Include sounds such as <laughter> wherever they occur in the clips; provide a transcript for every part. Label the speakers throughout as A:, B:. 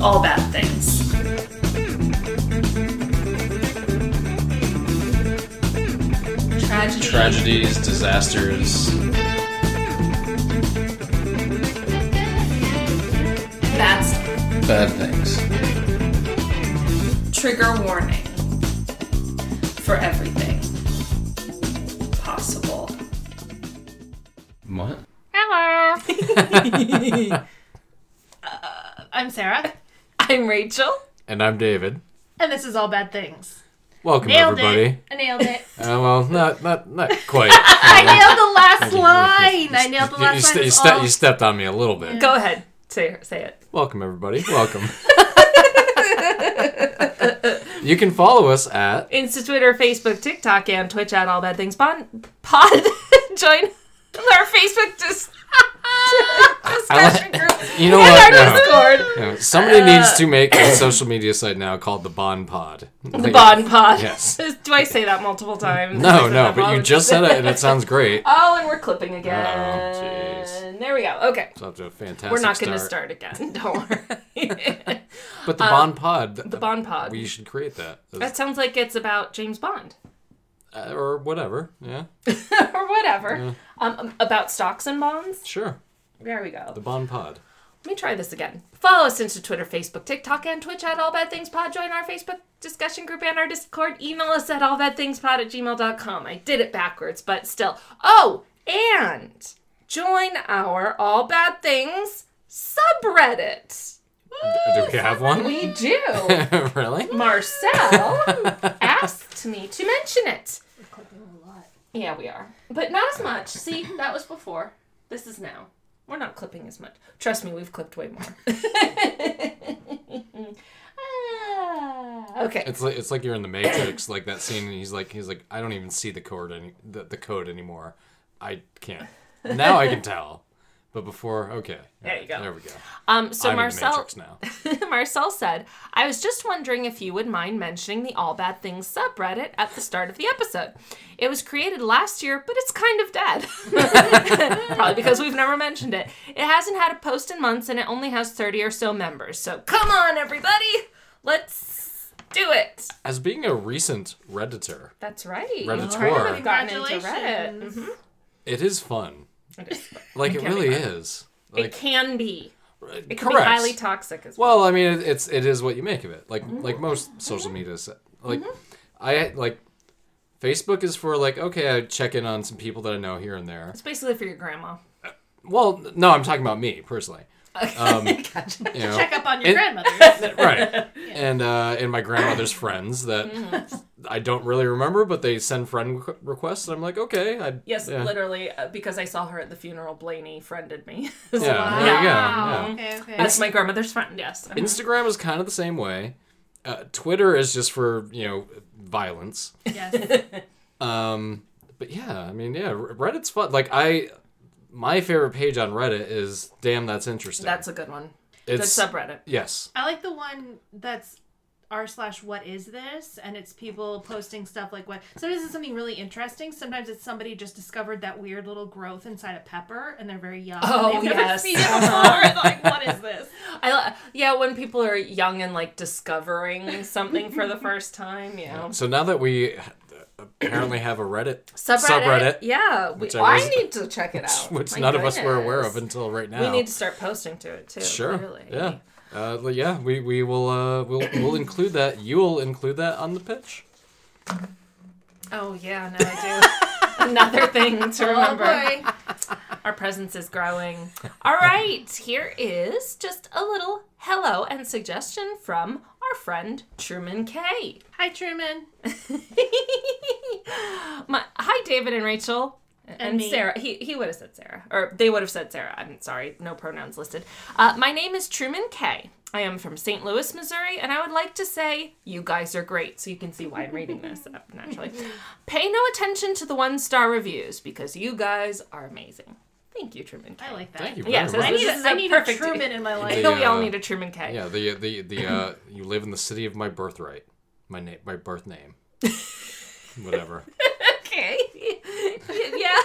A: all bad things. Tragedy.
B: Tragedies, disasters,
A: That's
B: bad things.
A: trigger warning for everything possible.
B: What?
C: Hello. <laughs>
D: Uh, I'm Sarah,
C: I'm Rachel,
E: And I'm David.
D: and this is all bad things.
E: Welcome
D: Nailed
E: everybody.
D: it. I nailed it. <laughs>
E: Uh, well, not not not quite.
D: I nailed the last line. I nailed the
E: You- you,
D: last
E: ste-
D: line.
E: you,
D: It's
E: ste-
D: all-
E: you stepped on me a little bit.
C: go ahead. Say, say it.
E: <laughs> Welcome everybody.
D: <laughs>
E: Welcome. you can follow us at
C: Insta, Twitter, Facebook, TikTok, and Twitch at All Bad Things Pod. pod. <laughs> Join our Facebook dis- <laughs> discussion group
E: you know
C: and our
E: what? No.
C: Discord.
E: No, Somebody needs to make a social media site now called the Bon Pod.
C: The Bon Pod.
E: Yes.
C: <laughs> Do I say that multiple times?
E: No,
C: Is
E: no,
C: that
E: but you
D: <laughs>
C: wrong?
E: just said it and it sounds great.
C: <laughs> Oh, and we're clipping again.
E: jeez.
C: there we go. Okay.
E: It's off to a fantastic
C: We're not going to start again. <laughs> Don't <laughs> worry.
E: But the
D: Um,
E: Bon Pod, uh,
C: the Bon Pod.
E: we should create that.
C: That sounds like it's about James Bond <laughs>
E: Uh, or whatever. Yeah,
C: or whatever. Um, um, about stocks and bonds.
E: sure.
C: There we go.
E: The Bon Pod.
C: Let me try this again. Follow us into Twitter, Facebook, TikTok, and Twitch at All Bad Things Pod. Join our Facebook discussion group and our Discord. Email us at allbadthingspod at gmail.com. I did it backwards, but still. Oh, and join our All Bad Things subreddit.
E: Do we have
C: <laughs>
E: one?
C: We do.
E: really?
C: Marcel
E: <laughs>
C: asked me to mention it. Yeah, we are. But not as much. See, that was before. This is now. We're not clipping as much. Trust me, we've clipped way more. <laughs> Ah, okay.
E: It's like it's like you're in the Matrix, like that scene. And he's like he's like I don't even see the code any the, the code anymore. I can't. Now I can tell, but before okay.
C: There you go.
E: There we go.
C: Um so
E: I'm in the
C: Marcel
E: Matrix now.
C: <laughs> Marcel said, I was just wondering if you would mind mentioning the All Bad Things subreddit at the start of the episode. It was created last year, but it's kind of dead. <laughs> Probably because we've never mentioned it. It hasn't had a post in months and it only has 30 or so members. So come on, everybody! Let's do it!
E: As being a recent redditor,
C: That's right.
E: Redditor.
C: We've gotten into Reddit.
E: <laughs>
D: Congratulations.
E: it is fun.
C: It is fun.
E: Like it
C: can be
E: really
C: fun.
E: is.
C: it
E: Like
C: can be. It can
E: correct.
C: be highly Mm-hmm. toxic as well.
E: Well, I mean, it, it's it is what you make of it. Like like most social media, is- like
C: Mm-hmm.
E: I like Facebook is for like okay, I check in on some people that I know here and there.
C: It's basically for your grandma.
E: Well, no, I'm talking about me personally. Um,
D: <laughs>
C: Gotcha.
E: You know,
D: Check up on your
E: It-
D: grandmother.
E: <laughs>
D: <laughs>
E: right? And uh, and my grandmother's friends that
D: Mm-hmm.
E: I don't really remember, but they send friend requ- requests, and I'm like, okay, I
C: Yes,
E: yeah.
C: literally, uh, because I saw her at the funeral, Blaney friended me. <laughs> So-
E: Yeah, there you go.
D: Wow.
E: yeah.
D: Okay, okay.
C: That's my grandmother's friend, yes.
E: Instagram is kind of the same way. Uh, Twitter is just for you know violence.
D: yes.
E: <laughs> Um, but yeah, I mean, yeah, R- Reddit's fun. Like I, my favorite page on Reddit is "Damn, that's
C: <laughs>
E: interesting."
C: That's a good one. Good
E: it's
C: subreddit.
E: yes,
D: I like the one that's r slash what is this and it's people posting stuff like what sometimes it's something really interesting sometimes it's somebody just discovered that weird little growth inside a pepper and they're very young and
C: Oh,
D: they've never
C: yes. Uh-huh.
D: seen it before <laughs> like what is this
C: I lo- yeah, when people are young and like discovering something for the first time, you know.
E: So now that we apparently have a Reddit
C: Subreddit. Yeah, we,
E: Which I
C: I,
E: was-
C: need to check it out.
E: <laughs> which
C: My
E: none of us were
C: goodness.
E: aware of until right now.
C: We need to start posting to it too.
E: sure.
C: Really.
E: Yeah. Uh, well, yeah, we, we will uh, we'll, we'll include that. You will include that on the pitch.
C: Oh yeah, now I do. <laughs> Another thing to remember. Our presence is growing. All right, here is just a little hello and suggestion from our friend Truman K.
D: hi truman
C: <laughs> My, hi, David and Rachel. And,
D: me.
C: Sarah. He, he would have said Sarah. Or they would have said Sarah. I'm sorry. No pronouns listed. Uh, my name is Truman K. I am from St. Louis, Missouri, and I would like to say, you guys are great. So you can see why I'm reading this up naturally. Pay no attention to the one star reviews because you guys are amazing. Thank you, Truman K.
D: i like that
E: Thank you. Very
C: Yes,
E: much.
D: i
C: This
D: need, a,
C: is
D: I
C: a
D: need
C: perfect-
D: a truman in my
C: I
D: life
C: know we
E: The,
C: all
E: uh,
C: need a Truman K.
E: Yeah, the the the uh, you live in the city of my birthright, my name, my
C: <laughs>
E: birth name, whatever.
C: <laughs> Okay. <laughs> yeah.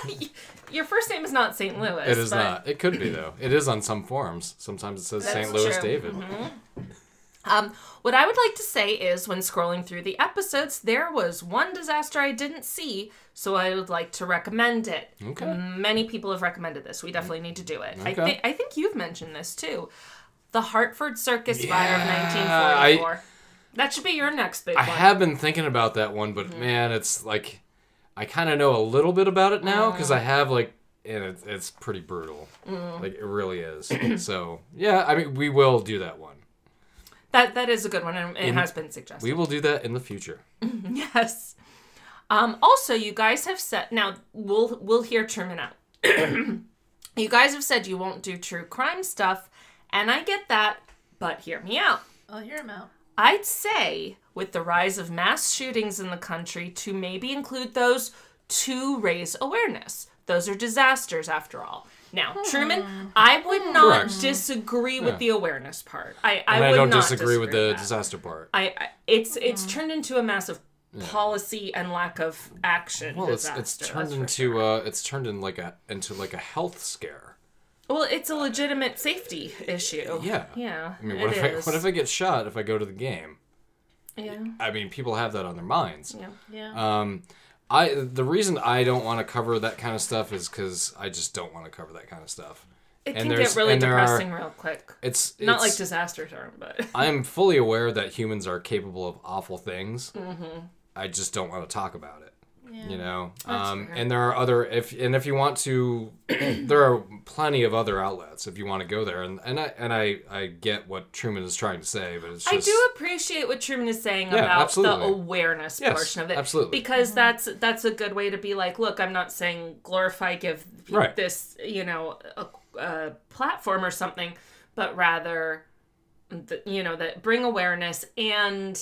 C: Your first name is not St. Louis.
E: It is
C: but-
E: not. It could be though. It is on some forms. Sometimes it says
C: That's
E: St. Louis
C: true. Mm-hmm.
E: David.
C: Um, what I would like to say is when scrolling through the episodes, there was one disaster I didn't see, so I would like to recommend it.
E: Okay.
C: Many people have recommended this. We definitely need to do it. I,
E: Okay.
C: thi- I think you've mentioned this too. The Hartford Circus Fire of
E: Yeah,
C: 1944. that should be your next big
E: I
C: one.
E: have been thinking about that one, but
C: Mm-hmm.
E: man, it's like I kind of know a little bit about it now because
C: Uh.
E: I have like, and it, it's pretty brutal.
C: Mm-hmm.
E: Like it really is. so yeah, I mean, we will do that one.
C: that that is a good one, and it has been suggested.
E: We will do that in the future.
C: Yes. Um, also, you guys have said now we'll we'll hear Truman out. <clears throat> you guys have said you won't do true crime stuff, and I get that, but hear me out.
D: I'll hear him out.
C: I'd say with the rise of mass shootings in the country to maybe include those to raise awareness. Those are disasters after all. Now, Truman, I would not
E: Correct.
C: disagree with
E: Yeah.
C: the awareness part. I, I
E: And I,
C: would
E: don't
C: not
E: disagree with the
C: that.
E: disaster part.
C: I, I it's it's turned into a massive policy and lack of action.
E: Well, it's
C: disaster,
E: it's
C: that's
E: turned
C: for
E: into
C: sure.
E: uh, it's turned in like a into like a health scare.
C: well, it's a legitimate safety issue.
E: Yeah.
C: yeah.
E: I mean, what
C: it
E: if I,
C: is.
E: what if I get shot if I go to the game?
C: yeah,
E: I mean, people have that on their minds.
C: yeah.
D: Yeah.
C: Uh,
E: Um, I the reason I don't want to cover that kind of stuff is because I just don't want to cover that kind of stuff.
C: It
E: And
C: can get
E: there's-
C: really
E: and there are-
C: depressing real quick.
E: It's, it's
C: Not like disasters aren't, but
E: I am fully aware that humans are capable of awful things. Mm-hmm. I just don't want to talk about it. You know, um, and there are other if and if you want to, <clears throat> there are plenty of other outlets if you want to go there. And and I and I I get what Truman is trying to say, but it's just
C: I do appreciate what Truman is saying about the
E: absolutely.
C: awareness
E: Yes,
C: portion of it,
E: absolutely.
C: because
D: Mm-hmm.
C: that's that's a good way to be like, look, I'm not saying glorify, give
E: Right.
C: this, you know, a, a platform or something, but rather, th- you know, that bring awareness and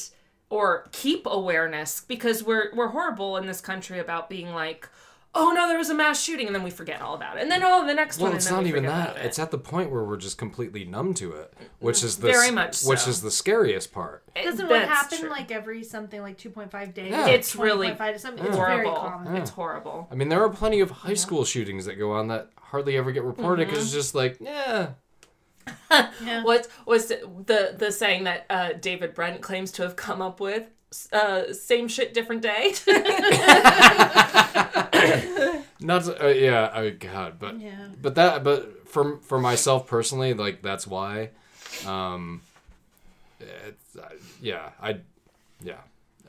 C: or keep awareness because we're we're horrible in this country about being like. Oh no, there was a mass shooting, and then we forget all about it. And then oh, the next one.
E: Well,
C: and
E: it's
C: then
E: not
C: we
E: even
C: forget
E: that.
C: about it. Mm-hmm.
E: It's at the point where we're just completely numb to it, which is the
C: Very
E: s-
C: much
E: which
C: so.
E: is the scariest part.
D: Doesn't what
C: That's
D: happen
C: true.
D: like every something like 2.5 days?
E: Yeah.
C: It's really
D: 20.5 to something. It's very
C: horrible.
D: common.
C: It's horrible.
E: I mean, there are plenty of high school shootings that go on that hardly ever get reported because it's just like, yeah,
D: Yeah.
C: What was the the saying that uh, David Brent claims to have come up with? Uh, same shit, different day. <laughs>
E: not to- uh, yeah, oh god, but
D: Yeah.
E: but that but for for myself personally, like that's why, um, it's, uh, yeah, I yeah,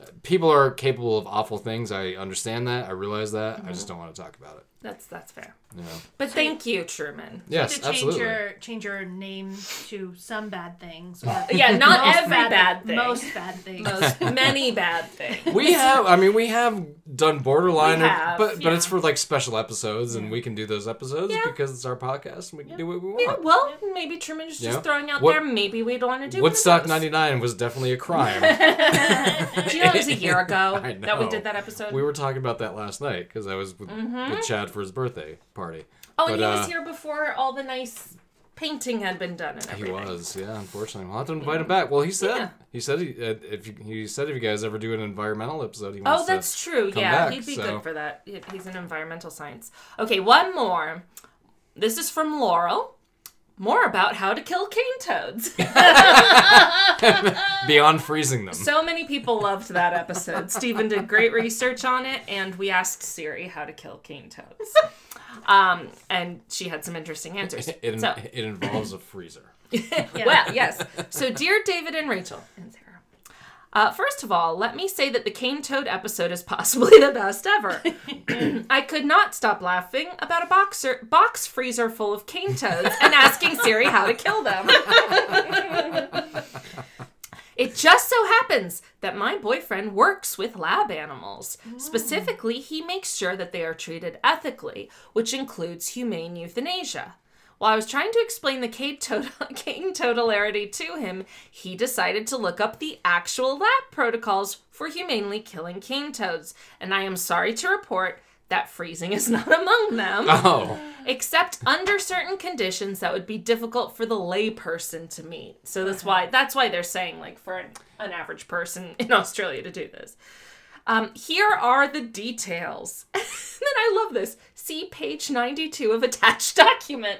E: Uh, people are capable of awful things. I understand that. I realize that. I
D: Mm-hmm.
E: just don't want to talk about it.
C: that's that's fair.
E: You know?
C: But thank you, Truman.
E: Yes,
D: to change
E: absolutely.
D: your change your name to some bad things. Or
C: <laughs> Yeah, not
D: most
C: every bad thing.
D: Most bad things.
C: Most- many bad things.
E: We have. I mean, we have done borderline,
C: We have,
E: but but
C: yeah.
E: it's for like special episodes, and we can do those episodes
C: Yeah.
E: because it's our podcast, and we can do what we
C: Yeah,
E: want.
C: well, maybe Truman's just
E: Yeah.
C: throwing out
E: What-
C: there. Maybe we don't want to do one of
E: Woodstock
C: those.
E: '99 was definitely a
C: <laughs>
E: crime.
C: Do you know it was a
E: <laughs>
C: year ago
E: I
C: that we
E: know.
C: did that episode? Mm-hmm.
E: we were talking about that last night because I was with, with Chad for his birthday party.
C: oh, and
E: but,
C: he was
E: uh,
C: here before all the nice painting had been done and
E: He
C: everything.
E: was, yeah. Unfortunately, we'll have to invite him back. Well, he said
C: Yeah.
E: he said he, uh, if you, he said if you guys ever do an environmental episode, he wants
C: Oh, that's
E: to
C: true.
E: come
C: Yeah,
E: back,
C: he'd be
E: so-
C: good for that. He- He's an environmental science. Okay, one more. This is from Laurel. More about how to kill cane
E: <laughs>
C: toads.
E: beyond freezing them.
C: so many people loved that episode. Stephen did great research on it, and we asked Siri how to kill cane
E: <laughs>
C: toads. Um, and she had some interesting answers.
E: <laughs> it,
C: so,
E: it involves a freezer.
C: well, yes. So, dear David and Rachel and Sarah, uh, first of all, let me say that the cane toad episode is possibly the best ever. I could not stop laughing about a boxer box freezer full of cane toads and asking Siri how to kill them. It just so happens that my boyfriend works with lab animals. Specifically, he makes sure that they are treated ethically, which includes humane euthanasia. While I was trying to explain the cane, tot- <laughs> cane totalarity to him, he decided to look up the actual lab protocols for humanely killing cane toads, and I am sorry to report that freezing is not <laughs> among them
E: Oh, <laughs>
C: except under certain conditions that would be difficult for the layperson to meet. So that's why that's why they're saying like for an, an average <laughs> person in Australia to do this. Um, here are the details. <laughs> then I love this. See page 92 of attached <laughs>
E: <laughs>
C: document.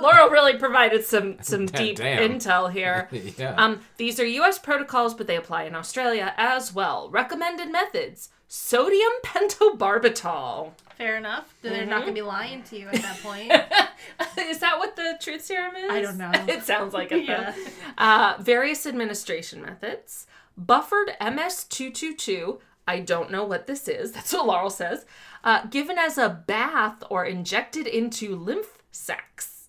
C: Laurel really provided some some deep
E: damn.
C: intel here.
E: <laughs> yeah.
C: Um, these are US protocols, but they apply in Australia as well. Recommended methods sodium pentobarbital.
D: Fair enough. Then They're
C: Mm-hmm.
D: not going to be lying to you at that
C: <laughs>
D: point.
C: is that what the truth serum is?
D: I don't know.
C: <laughs> it sounds like it, though.
D: Yeah.
C: Uh, various administration methods. Buffered MS222. I don't know what this is. <laughs> That's what Laurel says. Uh, given as a bath or injected into lymph sacs.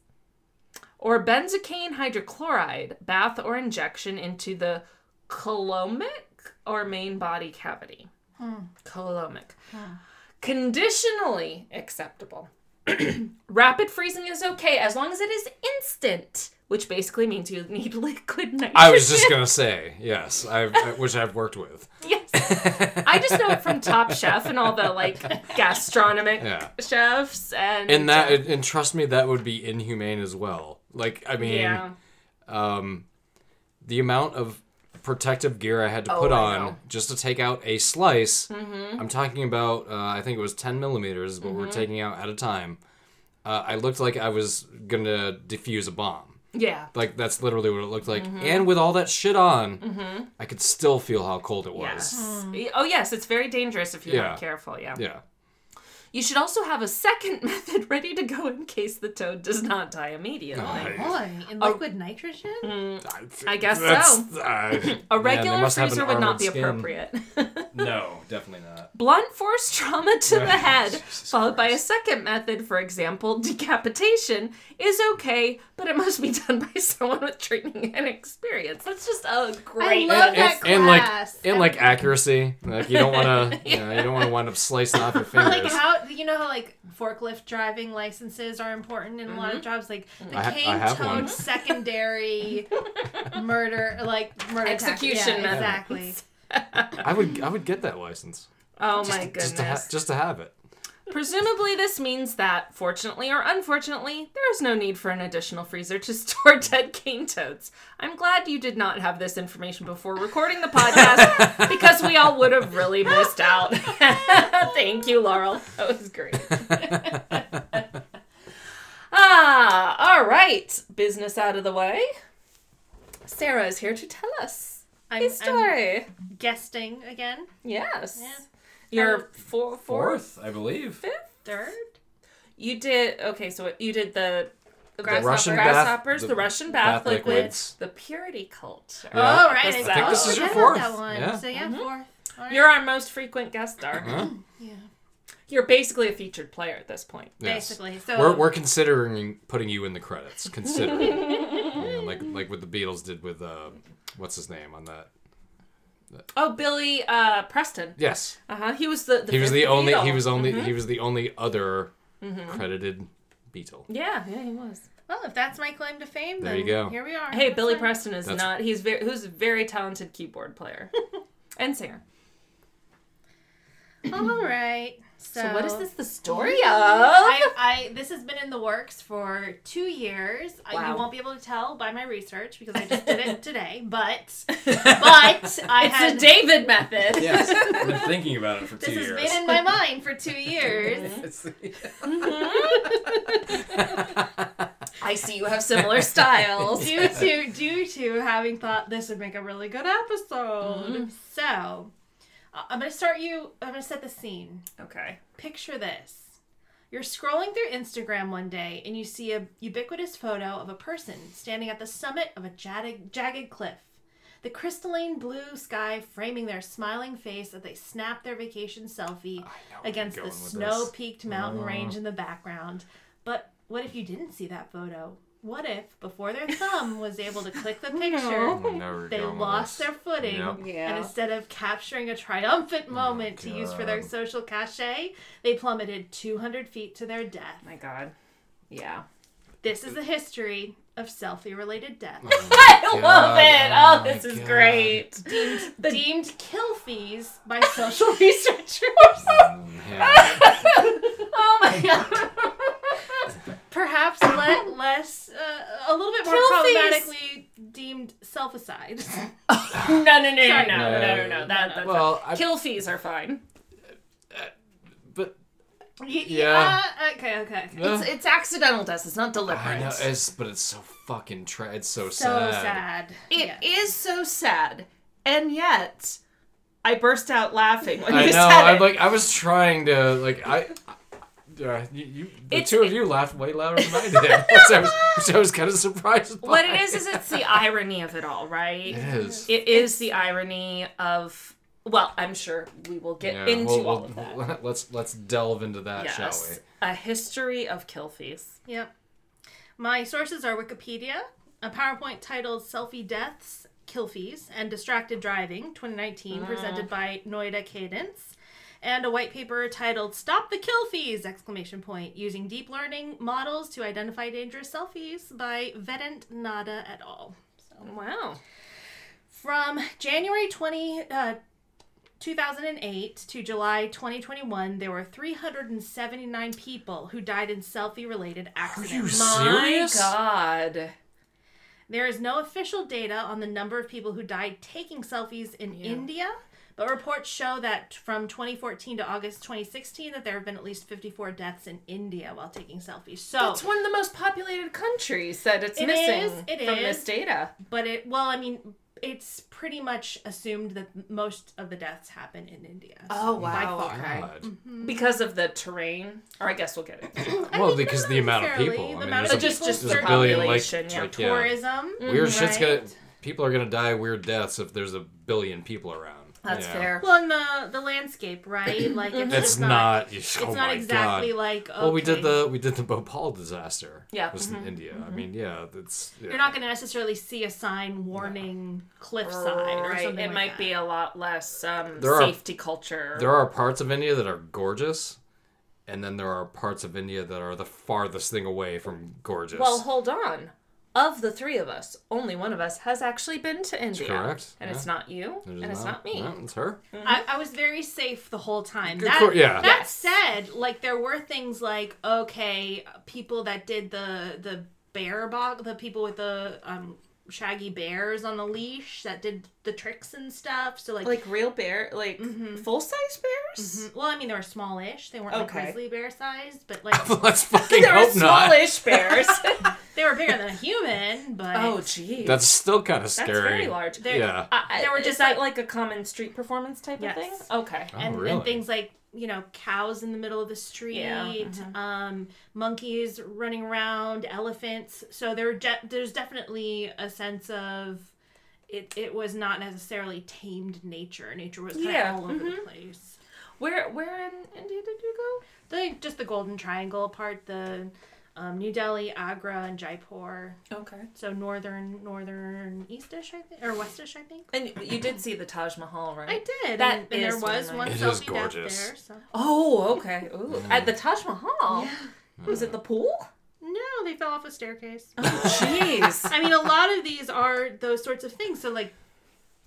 C: Or benzocaine hydrochloride, bath or injection into the colomic or main body cavity. Colomic. Conditionally acceptable. <clears throat> Rapid freezing is okay as long as it is instant, which basically means you need <laughs> liquid nitrogen.
E: <laughs> I was just gonna say yes. I've which I've worked with.
C: Yes. I just know it from Top Chef and all
E: <laughs>
C: the like gastronomic
E: Yeah.
C: chefs and
E: And that and trust me, that would be inhumane as well. Like I mean,
C: yeah.
E: um, the amount of protective gear I had to
C: Oh,
E: put
C: I
E: on
C: know. Mm-hmm.
E: just to take out a slice. I'm talking about, uh, I think it was 10 millimeters, is what we're taking out at a time. Uh, I looked like I was gonna defuse a bomb.
C: Yeah.
E: Like that's literally what it looked like.
C: Mm-hmm.
E: And with all that shit on, I could still feel how cold it was.
C: Yes. Oh yes, it's very dangerous if you're
E: Yeah.
C: not careful, yeah.
E: Yeah.
C: You should also have a second <laughs> method ready to go in case the toad does not die immediately.
D: Boy, in liquid nitrogen?
C: Mm. I guess so.
E: uh, <laughs>
C: A
E: man, they
C: regular
E: must have an
C: freezer would
E: armored
C: not be
E: skin.
C: appropriate. <laughs>
B: No, definitely not.
C: Blunt force trauma to the head,
B: Jesus
C: followed by a
B: Christ.
C: second method, for example, <laughs> decapitation, is okay, but it must be done by <laughs> someone with training and experience. That's just a great.
D: love
E: And,
D: that
E: and like
D: class.
E: and like accuracy, like you don't want
C: <laughs>
E: to, you, know, you don't want to wind up slicing off your fingers.
D: Like how you know how like forklift driving licenses are important in a
C: Mm-hmm.
D: lot of jobs, like the
E: I ha- I
D: cane
E: have
D: toad
C: <laughs>
E: one.
D: secondary murder, like murder tactic.
C: Execution
D: Yeah,
C: methods.
D: exactly.
E: I would I would get that license.
C: oh my goodness.
E: Just to, ha- just to have it.
C: Presumably, this means that, fortunately or unfortunately, there is no need for an additional freezer to <laughs> store dead cane toads. I'm glad you did not have this information before recording the podcast because we all would have really missed out. <laughs> Thank you, Laurel. That was great. ah, all right. Business out of the way. Sarah is here to tell us
D: I'm,
C: a story.
D: I'm guesting again.
C: yes.
D: Yeah.
C: Your four, fourth,
B: Fourth, I believe.
D: Third.
C: You did okay. So you did the the
E: Russian bath-
C: grasshoppers,
E: the
C: the, Russian bath,
E: bath liquids.
C: liquids, the purity cult.
E: Yeah.
D: Oh right,
C: I
D: I,
C: think this
D: oh,
C: is Mm-hmm.
E: your
D: forgot about
E: fourth.
D: That one.
E: Yeah.
D: So yeah, fourth. All right.
C: You're our most frequent guest star.
E: Huh?
D: yeah.
C: You're basically a featured player at this point.
E: Yes.
D: Basically, so
E: We're, we're considering putting you in
C: <laughs>
E: the credits. Considering, Yeah, like like what the Beatles did with uh, what's his name on that?
C: Oh, Billy uh, Preston.
E: Yes,
C: Uh huh. He was the, the
E: he was
C: fifth Mm-hmm.
E: the only he
C: Beatle.
E: was only he was the only other credited Beatle.
C: Yeah, yeah, he was.
D: well, Oh, if that's my claim to fame,
E: There
D: then
E: you go.
D: Here we are.
C: Hey,
D: That's
C: Billy
D: fine.
C: Preston is
E: That's-
C: not. He's very who's a very talented keyboard <laughs> player and singer.
D: All right. So,
C: So, what is this the story of?
D: I, I this has been in the works for two years. I,
C: Wow.
D: you won't be able to tell by my research because I just did
C: <laughs>
D: it today. But <laughs> but I
C: it's
D: had
C: the David method. <laughs>
B: Yes, I've been thinking about it for two
D: this has
B: years.
D: been in my mind for two years.
B: It's the-
C: I see you have similar <laughs> styles.
D: due to due to having thought this would make a really good episode.
C: Mm-hmm.
D: So uh, I'm gonna start you. I'm gonna set the scene.
C: okay.
D: Picture this. You're scrolling through Instagram one day and you see a ubiquitous photo of a person standing at the summit of a jagged, jagged cliff, the crystalline blue sky framing their smiling face as they snap their vacation selfie against
E: going
D: the
E: with
D: snow
E: this. Uh.
D: peaked mountain range in the background. But what if you didn't see that photo? What if, before their thumb was able to click
E: <laughs>
D: the picture, they lost their footing
E: Yep.
C: Yeah.
D: and instead of capturing a triumphant moment to use for their
E: God.
D: social cachet they plummeted 200 feet to their death
C: Oh My God. Yeah.
D: this is the history of selfie related death
C: I love
E: God.
C: it. Oh, this
E: Oh my
C: is
E: God.
C: great.
D: deemed kill fees by social
C: <laughs>
D: researchers
E: Yeah.
C: Oh my God.
D: perhaps le- less uh, a little bit more
C: Kill
D: problematically deemed <laughs> self-aside
C: <laughs> No, no, no, no, no,
D: Sorry.
C: no, no, no. That, that,
E: Well,
C: that.
E: I,
C: Kill fees are fine.
D: yeah. Okay. Okay. okay.
C: It's it's accidental death. It's not deliberate.
E: I know, it's but it's so fucking tra- it's so,
D: So sad.
C: It is
D: Yeah.
C: so sad, and yet I burst out laughing when
E: I
C: you
E: know.
C: said
E: I'm
C: it.
E: like I was trying to like I. Yeah, you, you the
C: It's-
E: two of you laughed way louder than I did, <laughs> which I was, which I was kind of surprised.
C: <laughs>
E: By.
C: what it is is it's the irony of it all, right?
E: It is.
C: It is the irony of. Well, I'm sure we will get
E: Yeah,
C: into
E: well, well,
C: all of that.
E: <laughs> Let's let's delve into that, shall we?
C: yes, a history of kill fees.
D: Yep. My sources are Wikipedia, a PowerPoint titled Selfie Deaths, Kill Fees, and Distracted Driving 2019, presented by Noida Cadence, and a white paper titled Stop the Kill Fees! exclamation point, using deep learning models to identify dangerous selfies by Vedant Nada et al. So
C: Wow.
D: from January 20, uh, 2008 to July 2021, there were 379 people who died in selfie related
E: you
D: accidents.
C: My God.
D: There is no official data on the number of people who died taking selfies in India, but reports show that from 2014 to August 2016 that there have been at least 54 deaths in India while taking selfies. So,
C: It's one of the most populated countries that it's
D: It
C: missing
D: is, it
C: from
D: is.
C: this data.
D: but it well, I mean, it's pretty much assumed that most of the deaths happen in India.
C: Oh
D: wow,
C: By far.
E: God.
C: Because of the terrain, or I guess we'll get it.
E: Well, because the amount of
D: necessarily.
E: people.
D: The
E: I mean,
D: amount
E: there's
D: of
E: a,
D: people,
E: there's
D: their
E: a billion like,
C: population, yeah. mm-hmm,
E: like,
D: Tourism.
E: Weird shit's gonna.
D: right?
E: People are gonna die weird deaths if there's a billion people around.
C: That's
E: you know?
C: fair.
D: Well, in the the landscape, right? Like it's,
E: It's
D: just
E: not.
D: It's not exactly like okay,
E: Well, we did the we did the Bhopal disaster.
C: Yeah. mm-hmm,
E: It was in India. I mean, yeah, that's. Yeah.
D: You're not going to necessarily see a sign warning cliffside or
C: Right,
D: something.
C: it
D: like
C: might
D: that.
C: be a lot less um,
E: There are-
C: safety culture.
E: There are parts of India that are gorgeous, and then there are parts of India that are the farthest thing away from gorgeous.
C: well, hold on. Of the three of us, only one of us has actually been to India.
E: correct,
C: And
E: yeah.
C: it's not you,
E: There's
C: and it's not me.
E: no, it's her.
D: I, I was very safe the whole time.
E: Mm-hmm. Good
D: That,
E: cour- yeah.
D: that
C: Yes.
D: said, like there were things like okay, people that did the the bear box, the people with the um shaggy bears on the leash that did the tricks and stuff. So like, mm,
C: Like real bear, like
D: Mm-hmm.
C: full size bears?
D: well, I mean, they were smallish. They weren't
C: Okay.
D: like grizzly bear sized,
E: <laughs>
D: but like
E: Let's fucking
C: Mm. There are
E: hope not. <laughs>
C: smallish
D: <laughs>
C: bears.
D: they were bigger than a human. But
C: oh, geez.
E: That's still kind of
C: That's
E: scary.
C: very large.
D: They're-
E: Yeah.
C: I- I-
D: There were
C: is
D: just,
C: that like a common street performance type
D: Yes.
C: of thing? Okay.
E: Oh,
D: and,
E: really?
D: and things like you know cows in the middle of the street
C: Yeah, uh-huh.
D: um, monkeys running around elephants so there de- there's definitely a sense of it, it was not necessarily tamed nature nature was kind
C: Yeah, mm-hmm.
D: of all over the place
C: Where where in India did you go?
D: the, just the golden triangle part the um, new delhi agra and jaipur
C: Okay.
D: so northern northern eastish i think or westish i think
C: And you did see the Taj Mahal, right?
D: i did
C: That
D: and, and there
C: is one
D: was
C: nice-
D: one
E: It is
D: selfie death
E: gorgeous.
D: there so.
C: Oh, okay. Ooh.
E: Mm.
C: At the Taj Mahal? Was it the pool?
D: no they fell off a staircase
C: Jeez.
D: I mean, a lot of these are those sorts of things. So, like,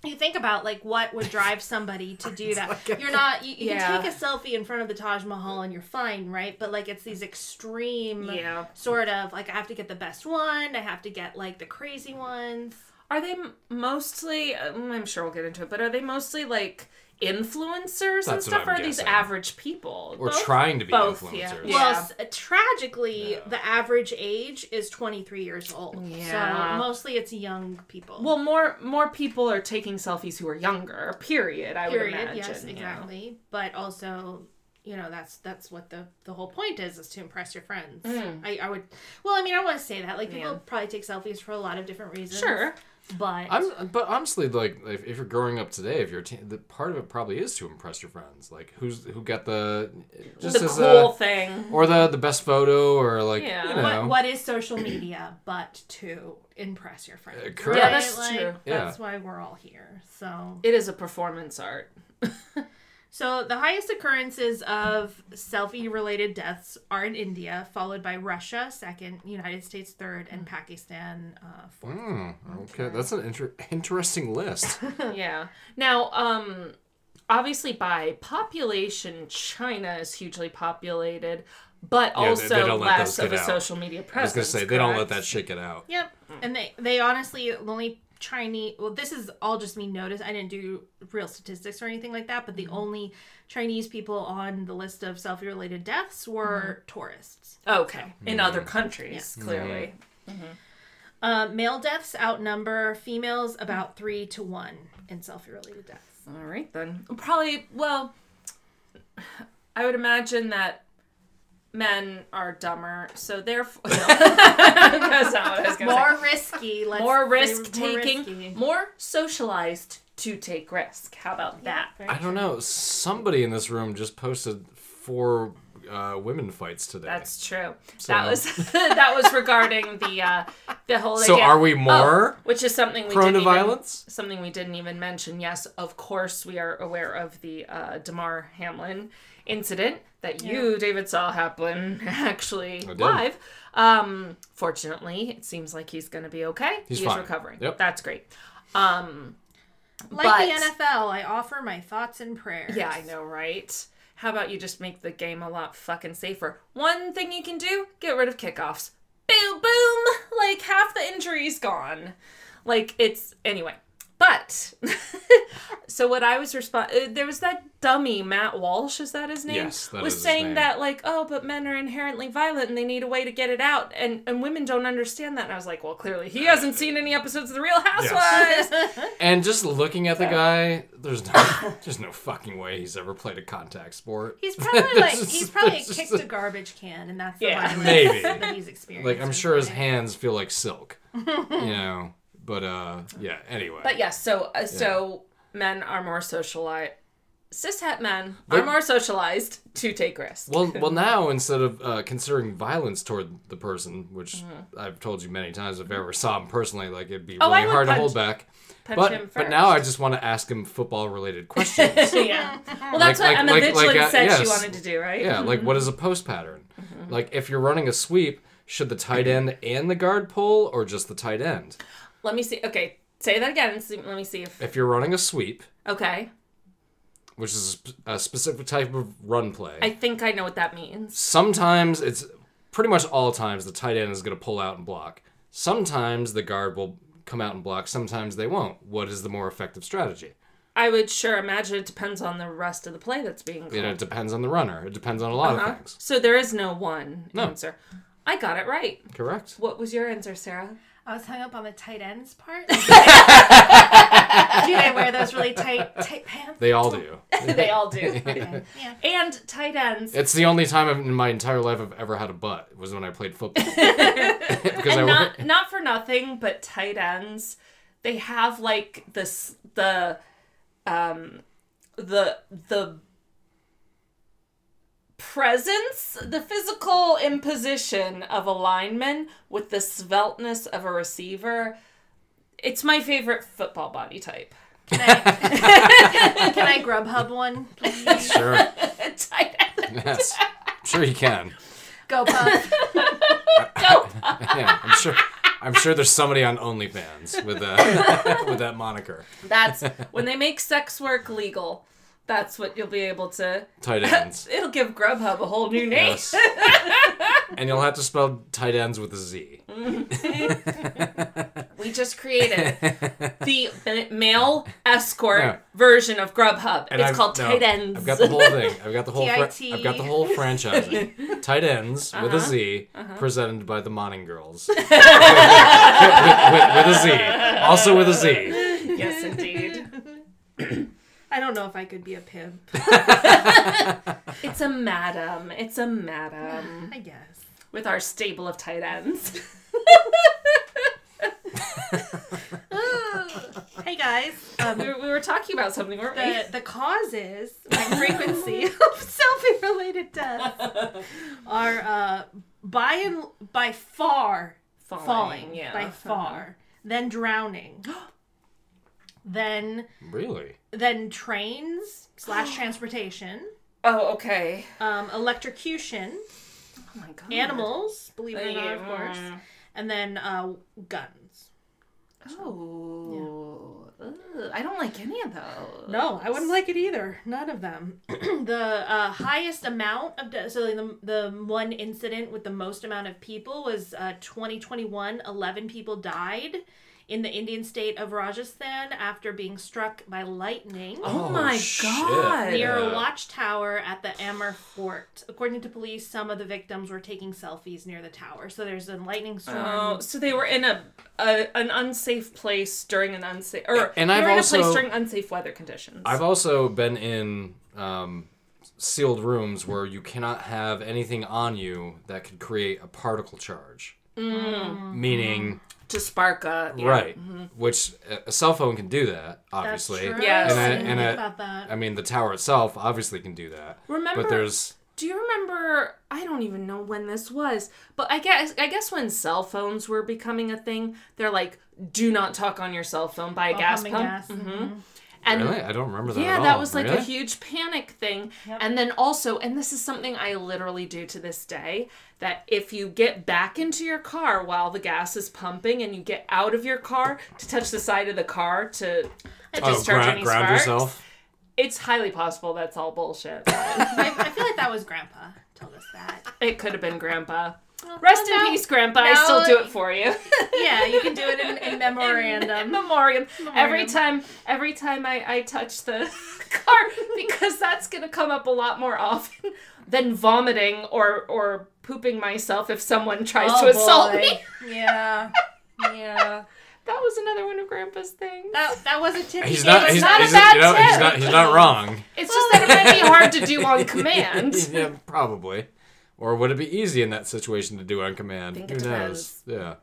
D: you think about like what would drive somebody to do that. you're not. You, you
C: Yeah.
D: can take a selfie in front of the Taj Mahal and you're fine, right? But like, it's these extreme,
C: Yeah.
D: sort of like I have to get the best one. I have to get like the crazy ones.
C: Are they m- mostly, um, I'm sure we'll get into it, but are they mostly like influencers and
E: That's
C: stuff?
E: what
C: Or
E: I'm
C: are these
E: guessing.
C: average people?
E: We're trying to be
C: both,
E: influencers.
C: yeah.
D: Well, s- tragically, the average age is 23 years old.
C: Yeah.
D: So mostly it's young people.
C: well, more more people are taking selfies who are younger. Period. I would
D: period
C: imagine.
D: yes
C: yeah.
D: exactly but also you know that's that's what the the whole point is is to impress your friends
C: Mm.
D: I, I would well i mean i want to say that like people probably take selfies for a lot of different reasons
C: Sure.
D: but
E: I'm, but honestly, like if, if you're growing up today, if you're teen, the part of it probably is to impress your friends. Like who's who got the just
C: the
E: as
C: cool
E: a,
C: thing.
E: or the the best photo or like
C: Yeah.
E: you
C: What-
E: know
D: what, what is social media but to impress your friends
E: correct.
D: right?
E: Yeah,
C: Uh, that's true.
D: that's
E: Yeah.
D: why we're all here so
C: It is a performance art.
D: so the highest occurrences of selfie related deaths are in india followed by russia second united states third
C: Mm.
D: and pakistan uh, fourth
E: Hmm, okay, that's an inter- interesting
C: <laughs>
E: list.
C: yeah. Now, um, obviously by population, China is hugely populated, but
E: they-
C: also
E: they don't let
C: less
E: those
C: of a
E: get out.
C: social media
E: I was
C: presence.
E: gonna say they don't let
C: correct?
E: that shit get out.
D: Yep. And they they honestly only Chinese. Well, this is all just me notice. I didn't do real statistics or anything like that, but
C: Mm-hmm.
D: the only Chinese people on the list of selfie related deaths were
C: Mm-hmm.
D: tourists.
A: Okay.
C: in other countries, clearly.
D: Uh, male deaths outnumber females about three to one in selfie related deaths.
C: All right, then. Probably, well, I would imagine that men are dumber, so therefore. <laughs> No. That's not <laughs> what I was going to say.
D: More risky. Let's
C: More
D: say
C: risk taking,
D: risky.
C: more socialized to take risk. How about that?
D: Very
E: I don't know. Somebody in this room just posted four uh, women fights today.
C: That's true.
E: So-
C: That was <laughs> that was regarding the uh, the whole.
E: So
C: again-
E: are we
C: Oh,
E: more
C: which is something we
E: prone
C: didn't
E: to
C: even-
E: violence?
C: something we didn't even mention. Yes, of course we are aware of the uh, Damar Hamlin incident that you, David, saw happen <laughs> actually
E: did.
C: live. Um, fortunately, it seems like he's going to be okay.
E: He's
C: he is
E: fine.
C: recovering.
E: Yep.
C: That's great.
D: Like the NFL, I offer my thoughts and prayers.
C: Yeah, I know, right? How about you just make the game a lot fucking safer? One thing you can do: get rid of kickoffs. Boom, boom! Like half the injury's gone. Like it's anyway. But <laughs> so what I was respond uh, there was that dummy Matt Walsh is that his name
E: Yes, that
C: was
E: is his
C: saying
E: name.
C: that like oh but men are inherently violent and they need a way to get it out and and women don't understand that and I was like well clearly he hasn't seen any episodes of the Real Housewives
E: And just looking at the guy, there's no, <laughs> there's no fucking way he's ever played a contact sport.
D: He's
C: <laughs>
D: probably like
E: This
D: he's
E: is-
D: probably
E: this is-
D: kicked a garbage can, and that's the
C: Yeah.
D: violence
E: Maybe.
D: that he's experienced.
E: like I'm sure his hands feel like silk,
C: <laughs>
E: you know. But uh, yeah. Anyway,
C: But yes, so uh, so men are more socialized. Cishet men are
E: But-
C: more socialized to take risks.
E: well, well now instead of uh, considering violence toward the person, which I've told you many times, if I ever saw him personally, like it'd be
C: Mm-hmm. Oh, I
E: really
C: would
E: hard
C: punch-
E: to hold back.
C: punch
E: but
C: him
E: but now I just want to ask him football related questions.
C: <laughs> yeah. Well, that's what
E: Like- like-
C: Emma
E: like-
C: Mitchell
E: like, uh,
C: said she
E: yes.
C: wanted to do, right?
E: Yeah, like what is a post pattern?
C: Mm-hmm.
E: Like if you're running a sweep, should the tight end and the guard pull or just the tight end?
C: Let me see. Okay, say that again. and see- Let me see if.
E: If you're running a sweep,
C: Okay,
E: which is a sp- a specific type of run play,
C: I think I know what that means.
E: sometimes it's pretty much all times the tight end is going to pull out and block. Sometimes the guard will come out and block, sometimes they won't. What is the more effective strategy?
C: I would sure imagine it depends on the rest of the play that's being called.
E: You know, it depends on the runner. It depends on a lot
C: Huh?
E: of things.
C: So there is no one
E: No.
C: answer. I got it right.
E: Correct.
C: What was your answer, Sarah?
E: <laughs>
C: <laughs>
D: I was hung up on the tight ends part. Do they wear those really tight tight pants?
E: They all do.
C: they all
E: <laughs>
C: do.
D: Okay. Yeah.
C: and tight ends.
E: It's the only time I've- in my entire life I've ever had a butt was when I played
C: <laughs>
E: football. because I
C: and
E: wore-
C: not not for nothing, but tight ends, they have like this the um the the presence, the physical imposition of a lineman with the sveltness of a receiver. It's my favorite football body type. <laughs>
D: Can I, can I Grubhub one? please?
E: <laughs> Sure.
C: tight end.
E: Yes. I'm sure you can.
D: Go Puff.
C: Dope.
E: Yeah, I'm sure. I'm sure there's somebody on OnlyFans with that <laughs> with that moniker.
C: That's when they make sex work legal. That's what you'll be able to.
E: Tight ends.
C: It'll give Grubhub a whole new name.
E: Yes. <laughs> And you'll have to spell tight ends with a Z.
C: We just created the male escort
E: Yeah.
C: version of Grubhub.
E: And
C: it's
E: I've-
C: called
E: no,
C: Tight Ends.
E: I've got
C: <laughs>
E: the whole thing. I've got the whole. Fra-
D: TIT.
E: I've got the whole
C: <laughs>
E: franchising. Tight ends with
C: Uh-huh.
E: a Z, presented by the Monning
C: <laughs>
E: Girls. with, with- with a Z, also with a Z.
C: yes, indeed.
D: I don't know if I could be a pimp.
C: It's a madam. It's a madam
D: I guess.
C: with our stable of tight ends.
D: <laughs> Hey guys.
C: Uh, we, were, we were talking about something, weren't we?
D: the, the causes by frequency <laughs> of selfie related deaths are uh, by and by far falling, Uh-huh.
C: yeah.
D: by far then drowning <gasps> then
E: Really?
D: then trains slash transportation
C: Oh, okay.
D: um, electrocution
C: Oh my god.
D: animals believe it or not of
C: Yeah.
D: course and then uh, guns
C: Oh. Ugh, I don't like any of those.
D: No, I wouldn't like it either. None of them. <clears throat> the uh, highest amount of de- so the the one incident with the most amount of people was uh, 2021. 11 people died in the Indian state of Rajasthan after being struck by lightning.
C: Oh,
E: Oh,
C: my
E: shit.
C: god.
D: Near a
E: Yeah.
D: watchtower at the Amber Fort. According to police, some of the victims were taking selfies near the tower. So there's a lightning storm.
C: Oh, so they were in a, a an unsafe place during an unsafe or
E: And
C: they
E: I've
C: were in a
E: also-
C: place during unsafe weather conditions.
E: I've also been in um, sealed rooms where you cannot have anything on you that could create a particle charge.
C: Mm.
E: Meaning,
D: Mm-hmm.
C: to spark a yeah.
E: right, which a- a cell phone can do that, obviously.
D: That's true.
C: Yes.
E: And I-
D: I didn't
E: and
D: think
E: I-
D: about that.
E: I mean, the tower itself obviously can do that.
C: Remember-
E: but there's
C: Do you remember? I don't even know when this was, but I guess I guess when cell phones were becoming a thing, they're like, "Do not talk on your cell phone by a
D: While
C: gas
D: pumping
C: pump."
D: Oh,
C: Mm-hmm.
D: gas, mhm.
C: And
E: really, I don't remember that.
C: yeah,
E: at all.
C: that was like a
E: Oh, Really?
C: huge panic thing. And then also, and this is something I literally do to this day, that if you get back into your car while the gas is pumping and you get out of your car to touch the side of the car to, to
E: oh,
C: discharge
E: ground,
C: any
E: ground
C: sparks,
E: yourself.
C: it's highly possible that's all bullshit.
D: I, I feel like that was Grandpa told us that.
C: it could have been Grandpa. Rest in
D: no.
C: peace, Grandpa. I
D: No,
C: still do it for <laughs> you.
D: Yeah, you can do it
C: <laughs>
D: in, in
C: In
D: memorandum.
C: memoriam. Every
D: Memoriam.
C: time, every time I, I touch the <laughs> car, because that's gonna come up a lot more often <laughs> than vomiting or or pooping myself if someone tries to assault
D: Oh, boy.
C: me.
D: Yeah. Yeah.
C: That was another one of Grandpa's things.
D: That, that was a tip.
E: He's
D: he
E: not.
D: gave
E: He's,
D: us.
C: not a
E: he's,
C: bad
E: you know, he's
C: tip.
E: not. He's not
C: <laughs>
E: wrong. <laughs>
C: It's just that it might be hard to do <laughs> on command.
E: yeah, probably. Or would it be easy in that situation to do on command?
C: think
E: Who
C: it
E: knows? Yeah.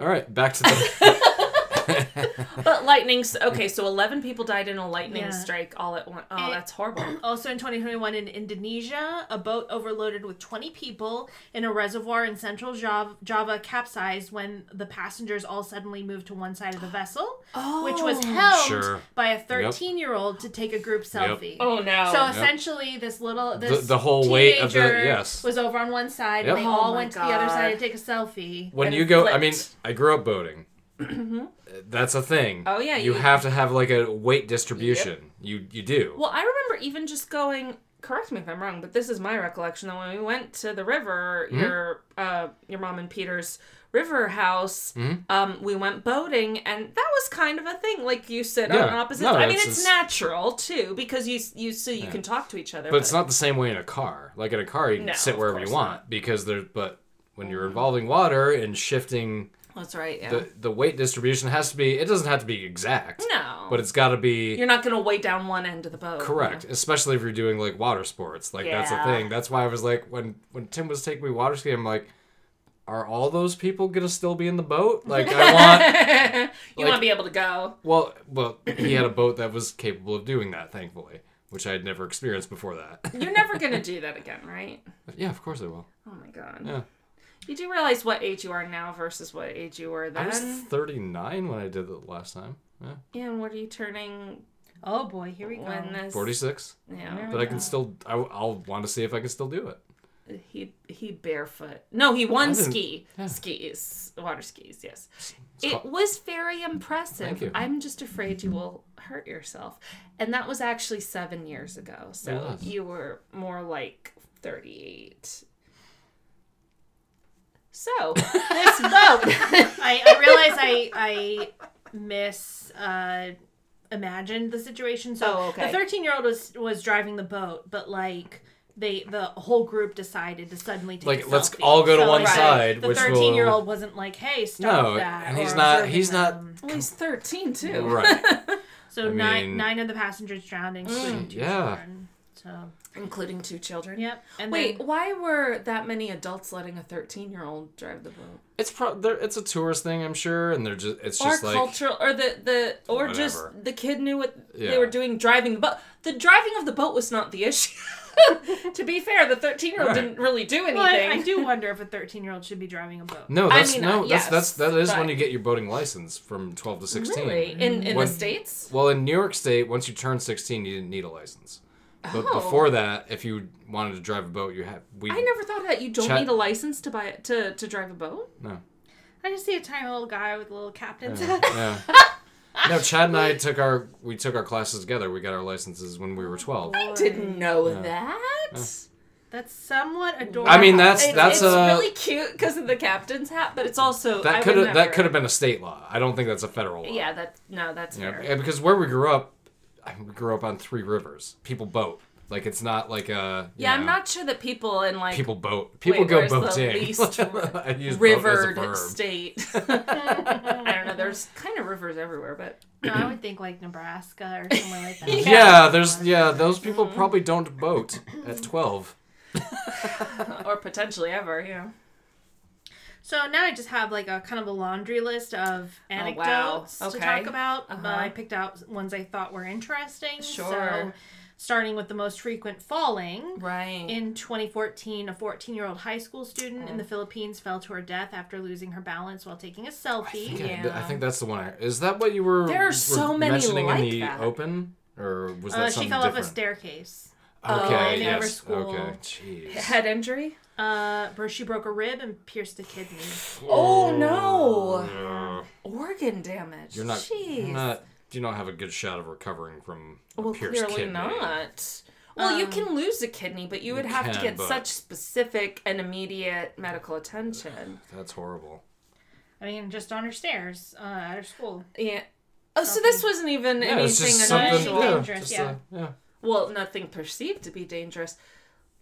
E: All right, back
C: <laughs>
E: to the.
C: But lightning. s- Okay, so eleven people died in a lightning
D: Yeah.
C: strike all at once. Oh,
D: It-
C: that's horrible.
D: Also in 2021 in Indonesia, a boat overloaded with 20 people in a reservoir in central Java, Java capsized when the passengers all suddenly moved to one side of the vessel, which was
C: Oh.
D: helmed
E: Sure.
D: by a 13 year old to take a group selfie.
C: Oh no.
D: So essentially, this little this
E: the whole weight of the-
D: teenager
E: yes.
D: was over on one side,
E: Yep.
D: and they
E: Oh
D: all
C: my
D: went to the other
C: God.
D: side to take a selfie.
E: When
C: And
E: you go, I mean,
C: flipped.
E: I grew
C: <clears throat>
E: up boating. That's a thing.
C: Mm-hmm. Oh, yeah,
E: You
C: you-
E: have to have like a weight distribution. You you do.
C: Well, I remember even just going. Correct me if I'm wrong, but this is my recollection that when we went to the river,
E: Hmm?
C: your uh, your mom and Peter's river house,
E: Hmm?
C: um, we went boating, and that was kind of a thing. Like you sit on
E: Yeah.
C: opposite.
E: No,
C: I mean,
E: it's-
C: it's,
E: it's-
C: natural too because you you so you can talk to each other.
E: but it's not the same way in a car. Like in a car, you can
C: No,
E: sit
C: of
E: wherever you
C: course
E: want because there. But when you're involving water and shifting,
C: That's right. Yeah.
E: the the weight distribution has to be. It doesn't have to be exact.
C: No.
E: But it's got to be.
C: You're not gonna weigh down one end of the boat.
E: Correct, especially if you're doing like water sports. Like that's a
C: Yeah.
E: thing. That's why I was like, when when Tim was taking me water skiing, I'm like, are all those people gonna still be in the boat? Like I
C: <laughs>
E: want.
C: You
E: Like-
C: want to be able to go.
E: well, well, he had a boat that was capable of doing that, thankfully, which I had never experienced before that. <laughs>
C: You're never gonna do that again, right?
E: yeah, of course I will.
C: Oh my god.
E: Yeah.
C: You do realize what age you are now versus what age you were then.
E: I was 39 when I did it last time. Yeah,
C: Yeah, and what are you turning
D: Oh boy, here we go.
C: when this?
E: 46.
C: Yeah,
E: But I can still. I, will want to see if I can still do it.
C: he he barefoot. No, he won
E: didn't-
C: ski
E: yeah.
C: skis, water skis. Yes,
E: It's
C: it
E: called-
C: was very impressive.
E: Thank you.
C: I'm just afraid you will hurt yourself, and that was actually seven years ago. So
E: was.
C: you were more like thirty-eight.
E: <laughs>
C: So this boat.
D: I, I realize I I miss uh, imagined the situation. So
C: Oh, okay.
D: the thirteen year old was was driving the boat, but like they the whole group decided to suddenly take
E: Like,
D: a
E: let's
D: selfie.
E: all go to one
C: side,
D: The
E: which will-
D: thirteen year old wasn't like, hey, stop
E: No,
D: that.
E: and he's
D: or
E: not-
D: observing
E: he's not-
D: them.
C: <laughs> well, he's thirteen too.
E: <laughs> Right.
D: So
E: I mean- Hmm,
D: nine nine of the passengers drowned, including two
E: yeah.
D: children. So
C: including two children.
D: yep. And
C: Wait,
D: then,
C: why were that many adults letting a thirteen-year-old drive the boat?
E: It's pro- they're- it's a tourist thing, I'm sure, and they're just it's
C: or
E: just like
C: cultural or the the or
E: Whatever.
C: just the kid knew what
E: Yeah.
C: they were doing driving the boat the driving of the boat was not the issue <laughs> to be fair the 13 year old
E: Right.
C: didn't really do anything
D: well, I, I do wonder if a thirteen year old should be driving a boat.
E: No, that's
C: mean,
E: no,
C: uh,
E: that's
C: yes,
E: that's that is when
C: but-
E: you get your boating license from twelve to sixteen.
C: really in in
E: When-
C: the states
E: Well, in New York State, once you turn sixteen, you didn't need a license. But
C: Oh.
E: before that, if you wanted to drive a boat, you had we
C: I never thought of that you don't
E: Chat-
C: need a license to buy to to drive a boat
E: no
D: I just see a tiny little guy with a little captain's
E: Uh.
D: hat.
E: yeah. No, Chad and I took our we took our classes together. We got our licenses when we were twelve.
C: I didn't know that
D: That's somewhat adorable.
E: I mean, that's
C: It's,
E: that's
C: it's
E: a
C: really cute because of the captain's hat, but it's also I
E: that
C: would
E: could have
C: never-
E: that could have been a state law. I don't think that's a federal law.
C: Yeah, that no, that's
E: You know,
C: fair.
E: and because where we grew up, I we grew up on three rivers. People boat. Like it's not like a you
C: yeah, I'm
E: know,
C: not sure that people in like
E: people boat. People
C: Wait,
E: go
C: where's the
E: boating.
C: least
E: <laughs> I use boat as a
C: rivered <laughs>
E: verb.
C: state. I don't know. <laughs> There's kind of rivers everywhere, but
D: No, I
C: <clears throat>
D: would think like Nebraska
C: <laughs>
D: or somewhere like that.
E: yeah. there's yeah, those people
C: Mm-hmm.
E: probably don't boat at
C: <clears throat>
E: twelve.
C: or potentially ever. Yeah.
D: So now I just have like a kind of a laundry list of anecdotes
C: wow.
D: to
C: Oh, Okay.
D: talk about. Uh,
C: Uh-huh.
D: I picked out ones I thought were interesting. So,
C: Sure.
D: starting with the most frequent falling.
C: Right.
D: In 2014, a 14 year old high school student
C: Mm.
D: in the Philippines fell to her death after losing her balance while taking
C: Oh,
D: a
E: I
D: selfie.
E: think, I-
C: Yeah.
E: I think that's the one. I, is that what you were?
C: There are
E: were
C: so many
E: mentioning
C: like
E: in the
C: that.
E: open, or was that
D: Uh, she
E: something
D: fell off a
E: different?
D: staircase.
C: Oh,
E: Okay,
C: in
D: Andover
E: yes.
D: School.
E: Okay,
C: <laughs>
E: jeez.
C: Head injury.
D: Uh, where she broke a rib and pierced a kidney.
C: Oh, no.
E: Yeah.
C: Organ damage.
E: You're not.
C: Jeez.
E: You're not. You don't have a good shot of recovering from a
C: well,
E: pierced
C: clearly
E: kidney.
C: not. Well, you
D: Um,
C: can lose a kidney, but you would have to
E: can,
C: get
E: but-
C: such specific and immediate medical attention.
E: That's horrible.
D: I mean, just on her stairs uh, at her school.
C: Yeah. Oh, so this wasn't even
E: Yeah,
C: anything
E: it's just something.
C: unusual.
D: unusual.
E: Yeah,
D: Dangerous,
E: just
D: yeah.
E: A, yeah.
C: Well, nothing perceived to be dangerous.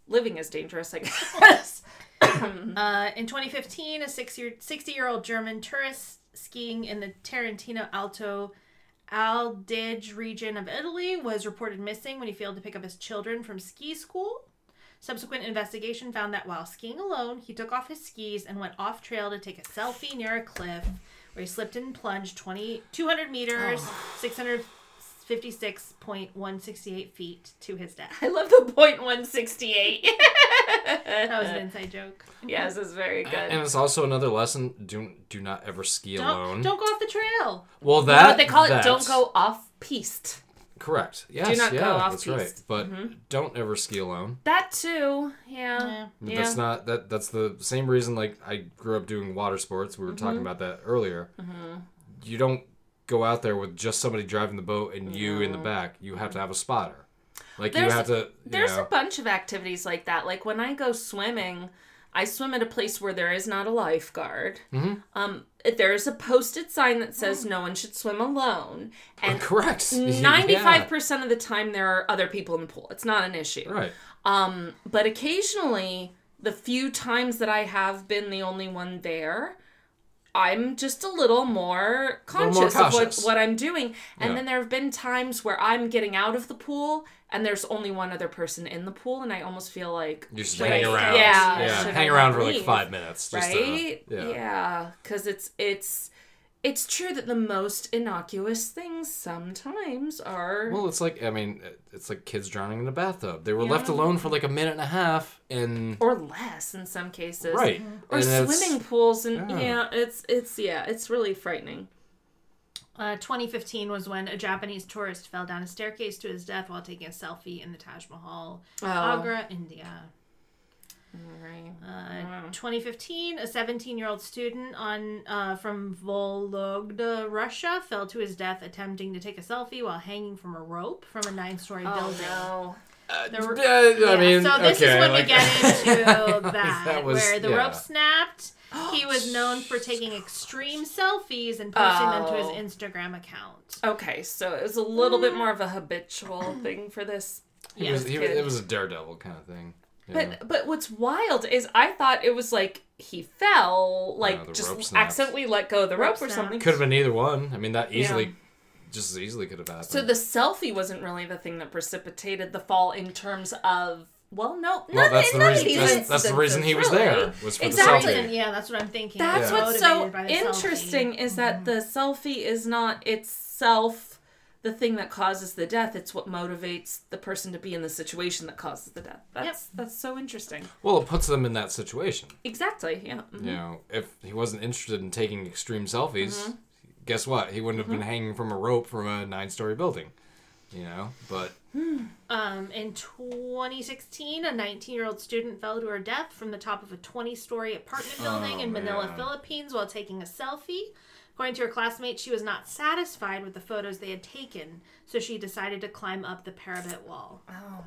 C: Living is dangerous, I <laughs> guess.
D: Uh, in 2015, a six year, 60 year old German tourist skiing in the Tarantino Alto Adige region of Italy was reported missing when he failed to pick up his children from ski school. Subsequent investigation found that while skiing alone, he took off his skis and went off trail to take a selfie near a cliff where he slipped and plunged 20, 200 meters, 656.168 feet to his death.
C: I love the point one sixty eight.
D: That was an inside joke.
C: yes, it's very good.
E: And it's also another lesson: do do not ever ski alone.
D: Don't, don't go off the trail.
E: Well, that
C: but they call it
E: that-
C: "Don't go off piste."
E: Correct. Yes.
C: not go
E: yeah,
C: off Mm-hmm.
E: that's right.
C: piste.
E: But don't ever ski alone.
C: That too, yeah.
D: Yeah.
C: Yeah.
E: That's not that. That's the same reason. Like I grew up doing water sports. We were talking about that earlier. You don't go out there with just somebody driving the boat and you in the back. You have to have a spotter. Like
C: There's-
E: you have to. You
C: There's
E: know,
C: a bunch of activities like that. Like when I go swimming, I swim at a place where there is not a lifeguard.
E: Mm-hmm.
C: Um, there is a posted sign that says no one should swim alone, and
E: <laughs> correct.
C: ninety-five percent of the time there are other people in the pool. It's not an issue.
E: Yeah, right.
C: Um, but occasionally, the few times that I have been the only one there, I'm just a little more
E: little
C: conscious,
E: more
C: of
E: cautious.
C: what, what I'm doing. And
E: Yeah.
C: then there have been times where I'm getting out of the pool and there's only one other person in the pool, and I almost feel like,
E: You should
C: should
E: hang
C: I-
E: around.
C: yeah,
E: Yeah.
C: should
E: Hang
C: I
E: around for like
C: leave?
E: five minutes. Just to-
C: right?
E: yeah.
C: yeah, because it's it's it's true that the most innocuous things sometimes are.
E: Well, it's like I mean, it's like kids drowning in a bathtub. They were left alone for like a minute and a half, and
C: or less in some cases.
E: Right.
C: Or
E: And it's-
C: swimming pools and yeah.
E: Yeah.
C: it's it's yeah, it's really frightening.
D: Uh, 2015 was when a Japanese tourist fell down a staircase to his death while taking a selfie in the Taj Mahal,
C: Oh.
D: Agra, India.
C: Right.
D: Uh, 2015, a 17 year old student on uh, from Vologda, Russia, fell to his death attempting to take a selfie while hanging from a rope from a nine story
C: Oh
D: building.
C: no.
D: There were-
E: Uh, I
D: Yeah,
E: mean,
D: so this
E: okay,
D: is when
E: like-
D: we
E: <laughs>
D: get into that,
E: That was-
D: where the
E: yeah.
D: rope snapped. He
C: <gasps>
D: was known for taking extreme selfies and posting
C: Oh.
D: them to his Instagram account.
C: Okay, so it was a little bit more of a habitual thing for this.
E: He was, he was,
C: kid.
E: it was a daredevil kind of thing. you know?
C: But but what's wild is I thought it was like he fell, like
E: the rope
C: just
E: snapped.
C: accidentally let go of the rope,
D: Rope
C: or
D: snapped.
C: something.
E: could have been either one. I mean, that easily,
C: Yeah.
E: just as easily could have happened.
C: So the selfie wasn't really the thing that precipitated the fall in terms of well, no,
E: well,
C: none,
E: that's
C: in
E: the
C: none of
E: reason.
C: these
E: That's, that's the reason he was
C: instances, really.
E: there was for
C: Exactly.
E: the
D: And
E: selfie.
D: yeah, that's what I'm thinking.
C: That's
D: He was
C: what's so
D: motivated by the selfie. Mm-hmm.
C: interesting is that the selfie is not itself the thing that causes the death. It's what motivates the person to be in the situation that causes the death. That's that's so interesting.
E: Well, it puts them in that situation.
C: Exactly. Yeah. Mhm.
E: You know, if he wasn't interested in taking extreme selfies,
C: Mm-hmm.
E: guess what? He wouldn't have been hanging from a rope from a nine-story building. You know, but
D: Um, in 2016, a 19 year old student fell to her death from the top of a 20 story apartment building in Manila,
E: man.
D: Philippines, while taking a selfie. According to her classmates, she was not satisfied with the photos they had taken, so she decided to climb up the parapet wall.
C: Oh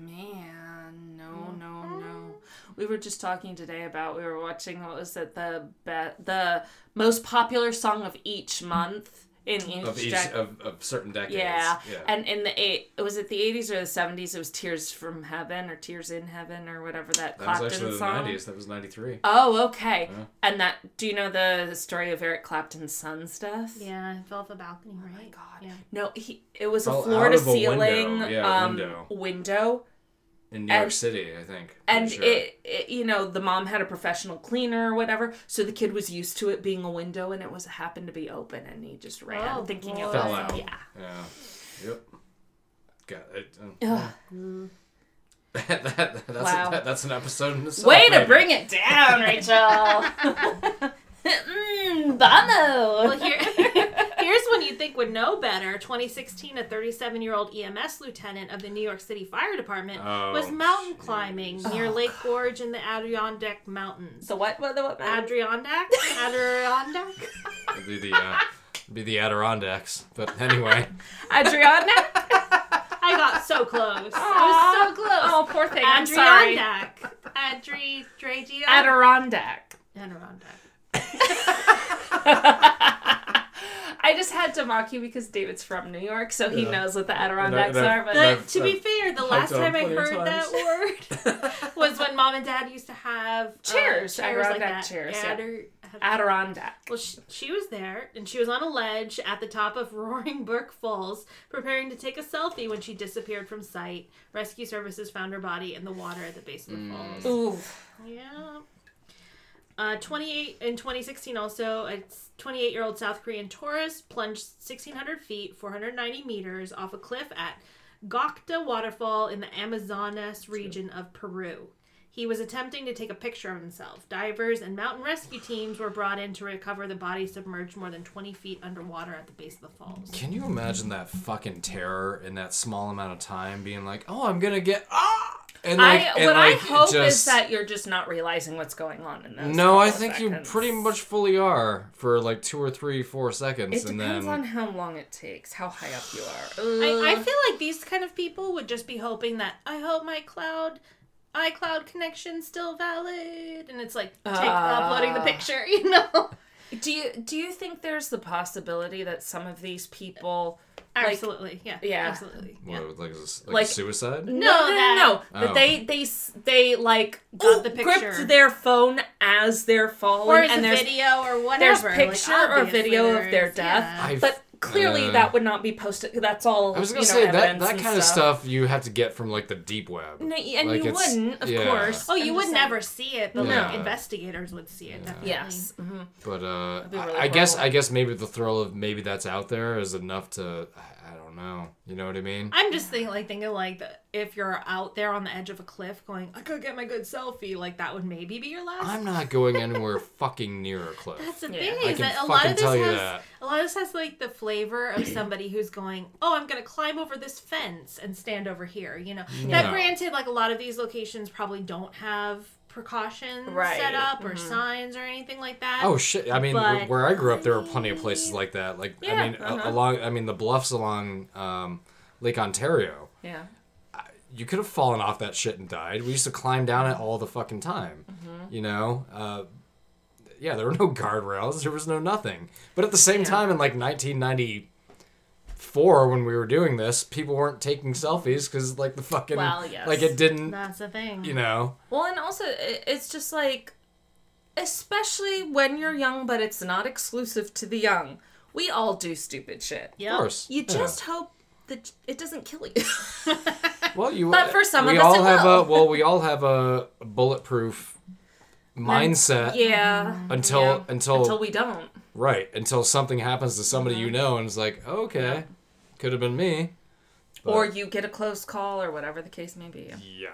C: man, no, no, no. We were just talking today about we were watching what was it the be- the most popular song of each month in each,
B: of each
C: dec-
B: of, of certain decades.
C: yeah.
B: yeah.
C: and in the eight was it the eighties or the seventies? It was Tears from Heaven or Tears in Heaven or whatever that,
B: that was
C: Clapton
B: actually the
C: song.
B: nineties. That was ninety three.
C: Oh, okay. And that do you know the, the story of Eric Clapton's son's death?
D: Yeah, it fell off the balcony, right? Oh my god. Yeah.
C: No, he it was
B: Fell
C: a
B: Oh, out
C: floor to
B: of a
C: ceiling
B: window. Yeah,
C: um,
B: window.
C: window.
B: In New
C: and-
B: York City, I think. I'm
C: and
B: sure.
C: it, it you know the mom had a professional cleaner or whatever so the kid was used to it being a window and it was happened to be open and he just ran
D: Oh,
C: thinking it
D: boy.
C: was
B: fell out.
C: yeah
B: Yeah. Yep. Got it. Um,
E: Uh,
C: Ugh.
E: <laughs>
B: that, that, that's,
C: Wow.
B: that, that's an episode in itself.
C: way to
B: maybe.
C: bring
B: <laughs>
C: it down rachel mm,
D: Well,
C: <laughs> vamos
D: here, <laughs> here's one you think would know better. 2016, a 37 year old EMS lieutenant of the New York City Fire Department
B: Oh,
D: was mountain
B: jeez.
D: climbing
C: Oh,
D: near Lake Gorge in the Adirondack Mountains.
C: so what what, what, what <laughs>
D: Adirondack? Adirondack?
E: It'd be the uh, it'd be the Adirondacks. But anyway, <laughs>
C: adriana
D: I got so close. <laughs> I was so close.
C: oh poor thing Oh, i'm sorry
D: Adirondack. Adri, Dregio?
C: adirondack
D: Adirondack.
C: I just had to mock you because David's from New York, so he
B: Yeah.
C: knows what the Adirondacks
B: No, no.
C: are. But
D: But
B: I've-
D: to be
B: I've
D: fair, the
B: piped
D: last
B: on
D: time I
B: plenty of
D: heard
B: times.
D: that
B: <laughs>
D: word was when mom and dad used to have uh,
C: Chairs,
D: chairs like
C: Adirondack
D: that.
C: chairs,
D: Yeah,
C: yeah.
D: Adir- Adir-
C: Adirondack.
D: well, she, she was there, and she was on a ledge at the top of <laughs> Roaring Brook Falls, preparing to take a selfie when she disappeared from sight. Rescue services found her body in the water at the base of the falls.
C: Ooh.
D: Yeah. Uh, 28 in 2016 also a 28 year old south korean tourist plunged 1600 feet 490 meters off a cliff at gokta waterfall in the amazonas region of peru he was attempting to take a picture of himself divers and mountain rescue teams were brought in to recover the body submerged more than 20 feet underwater at the base of the falls
E: can you imagine that fucking terror in that small amount of time? Being like, oh, I'm gonna get ah. And
C: I,
E: and
C: what
E: like,
C: I hope is
E: just-
C: that you're just not realizing what's going on in those.
E: No, I
C: couple
E: think you
C: seconds.
E: pretty much fully are for like two or three, four seconds,
C: It
E: and
C: depends
E: then
C: on how long it takes, how high up you are.
D: I, I
C: Ugh.
D: feel like these kind of people would just be hoping that I hope my cloud iCloud connection still valid, and it's like take, uploading
C: Ah.
D: the picture, <laughs> you know.
C: do you do you think there's the possibility that some of these people
D: absolutely, yeah,
C: yeah.
D: absolutely, yeah.
E: What, like, s- like,
C: Like-
E: suicide.
C: no
D: No,
C: no no,
D: that-
C: no, that
E: Oh.
C: they they s- they like
D: Got
C: ooh,
D: the picture.
C: gripped their phone as they're falling
D: Or is
C: and
D: a
C: there's
D: video or
C: there's
D: whatever. like,
C: picture or
D: obviously
C: video of
D: there's-
C: their death,
D: yeah.
E: I've-
C: but clearly
E: uh,
C: that would not be posted. That's all.
E: I was gonna
C: you know,
E: say that
C: evidence
E: that
C: and
E: kind of stuff you have to get from like the deep web.
C: No, y- and
E: Like,
C: you
E: it's-
C: wouldn't, of
E: yeah.
C: course.
D: Oh,
C: I'm
D: you would
C: just saying.
D: never see it, but
E: No.
D: like investigators would see it. Definitely.
C: Yes. hmm
E: But uh,
C: be
E: I-
C: really
E: I guess
C: horrible.
E: I guess maybe the thrill of maybe that's out there is enough to I, I don't know. You know what I mean?
D: I'm just thinking, like thinking, like the, if you're out there on the edge of a cliff, going, I could get my good selfie. Like that would maybe be your last.
E: I'm not going anywhere <laughs> fucking near a cliff.
D: That's the
C: Yeah.
E: I
D: thing is
E: can
D: that a lot
E: fucking
D: of this
E: tell you
D: has
E: that.
D: a lot of this has like the flavor
E: <clears throat>
D: of somebody who's going, oh, I'm gonna climb over this fence and stand over here. You know,
E: No.
D: Now, granted, like a lot of these locations probably don't have precautions
C: Right. Mm-hmm.
D: set up or signs or anything like that.
E: Oh shit! I mean,
D: But-
E: where I grew up, there were plenty of places like that. Like
C: Yeah,
E: I mean, a-
C: uh-huh.
E: along I mean the bluffs along um, Lake Ontario.
C: Yeah.
E: you could have fallen off that shit and died. We used to climb down it all the fucking time.
C: Mm-hmm.
E: You know? Uh, yeah, there were no <laughs> guardrails. There was no nothing. But at the same time, in like 1994, when we were doing this, people weren't taking selfies because, like, the fucking.
C: Well, yes.
E: Like, it didn't,
D: that's the thing.
E: you know?
C: Well, and also i- it's just like, especially when you're young, but it's not exclusive to the young. We all do stupid shit.
D: Yep.
E: Of course.
C: You
E: yeah.
C: just hope that it doesn't kill <laughs> you.
E: <laughs> Well,
C: <laughs>
E: you. uh,
C: But for some
E: we
C: of us,
E: all
C: it
E: have
C: will.
E: a well, we all have a
C: <laughs>
E: bulletproof mindset
C: yeah.
E: until
C: Yeah.
E: until
C: Until we don't.
E: Right, until something happens to somebody
C: Mm-hmm.
E: you know and it's like, okay, could have been me. But-
C: Or you get a close call or whatever the case may be.
E: Yeah.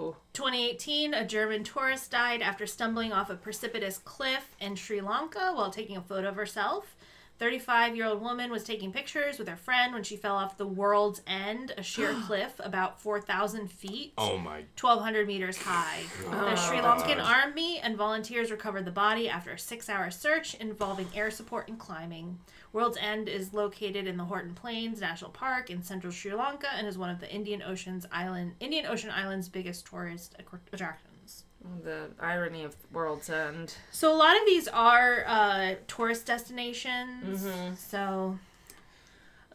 C: Ooh.
D: 2018, a German tourist died after stumbling off a precipitous cliff in Sri Lanka while taking a photo of herself. 35 year old woman was taking pictures with her friend when she fell off the world's end, a sheer
E: <gasps>
D: cliff about 4,000 feet.
E: Oh my.
D: 1,200 meters high. the Sri Lankan army and volunteers recovered the body after a six hour search involving air support and climbing. World's End is located in the Horton Plains National Park in central Sri Lanka and is one of the Indian Ocean's island Indian Ocean Island's biggest tourist acc- attractions.
C: The irony of World's End.
D: So a lot of these are uh, tourist destinations. So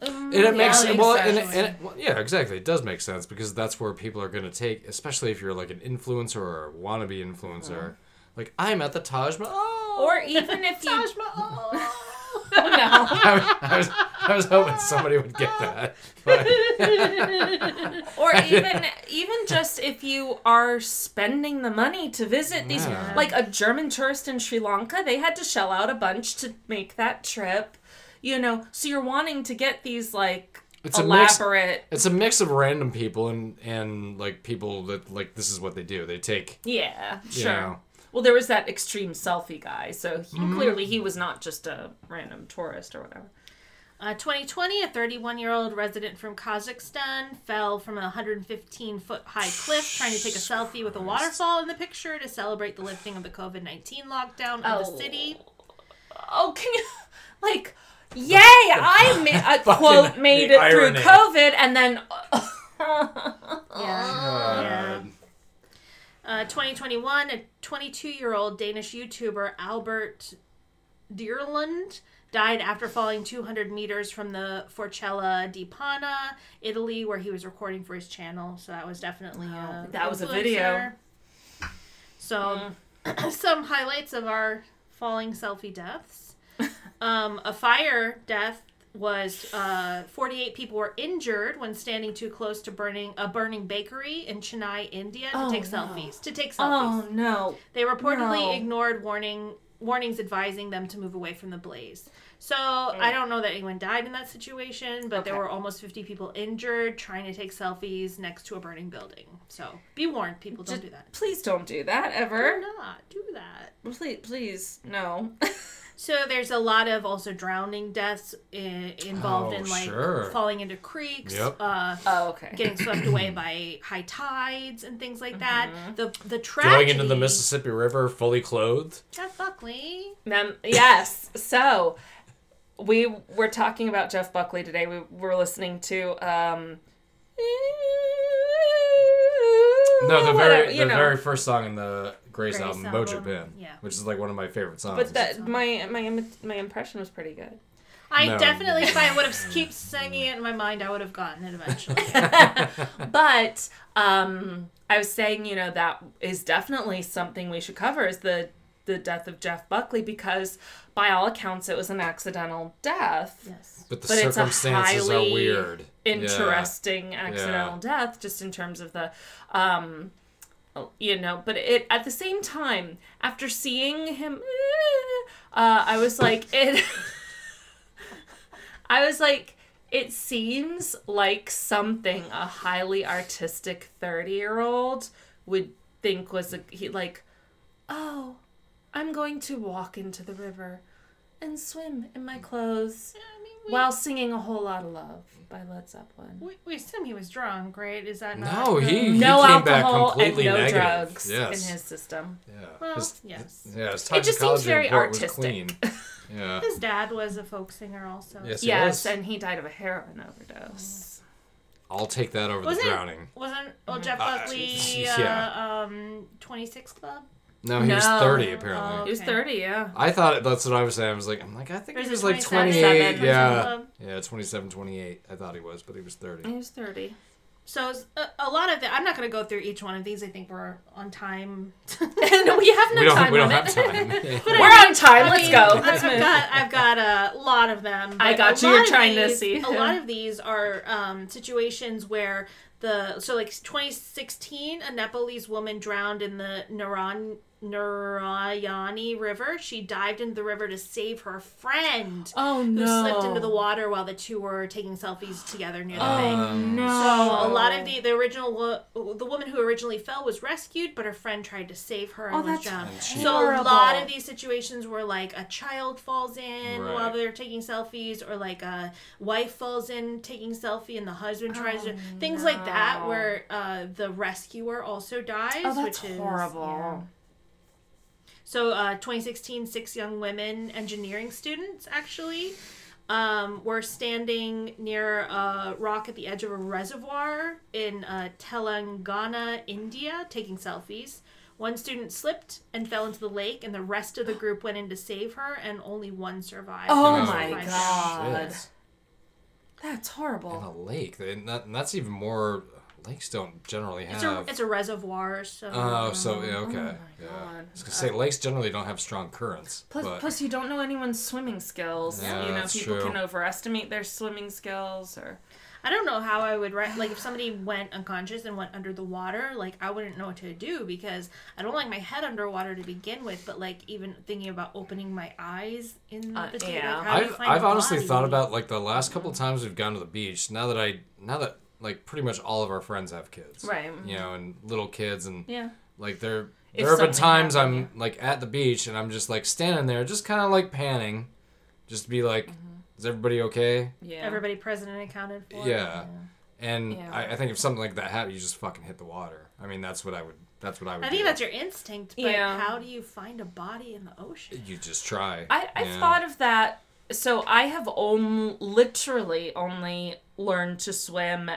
E: And it makes
C: Mm, yeah,
E: well, and,
C: exactly.
E: and it- well, yeah, exactly. It does make sense because that's where people are going to take, especially if you're like an influencer or a wannabe influencer.
C: Mm-hmm.
E: Like I'm at the Taj Mahal.
C: Or <laughs> even if you
E: <laughs>
C: <laughs>
E: I, I was I was hoping somebody would
C: <laughs>
E: get that. But <laughs>
C: or even even just if you are spending the money to visit these
E: Yeah.
C: like a german tourist in sri lanka they had to shell out a bunch to make that trip you know so you're wanting to get these like
E: It's a mix-
C: elaborate
E: it's a mix of random people and and like people that like this is what they do. They take
C: yeah
E: you
C: sure
E: know
C: well there was that extreme selfie guy so he,
E: Mm.
C: clearly he was not just a random tourist or whatever
D: Uh, 2020, a 31 year old resident from Kazakhstan fell from a 115 foot high cliff trying to take a selfie with a waterfall in the picture to celebrate the lifting of the COVID 19 lockdown of the city.
C: oh can you <laughs> like yay i
E: <laughs>
C: ma- a quote made
E: the
C: it
E: irony.
C: through covid and then
D: Yeah. Uh, 2021, a 22 year old Danish YouTuber Albert Deerlund died after falling 200 meters from the Forcella di Pana, Italy, where he was recording for his channel. So that was definitely a
C: that was a video.
D: influencer. So some highlights of our falling selfie
C: <laughs>
D: deaths. Um, a fire death was uh, 48 people were injured when standing too close to burning a burning bakery in Chennai, India, to take selfies. To take selfies,
C: oh no
D: they reportedly
C: no.
D: ignored warning warnings advising them to move away from the blaze. So I don't know that anyone died in that situation, but there
C: Okay.
D: were almost 50 people injured trying to take selfies next to a burning building. So be warned, people don't
C: Just-
D: do that.
C: Please don't do that
D: Do
C: ever.
D: not do that.
C: Please, please, no.
D: So there's a lot of also drowning deaths i- involved
E: Oh,
D: in like
E: sure.
D: falling into creeks,
E: Yep.
D: uh,
C: <laughs> oh, okay.
D: getting swept away by high tides and things like that. The the tragedy
E: going into the Mississippi River fully clothed.
D: God fuck, Lee.
C: Mem- yes. So we were talking about Jeff Buckley today. We were listening to um.
E: No, the very
C: Eh, whatever,
E: the very first song in the Grace,
D: Grace
E: album, Mojo
D: album,
E: Pin,
D: yeah.
E: which is like one of my favorite songs.
C: But that my my im- my impression was pretty
E: <laughs>
C: good.
D: I
E: No.
D: definitely, if I would have kept singing it in my mind, I would have gotten
E: <laughs>
D: it eventually.
C: But um, I was saying, you know, that is definitely something we should cover is the the death of Jeff Buckley because by all accounts it was an accidental death.
D: yes.
E: But the
C: but it's a
E: circumstances
C: highly
E: are weird. Yeah.
C: interesting accidental death just in terms of the um you know but it at the same time after seeing him uh, i was like <laughs> it i was like it seems like something a highly artistic 30 year old would think was a, he like oh i'm going to walk into the river and swim in my clothes
D: I mean, we,
C: while singing a whole lot of love by Led Zeppelin.
D: we, we assume he was drunk, right? Is that not?
E: No, he, he
C: No
E: came back
C: alcohol and
E: completely
C: no
E: negative.
C: drugs
E: yes.
C: in his system.
E: yeah.
D: Well,
E: His-
D: yes.
E: yeah, his
C: It just seems
E: toxicology
C: very
E: report was
C: artistic. <laughs>
E: clean. Yeah.
D: His dad was a folk singer, also.
C: yes,
E: Yes,
C: Mm.
E: yes.
C: and he died of a heroin overdose.
E: I'll take that over
D: Wasn't
E: the drowning.
D: wasn't well Jeff
E: Uh,
D: Buckley
E: yeah.
D: uh, um 26 Club?
E: No, he was
C: No.
E: 30 apparently.
D: Oh.
C: He was
D: Okay.
C: 30, yeah.
E: I thought that's what I was saying. I was like, I'm like, I think
D: Or is
E: he
D: it
E: was like
D: 27,
E: 28.
C: 27?
E: Yeah.
D: Club?
E: Yeah, 27, 28. I thought he was, but he was 30.
C: He was 30.
D: So it's uh, a, a lot of the I'm not going to go through each one of these. I think we're on time.
C: <laughs> no, we have no
E: We don't
C: time
E: we
C: on
E: don't have
C: it. <laughs>
E: time.
C: We're on time.
D: I
C: Let's
D: mean,
C: go.
D: I-
C: Let's
D: <laughs> I've
C: move.
D: got I've got a lot of them.
C: I
D: but
C: got
D: a
C: you.
D: lot
C: You're
D: of
C: trying to
D: these-
C: see.
D: A lot of these are um, situations where the so like 2016, a Nepalese woman drowned in the Naran. Narayani River. She dived into the river to save her friend
A: Oh
D: who
A: no.
D: slipped into the water while the two were taking selfies together near the bank.
E: Um,
A: No.
D: So a lot of the the original wo- the woman who originally fell was rescued, but her friend tried to save her and
A: Oh,
D: was
A: that's
D: drowned.
E: And she-
D: So a lot
A: horrible.
D: of these situations where like a child falls in
E: Right.
D: while they're taking selfies, or like a wife falls in taking selfie and the husband tries to things like that,
A: Oh, no.
D: where uh, the rescuer also dies.
A: Oh, that's
D: which is,
A: horrible.
D: yeah. So, uh, 2016, six young women engineering students actually um, were standing near a rock at the edge of a reservoir in uh, Telangana, India, taking selfies. One student slipped and fell into the lake, and the rest of the group went in to save her, and only one survived.
A: Oh
D: The rest
A: my
D: survived.
A: God.
E: shit.
A: That's
E: And
A: horrible.
E: a lake. And, that, and that's even more. Lakes don't generally
D: It's
E: have.
D: a, it's a reservoir, so.
E: oh, so yeah, okay. yeah.
C: God.
E: I was gonna say lakes generally don't have strong currents.
C: Plus,
E: but
C: plus, you don't know anyone's swimming skills.
E: Yeah,
C: you know,
E: that's
C: people
E: true.
C: can overestimate their swimming skills, or
D: I don't know how I would re- like if somebody went unconscious and went under the water, like I wouldn't know what to do because I don't like my head underwater to begin with, but like even thinking about opening my eyes in
C: Uh,
D: the sea,
C: yeah.
D: like, how do you
E: I've,
D: find
E: I've
D: your
E: honestly
D: body?
E: thought about like the last couple of times we've gone to the beach. Now that I now that like pretty much all of our friends have kids,
C: Right.
E: You know, and little kids, and
C: yeah,
E: like there
C: If
E: there have been
C: something
E: times
C: happened,
E: I'm like at the beach and I'm just like standing there, just kind of like panning, just to be like, is everybody okay?
C: yeah.
D: everybody present and accounted for.
E: Yeah. And
C: Yeah.
E: I, I think if something like that happened, you just fucking hit the water. I mean, that's what I would. That's what I would.
D: I think
E: do.
D: that's your instinct, but
C: Yeah.
D: how do you find a body in the ocean?
E: you just try.
C: I, I've
E: Yeah.
C: thought of that. So I have om- literally only learned to swim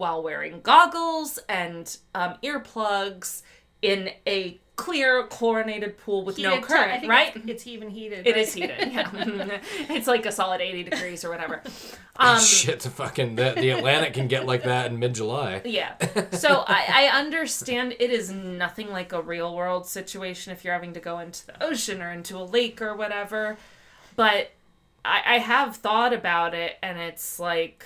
C: while wearing goggles and um, earplugs in a clear chlorinated pool with no
D: Heated tub. I
C: current,
D: think
C: right?
D: It's, it's even heated.
C: It
D: right?
C: is heated. Yeah. <laughs> it's like a solid 80 degrees or whatever. Um,
E: Shit, the fucking the, the Atlantic can get like that in
C: <laughs>
E: mid July. <laughs>
C: Yeah. So I, I understand it is nothing like a real world situation if you're having to go into the ocean or into a lake or whatever. But I, I have thought about it and it's like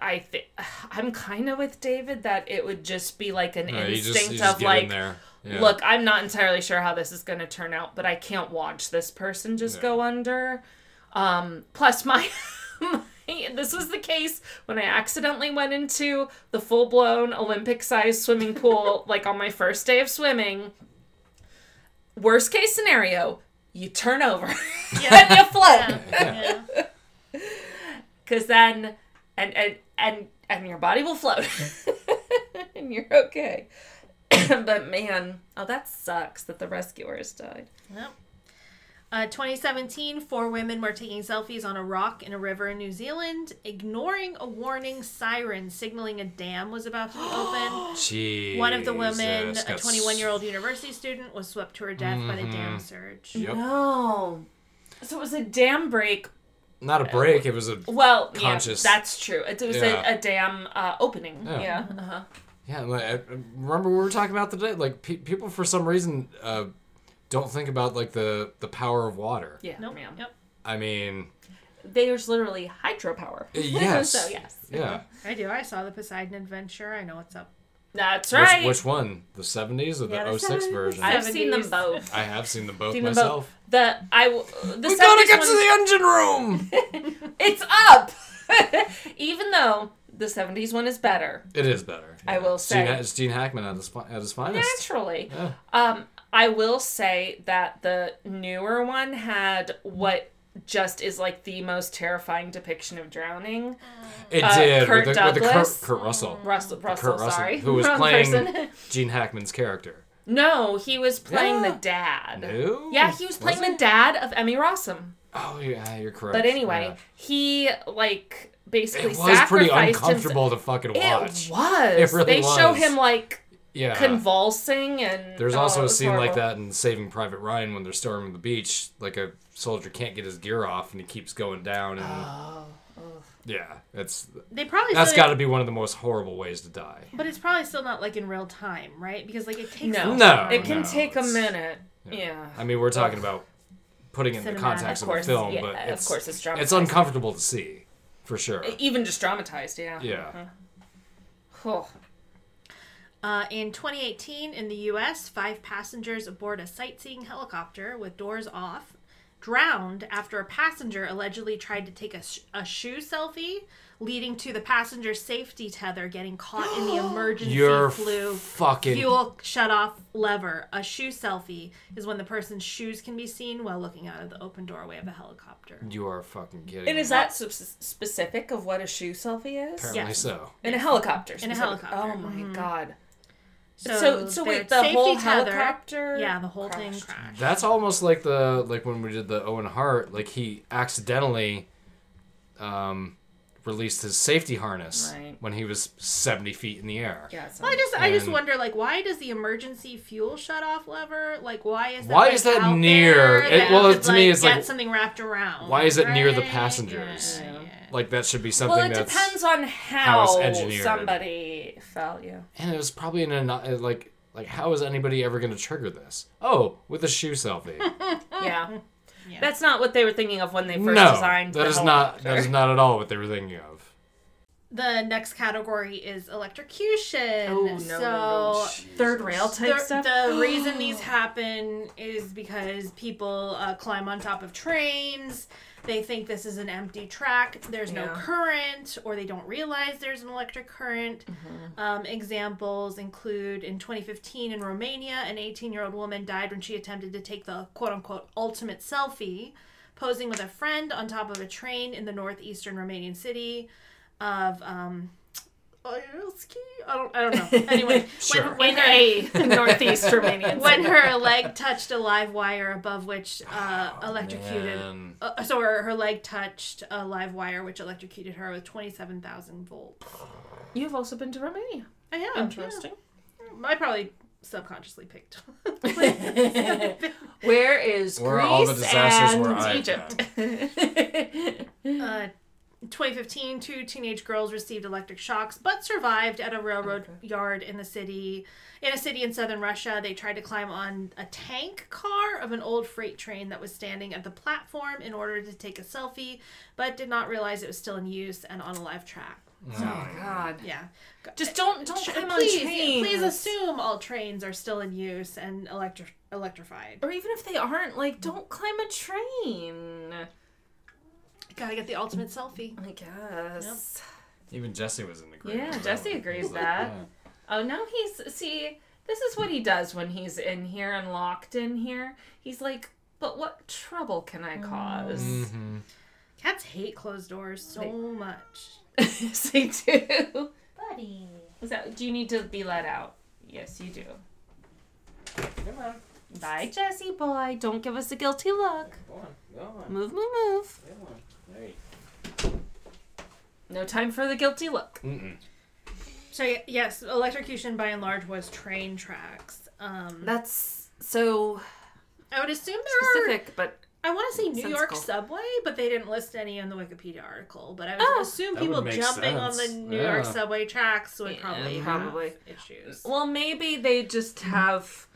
C: I think <sighs> I'm kind of with David that it would just be like an
E: you
C: instinct
E: just, you
C: of
E: just get in
C: like
E: there. Yeah.
C: look, I'm not entirely sure how this is going to turn out, but I can't watch this person just
E: Yeah.
C: go under. Um, plus, my, <laughs> my this was the case when I accidentally went into the full blown Olympic sized swimming
E: <laughs>
C: pool, like on my first day of swimming. Worst case scenario, you turn over <laughs> and you float
D: Yeah.
C: because then and and and and your body will float <laughs> and you're okay <clears throat> but man oh that sucks that the rescuers died
D: Yep. Uh, 2017, four women were taking selfies on a rock in a river in New Zealand, ignoring a warning siren signaling a dam was about to be
E: <gasps>
D: open.
E: Jeez,
D: One of the women,
E: got Mm-hmm.
D: a
E: s-
D: 21 year old university student, was swept to her death by the dam surge.
E: Yep.
C: no so it was a dam break
E: Not a break. It was a
C: well
E: Conscious.
C: yeah that's true it, was
E: Yeah.
C: a, a dam uh, opening yeah,
E: Yeah.
C: uh-huh.
E: yeah. Like, I- I remember we were talking about the day. Like pe- people for some reason uh, don't think about like the the power of water.
C: yeah
D: Nope.
C: man.
D: Yep.
E: I mean,
C: there's literally hydropower <laughs>
E: yes.
C: so yes
E: Yeah.
D: I do. I saw the Poseidon Adventure. I know what's up.
C: that's
E: Which-
C: right
E: Which, one? The seventies or the
D: Yeah, the
E: 06 version? I,
C: i've seen them
D: 70s.
C: both
E: have seen them both
C: Seen them
E: myself.
C: both. The I w- the
E: We gotta
C: 70s
E: get to
C: one-
E: the engine room.
C: <laughs> It's up. <laughs> Even though the 70s one is better,
E: it is better.
C: I
E: yeah.
C: will
E: It's Gene-
C: say.
E: it's Gene Hackman at his fi- at his finest.
C: naturally.
E: Yeah.
C: Um, I will say that the newer one had what just is like the most terrifying depiction of drowning.
E: It
C: Uh,
E: did
C: Kurt
E: with the, with the Kurt,
C: Douglas.
E: Kurt Russell.
C: Russell, Russell,
E: Kurt Russell,
C: sorry,
E: who was
C: <laughs> Wrong
E: playing
C: person.
E: <laughs> Gene Hackman's character.
C: No, he was playing
E: Yeah.
C: the dad.
E: No?
C: Yeah, he was playing the dad of Emmy Rossum.
E: Oh yeah, you're correct.
C: But anyway,
E: yeah.
C: he like basically
E: it was pretty
C: sacrificed
E: uncomfortable to fucking
C: Himself.
E: watch.
C: It was.
E: It really
C: they show
E: was.
C: him like
E: yeah.
C: convulsing and
E: There's
C: oh, it
E: also a
C: was
E: scene like
C: horrible.
E: that in Saving Private Ryan when they're storming the beach. Like a soldier can't get his gear off and he keeps going down. And
C: Oh,
E: yeah, it's
D: They probably
E: that's
D: still-
E: got to be one of the most horrible ways to die.
D: But it's probably still not like in real time, right? Because like it takes
C: No.
E: No,
C: It can
E: no,
C: take a
E: it's-
C: minute. Yeah.
E: I mean, we're talking about putting it in the
D: Cinematic.
E: context
C: Of
E: of, a
C: course,
E: film,
C: yeah,
E: but
C: of
E: it's,
C: course it's
E: it's
C: dramatized. Uh,
E: uncomfortable to see, for sure.
C: Even just traumatized, yeah.
E: Yeah.
C: Mhm. Oh,
D: Uh, in 2018, in the U.S., five passengers aboard a sightseeing helicopter with doors off drowned after a passenger allegedly tried to take a, sh- a shoe selfie, leading to the passenger's safety tether getting caught
C: <gasps>
D: in the emergency
E: You're
D: flu
E: fucking-
D: fuel shutoff lever. A shoe selfie is when the person's shoes can be seen while looking out of the open doorway of a helicopter.
E: You are fucking kidding.
C: and
E: me.
C: is that sp- specific of what a shoe selfie is?
E: Apparently
D: Yes.
E: so.
C: In a helicopter.
D: a
C: specifically.
D: helicopter.
C: Oh my god.
D: So,
C: So, so wait,
D: their
C: the whole
D: safety tether-
C: helicopter.
D: Yeah, the whole thing
C: crashed.
D: crashed.
E: That's almost like the like when we did the Owen Hart, like he accidentally um released his safety harness
C: Right.
E: when he was 70 feet in the air.
C: Yeah. It's
D: Well, I just I just
E: And-
D: wonder like why does the emergency fuel shut off lever like why is that
E: Why
D: like,
E: is that
D: out
E: near?
D: there
E: It-
D: that
E: well,
D: could,
E: to me, it's
D: get
E: like,
D: something wrapped around.
E: Why is it near the
D: right?
E: passengers?
D: Yeah, yeah.
E: Like that should be something
C: well, it
E: that's
C: depends on
E: how
C: how,
E: it's engineered.
C: somebody felt you.
E: and it was probably in a not- uh, like like how is anybody ever going to trigger this? Oh, with a
C: <laughs>
E: shoe selfie.
C: Mm-hmm. Yeah.
D: Yeah.
C: That's not what they were thinking of when they first
E: no,
C: designed
E: that
C: the
E: is not
C: helicopter.
E: that is not at all what they were thinking of.
D: The next category is electrocution.
C: Oh, no,
D: so
C: no, Third rail type
D: the,
C: stuff. <gasps>
D: the reason these happen is because people uh, climb on top of trains. They think this is an empty track. There's no
C: Yeah.
D: current, or they don't realize there's an electric current.
C: Mm-hmm.
D: Um, examples include in 2015 in Romania, an 18 year old woman died when she attempted to take the quote unquote ultimate selfie, posing with a friend on top of a train in the northeastern Romanian city of. Um, Oirilski? I don't, I don't
C: <laughs>
D: know. Anyway,
E: Sure.
D: when, when her-
C: in a <laughs> northeast Romanian. <laughs>
D: when
C: city.
D: her leg touched a live wire above which uh, electrocuted.
E: Man.
D: Uh, so her, her leg touched a live wire which electrocuted her with 27,000 volts.
C: You've also been to Romania.
D: I have.
C: Interesting.
D: yeah. I probably subconsciously picked. <laughs>
C: Where is Greece
E: Where are all the disasters
C: and
E: where I've
C: Egypt?
D: uh, 2015, two teenage girls received electric shocks but survived at a railroad yard in the city. In a city in southern Russia, they tried to climb on a tank car of an old freight train that was standing at the platform in order to take a selfie, but did not realize it was still in use and on a live track.
C: <laughs> oh God!
D: Yeah.
C: Just don't don't
D: Sh-
C: climb
D: please,
C: Oh, on trains.
D: please assume all trains are still in use and electri- electrified.
C: or even if they aren't, like, don't climb a train.
D: Gotta get the ultimate selfie.
C: I guess.
E: Even Jesse was in the group.
C: Yeah, Jesse agrees that. Oh no, he's see. This is what he does when he's in here and locked in here. He's like, but what trouble can I because
D: Cats hate closed doors so
C: They-
D: much. <laughs>
C: yes, they do.
D: Buddy.
C: Is that, do you need to be let out? Yes, you do. Bye, Jesse boy. Don't give us a guilty look. Move, move, move. No time for the guilty look.
E: Mm-mm.
D: So y- yes, electrocution by and large was train tracks. Um,
C: That's so
D: I would assume there
C: specific, but
D: are. I want to say New York
C: Sensical.
D: subway, but they didn't list any in the Wikipedia article. But I would
C: Oh.
D: assume
E: That would
D: people
E: make
D: jumping on the
E: sense.
D: New York
E: Yeah.
D: subway tracks would
C: Yeah,
D: probably
C: probably.
D: have issues.
C: Well, maybe they just have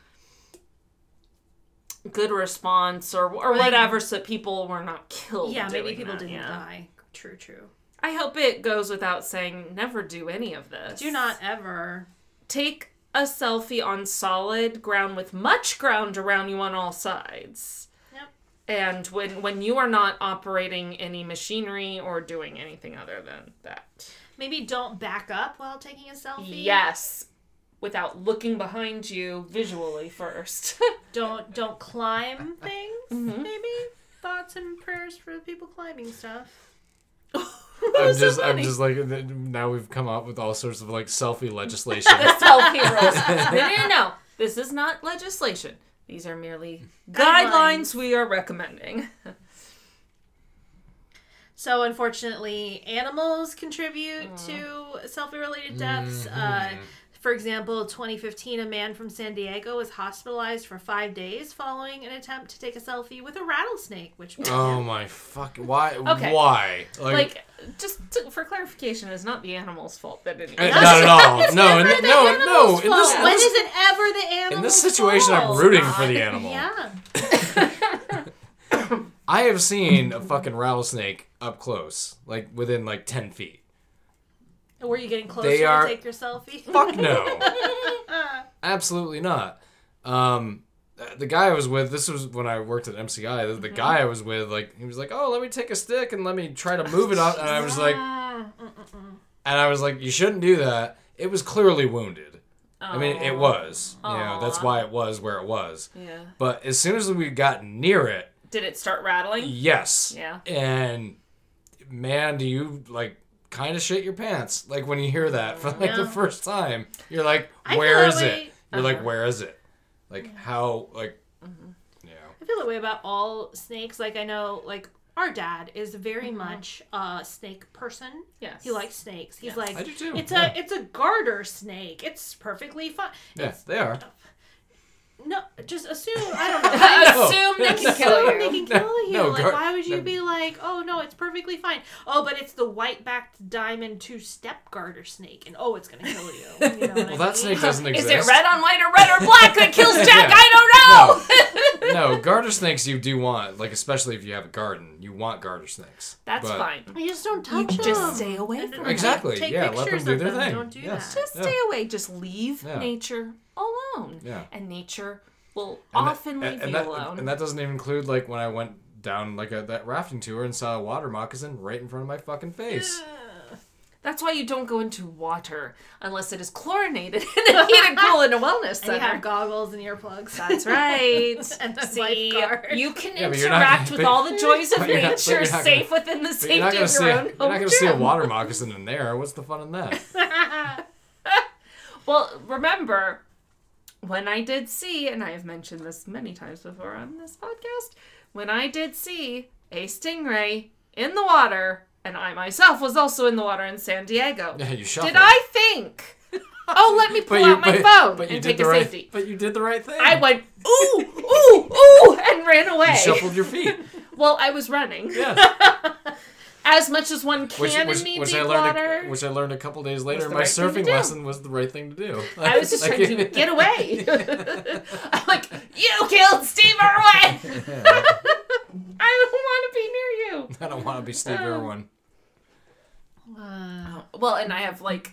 C: good response or or
D: Right.
C: whatever, so people were not killed.
D: Yeah, maybe
C: doing
D: people
C: that,
D: didn't
C: yeah.
D: die. True, true.
C: I hope it goes without saying never do any of this.
D: Do not ever.
C: take a selfie on solid ground with much ground around you on all sides.
D: Yep.
C: And when when you are not operating any machinery or doing anything other than that.
D: Maybe don't back up while taking a selfie.
C: Yes. Without looking behind you visually first. <laughs>
D: Don't
E: <laughs>
D: don't climb things.
C: Mm-hmm.
D: Maybe thoughts and prayers for the people climbing stuff.
E: I'm just, I'm just like th- now we've come up with all sorts of like
D: <laughs>
E: selfie legislation.
C: the selfie
E: <laughs>
C: rules. No, no, no, no. This is not legislation. These are merely guidelines,
D: Guidelines.
C: we are recommending.
D: So unfortunately, animals contribute to
E: Mm-hmm,
D: selfie-related deaths. Uh, for example, 2015, a man from San Diego was hospitalized for five days following an attempt to take a selfie with a rattlesnake, which bit
E: oh
D: him.
E: my fuck! Why?
C: Okay.
E: Why?
C: Like, just to, for clarification, it's not the animal's fault that it.
E: Uh, not at
D: <laughs>
E: all. No,
D: Never
E: in,
D: the
E: no,
D: animal's
E: no. In this,
D: fault.
E: in
D: when
E: this-
D: is it ever the animal?
E: in this situation, I'm rooting for the animal.
D: <laughs> Yeah,
E: I have seen a fucking rattlesnake up close, like within like ten feet.
D: Were you getting closer
E: They are-
D: to take your selfie?
E: Fuck no. Absolutely not. Um, uh, the guy I was with, this was when I worked at MCI. The, the guy I was with, like, he was like, "Oh, let me take a stick and let me try to move it up," and I was like, and I was like, "You shouldn't do that." It was clearly wounded. I mean, it was. You know, that's why it was where it was.
F: Yeah.
E: But as soon as we got near it,
F: Did it start rattling?
E: Yes.
F: Yeah.
E: And man, do you like kind of shit your pants like when you hear that for like the
D: Yeah.
E: first time? You're like,
D: I feel
E: where
D: that
E: is it?
D: way-
E: You're like, where is it? Like how? Like, you know.
D: <laughs> I feel that way about all snakes. Like I know, like our dad is very much a snake person.
F: Yes.
D: He likes snakes. He's like,
E: I do too,
D: It's
E: yeah.
D: a it's a garter snake. It's perfectly fine.
E: Yeah, they are.
D: No, just assume. I don't know.
F: Assume they can kill
D: Assume they
F: you.
D: can kill you.
E: no,
D: like,
E: gar-
D: why would you
E: no.
D: be like, oh no, it's perfectly fine. Oh, but it's the white-backed diamond two-step garter snake, and oh, it's gonna kill you. you know what I
E: Well, that
D: mean?
E: snake doesn't
C: <laughs>
F: Is
E: exist.
F: it red on white or red or black that kills Jack?
E: Yeah.
F: I don't know.
E: no, garter snakes you do want, like especially if you have a garden, you want garter snakes.
F: <laughs> That's
E: But-
F: fine.
D: You just don't touch them.
C: Just stay away
D: And
C: from
D: then
C: it.
E: Exactly,
D: Take
E: yeah, let them
D: pictures
E: do
D: of
E: their
D: them.
E: thing.
D: Don't do
E: Yes.
D: that.
C: Just
E: Yeah.
C: stay away. Just leave
E: Yeah.
C: nature alone.
E: Yeah.
C: And nature will
E: And that-
C: often leave
E: and
C: you
E: that,
C: alone.
E: And that doesn't even include like when I went down like a, that rafting tour and saw a water moccasin right in front of my fucking face.
C: That's why you don't go into water unless it is chlorinated <laughs> in a heated pool in a wellness
D: And you
C: center.
D: have goggles and earplugs.
C: That's right.
D: And a
C: See,
D: lifeguard.
C: you can
E: Yeah, but you're not-
C: interact with
E: but-
C: all the joys of
E: <laughs> but you're not- but
C: nature
E: you're not
C: safe within the
E: But
C: safety
E: you're not
C: of your
E: gonna
C: own
E: see a, you're not
C: home
E: gonna see a
C: gym. <laughs>
E: water moccasin in there. What's the fun in that?
C: Well, remember when I did see, and I have mentioned this many times before on this podcast, when I did see a stingray in the water, and I myself was also in the water in San Diego.
E: Yeah, you
C: <laughs>
E: shuffle.
C: Did I think? Oh, let me pull
E: <laughs> But you,
C: out my
E: but,
C: phone
E: but you
C: and
E: did
C: take
E: the
C: a
E: right,
C: safety.
E: But you did the right thing.
C: I went ooh ooh ooh and ran away.
E: You shuffled
C: <laughs>
E: your feet.
C: Well, I was running
E: Yeah.
C: as much as one can
E: Which,
C: in
E: which,
C: knee
E: which
C: deep
E: I learned.
C: water.
E: A, which I learned a couple days later.
C: the
E: in My
C: right thing to
E: surfing
C: do.
E: lesson was the right thing to do. <laughs>
C: I was just
E: Like-
C: trying to get away. <laughs> I'm like, you killed Steve
E: <laughs>
C: Irwin. <laughs> I don't want to be near
E: I don't want to be
C: Oh.
E: Steve Irwin.
D: Wow.
C: you. Uh, Well, and I have like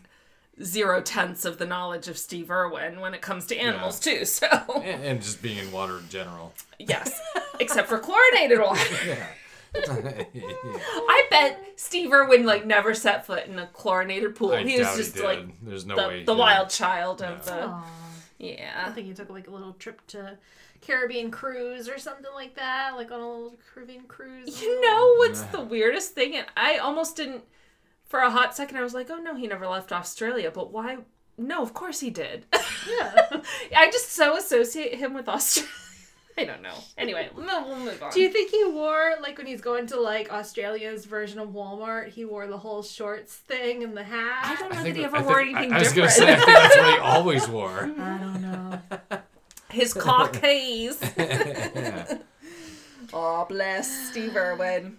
C: zero tenths of the knowledge of Steve Irwin when it comes to animals too. <laughs> So
E: And, and just being in water in general.
C: yes, except for chlorinated water.
E: <laughs> Yeah. Yeah.
C: I bet Steve Irwin like never set foot in a chlorinated pool.
E: I
C: he was
E: doubt
C: just
E: he did.
C: like
E: There's no
C: the,
E: way. he
C: the
E: did.
C: wild child of the
D: Aw. <laughs> I
C: yeah.
D: think you took like a little trip to Caribbean cruise or something like that, like on a little Caribbean cruise.
C: You know what's the weirdest thing? And I almost didn't. For a hot second, I was like, "Oh no, he never left Australia." But why? No, of course he did.
D: Yeah.
C: <laughs> I just so associate him with Australia. <laughs> I don't know. Anyway, no, we'll move on.
D: Do you think he wore like when he's going to like Australia's version of Walmart? He wore the whole shorts thing and the hat.
C: I don't know
E: I
C: that
E: think
C: he
E: that-
C: ever
E: I
C: wore
E: think- I-
C: anything
E: I was
C: different.
E: gonna say I think
C: <laughs>
E: that's what he always wore.
D: I don't know.
C: His claw keys.
E: yeah.
C: <laughs> oh, bless Steve Irwin.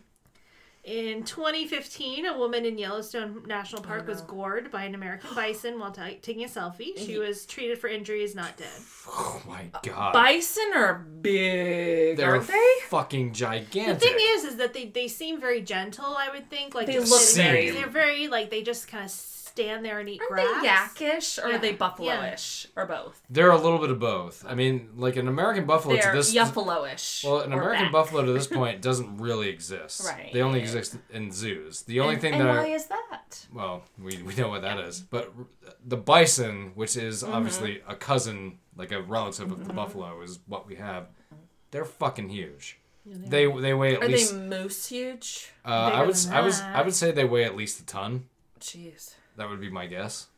D: In 2015, a woman in Yellowstone National Park
C: Oh,
D: was gored by an American bison while ta taking a selfie. She was treated for injuries, not dead.
E: Oh my god.
C: Bison are big,
E: They're
C: aren't they?
E: fucking gigantic.
D: The thing is, is that they, they seem very gentle. I would think like
C: They
D: just
C: look
D: sitting there.
E: very-
D: They're very like they just kind of stand there and eat
C: Aren't
D: grass.
C: they yakkish or
D: Yeah.
C: are they
D: Yeah.
C: buffaloish or both?
E: They're a little bit of both. I mean, like an American buffalo
C: They're
E: to this
C: yuffaloish.
E: well, an
C: or
E: American
C: back.
E: buffalo to
C: <laughs>
E: this point doesn't really exist.
C: Right.
E: They only exist in zoos. The only thing
C: And
E: that
C: why
E: I-
C: is that?
E: well, we, we know what that is. But r- the bison, which is
C: Mm-hmm.
E: obviously a cousin, like a relative of the buffalo, is what we have. They're fucking huge. They they weigh at
C: Are
E: least.
C: they moose huge?
E: uh, I
D: bigger
E: would
D: than
E: I was
D: that?
E: I would say they weigh at least a ton.
C: Jeez.
E: That would be my guess.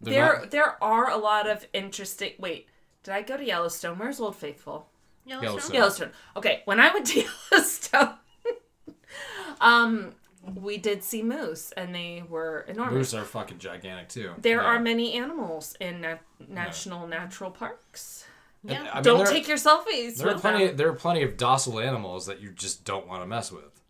E: They're
C: There
E: not-
C: there are a lot of interesting wait, did I go to Yellowstone? Where's Old Faithful?
D: Yellowstone.
E: Yellowstone.
C: Yellowstone. Okay, when I went to <laughs> Yellowstone um we did see moose and they were enormous.
E: moose are fucking gigantic too.
C: There
E: Yeah.
C: are many animals in na- national natural parks.
E: And,
D: Yeah.
E: I mean,
C: Don't
E: there-
C: take your selfies
E: There are
C: with
E: plenty.
C: them.
E: There are plenty of docile animals that you just don't want to mess with.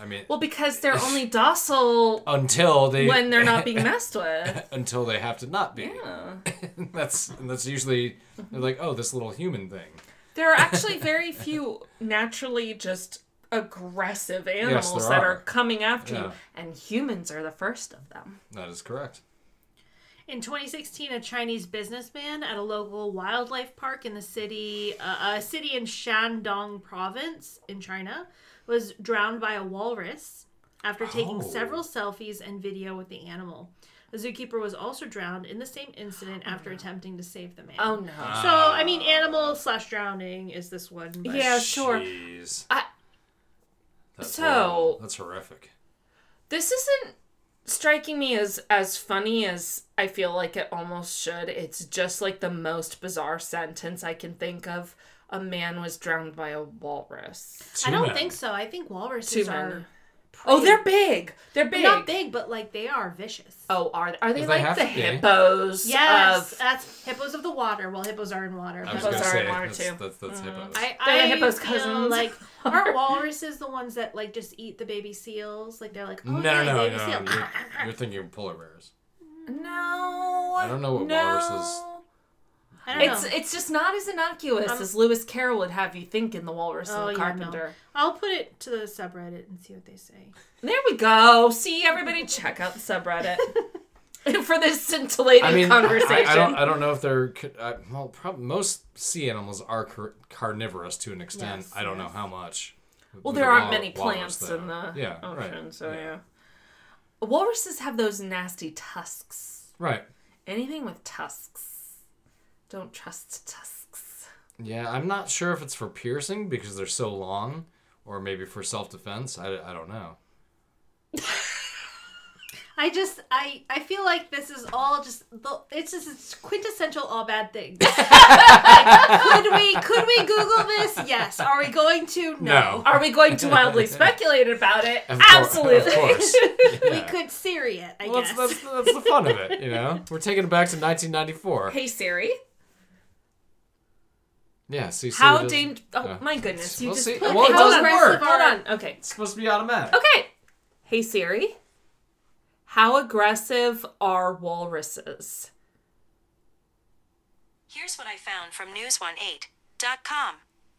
E: I mean,
C: Well, because
E: <laughs>
C: they're only docile
E: until they
C: when they're not
E: <laughs>
C: being messed with.
E: until they have to not be.
C: Yeah.
E: <laughs> that's and that's usually they're like, oh, this little human thing.
C: There are actually very few naturally just aggressive animals
E: there
C: that are.
E: are.
C: coming after you,
E: Yeah.
C: and humans are the first of them.
E: That is correct.
D: In 2016, a Chinese businessman at a local wildlife park in the city, uh, a city in Shandong province in China, was drowned by a walrus after taking
E: Oh.
D: several selfies and video with the animal. A zookeeper was also drowned in the same incident
E: Oh.
D: after attempting to save the man.
C: Oh no.
D: So, I mean, animal slash drowning is this one. But
C: Yeah, Uh, sure.
E: Jeez.
C: I-
E: That's
C: So-
E: horrible. that's horrific.
C: this isn't striking me as as funny as I feel like it almost should. It's just like the most bizarre sentence I can think of. A man was drowned by a walrus.
D: I don't
E: men.
D: think so. I think walruses
C: Two men.
D: are
C: Oh, they're big. They're
D: they're
C: big.
D: not big, but like they are vicious.
C: Oh, are are they
E: They
C: like
E: have
C: the
E: to be.
C: hippos?
D: Yes,
C: Of,
D: that's hippos of the water. Well, hippos are in water.
E: I
C: Hippos
E: was gonna
C: are in
E: say
C: water,
E: that's,
C: Oh, too. Mm-hmm.
E: that's, that's hippos.
D: I,
C: They're the
D: I
C: hippos'
D: feel
C: cousins. <laughs>
D: Like, aren't walruses the ones that like just eat the baby seals? Like they're like, oh
E: no,
D: yeah,
E: no,
D: baby
E: no,
D: seal.
E: no. You're,
C: <laughs>
E: you're thinking of polar bears.
C: no.
E: I don't know what
C: no.
E: walruses-
D: <laughs> I don't
C: It's
D: know. Um,
C: it's just not as innocuous as Lewis Carroll would have you think in the Walrus and
D: Oh,
C: the
D: yeah, no.
C: Carpenter.
D: I'll put it to the subreddit and see what they say.
C: There we go. See everybody, check out the
D: <laughs>
C: subreddit for this scintillating
E: I mean,
C: conversation.
E: I, I don't. I don't know if they're. c- I, well, prob- most sea animals are car- carnivorous to an extent.
D: Yes,
E: I don't know
D: yes.
E: how much.
C: Well,
E: With
C: there
E: the
C: aren't
E: wal-
C: many
E: walrus,
C: plants in
E: though.
C: the
E: yeah,
C: ocean,
E: right,
C: so
E: yeah.
C: yeah. Walruses have those nasty tusks.
E: Right.
C: Anything with tusks, don't trust tusks.
E: Yeah, I'm not sure if it's for piercing because they're so long, or maybe for self defense. I, I don't know.
D: I just, I, I feel like this is all just, the, it's just it's quintessential all bad
C: <laughs>
D: things. could we, could we Google this? Yes. Are we going to? No.
C: Are we going to
E: <laughs>
C: wildly speculate about it?
E: Of cour-
C: Absolutely.
E: of course.
C: <laughs>
D: We
E: Yeah.
D: could Siri it, I
E: Well,
D: guess.
E: that's,
D: <laughs>
E: that's, that's the fun of it, you know. We're taking it back to 1994.
C: Hey Siri,
E: Yeah, see, see
C: how
E: what it is.
C: dang? Oh
E: Yeah.
C: my goodness, you
E: We'll
C: just
E: see.
C: put-
E: Well, it
C: Hold
E: doesn't
C: on,
D: work.
C: Hold on. Okay.
E: It's supposed to be automatic.
C: Okay. Hey Siri, how aggressive are walruses?
G: Here's what I found from news18.com.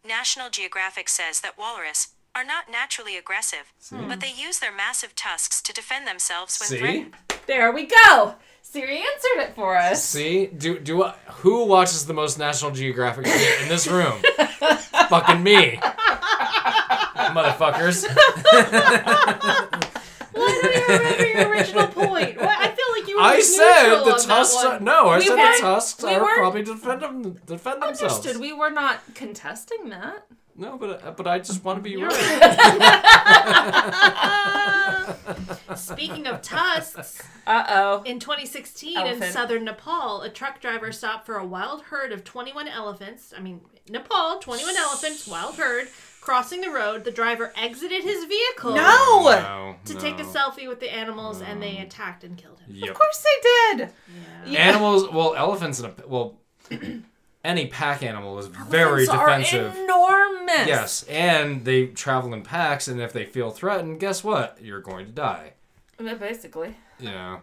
G: National Geographic says that walrus are not naturally aggressive, but they use their massive tusks to defend themselves when
E: See,
G: threatened.
C: There we go. Siri answered it for us.
E: see, do do I, who watches the most National Geographic shit in this room? Fucking me, motherfuckers.
D: Why do you remember your original point? What? I feel like you were
E: I said
D: neutral
E: the
D: on that
E: tusks.
D: one.
E: Are, no, I
C: We
E: said
C: weren't-
E: the tusks
C: we
E: are
C: weren't-
E: probably defend them, defend themselves.
C: Understood. We were not contesting that.
E: No, but uh, but I just want to be right.
D: Speaking of tusks,
C: Uh oh.
D: in 2016 in
C: Elephant.
D: southern Nepal, a truck driver stopped for a wild herd of 21 elephants. I mean, Nepal, 21 elephants, wild herd, crossing the road. The driver exited his vehicle
E: No,
D: to
E: no.
D: take a selfie with the animals, and they attacked and killed him.
E: Yep.
C: Of course they did. Yeah.
E: Animals, well, elephants and a well, <clears throat> any pack animal is very
C: Elephants are
E: defensive.
C: enormous.
E: Yes, and they travel in packs, and if they feel threatened, guess what? You're going to die.
C: Yeah, Basically.
E: You know,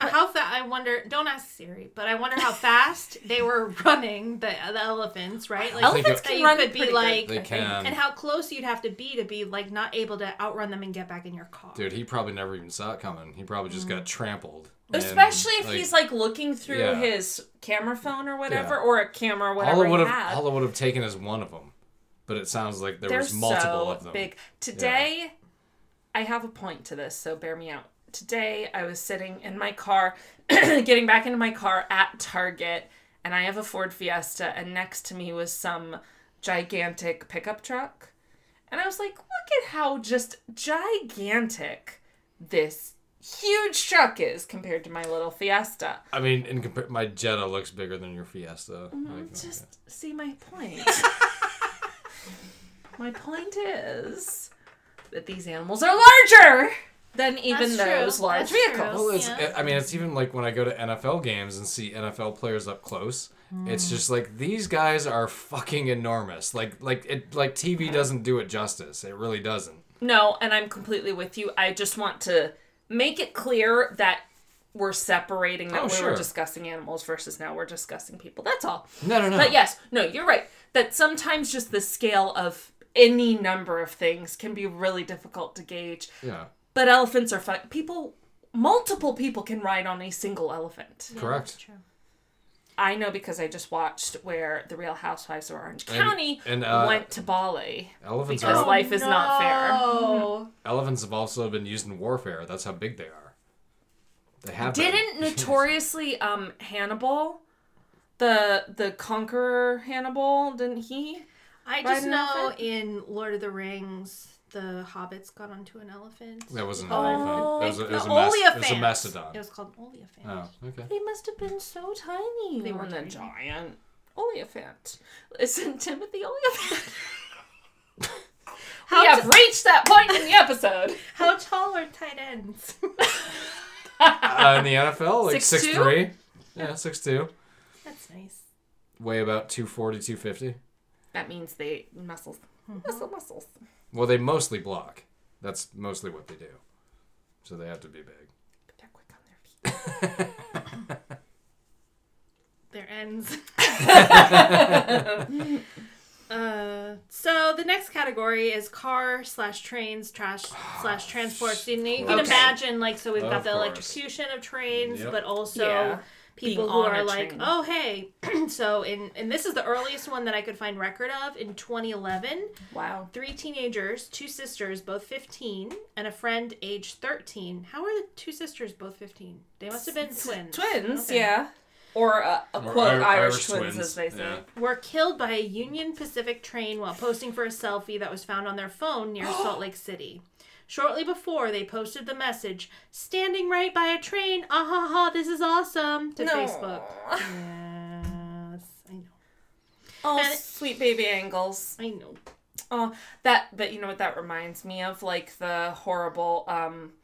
D: How fast? I wonder. Don't ask Siri, but I wonder how fast they were <laughs> running the, the elephants, right? Like,
E: think
C: Elephants
E: it-
D: that
C: can
D: you
C: run
D: could be
C: pretty good.
D: like,
E: they can.
D: and how close you'd have to be to be like not able to outrun them and get back in your car.
E: Dude, he probably never even saw it coming. He probably just got trampled. And,
C: Mm. Especially if he's like looking through
E: Yeah.
C: his camera phone or whatever,
E: Yeah.
C: or a camera,
E: all
C: whatever
E: it would
C: he
E: have,
C: had.
E: all it would have taken is one of them. But it sounds like there
C: They're
E: was multiple
C: so
E: of them.
C: big. Today, I have a point to this, so bear me out. Today, I was sitting in my car, <clears throat> getting back into my car at Target, and I have a Ford Fiesta, and next to me was some gigantic pickup truck. And I was like, look at how just gigantic this huge truck is compared to my little Fiesta.
E: I mean, in compar- my Jetta looks bigger than your Fiesta. Like,
C: Mm-hmm. Just see my
D: <laughs>
C: point. my point is that these animals are larger than even
D: That's true.
C: those large
D: That's true.
C: vehicles.
E: Well, it's,
D: Yeah.
E: I mean, it's even like when I go to NFL games and see NFL players up close.
C: Mm.
E: It's just like these guys are fucking enormous. Like, like it, like TV doesn't do it justice. It really doesn't.
C: No, and I'm completely with you. I just want to make it clear that we're separating that
E: Oh,
C: we
E: sure.
C: were discussing animals versus now we're discussing people. That's all.
E: No, no, no.
C: But yes, no, you're right. That sometimes just the scale of any number of things can be really difficult to gauge.
E: Yeah.
C: But elephants are fun. People, multiple people can ride on a single elephant.
E: Correct.
D: True.
C: I know because I just watched where the Real Housewives of Orange
E: And-
C: County
E: and, uh,
C: went to Bali.
E: Elephants
C: Because
E: are
C: life is not fair.
D: no.
E: elephants have also been used in warfare. That's how big they are. They have been.
C: Didn't
E: <laughs>
C: notoriously um Hannibal, the the conqueror Hannibal, didn't he?
D: I
C: Ride
D: just
C: an
D: know
C: elephant?
D: in Lord of the Rings, the hobbits got onto an elephant.
E: That wasn't an
D: Oh,
E: elephant. It was, a- it was
D: the
E: a mas- it was
D: Oleophant.
E: a mastodon.
D: It was called an Oleophant.
C: <laughs>
E: Oh, okay.
C: They must have been so tiny. They
D: They were
C: were a
D: tiny.
C: giant oleophant. Listen, <laughs> Timothy Oleophant. we have reached that point in the episode.
D: How tall are tight ends?
E: Uh, in the NFL, like 6'3".
C: Six
E: Six,
C: two?
E: three. Yeah, 6'2".
D: That's nice.
E: Weigh about 240, 250.
C: That means they muscles, muscle muscles.
E: Well, they mostly block. That's mostly what they do. So they have to be big.
C: But they're quick on their feet. <laughs>
D: Their ends. <laughs> uh, so the next category is car slash trains trash slash transport. So you know, you can
C: Okay.
D: imagine like so we've
E: Oh, Of
D: got the
E: course.
D: electrocution of trains,
E: Yep.
D: but also
C: Yeah.
D: people
C: Being
D: who
C: on a
D: are like,
C: train.
D: oh hey. <clears throat> so in and this is the earliest one that I could find record of in 2011.
C: Wow.
D: Three teenagers, two sisters, both 15, and a friend aged 13. How are the two sisters both 15? They must have been twins.
C: Twins,
D: Okay.
C: yeah. Or uh, a
E: Or
C: quote Irish,
E: Ir- Irish
C: twins,
E: twins,
C: as they say.
E: yeah.
D: were killed by a Union Pacific train while posting for a selfie that was found on their
C: <gasps>
D: phone near Salt Lake City. Shortly before, they posted the message, standing right by a train, ah ha ha, this is awesome, to
C: No.
D: Facebook. Yes, I know.
C: Oh,
D: And-
C: sweet baby angles.
D: I know.
C: Oh, that that you know what that reminds me of, like the horrible, um,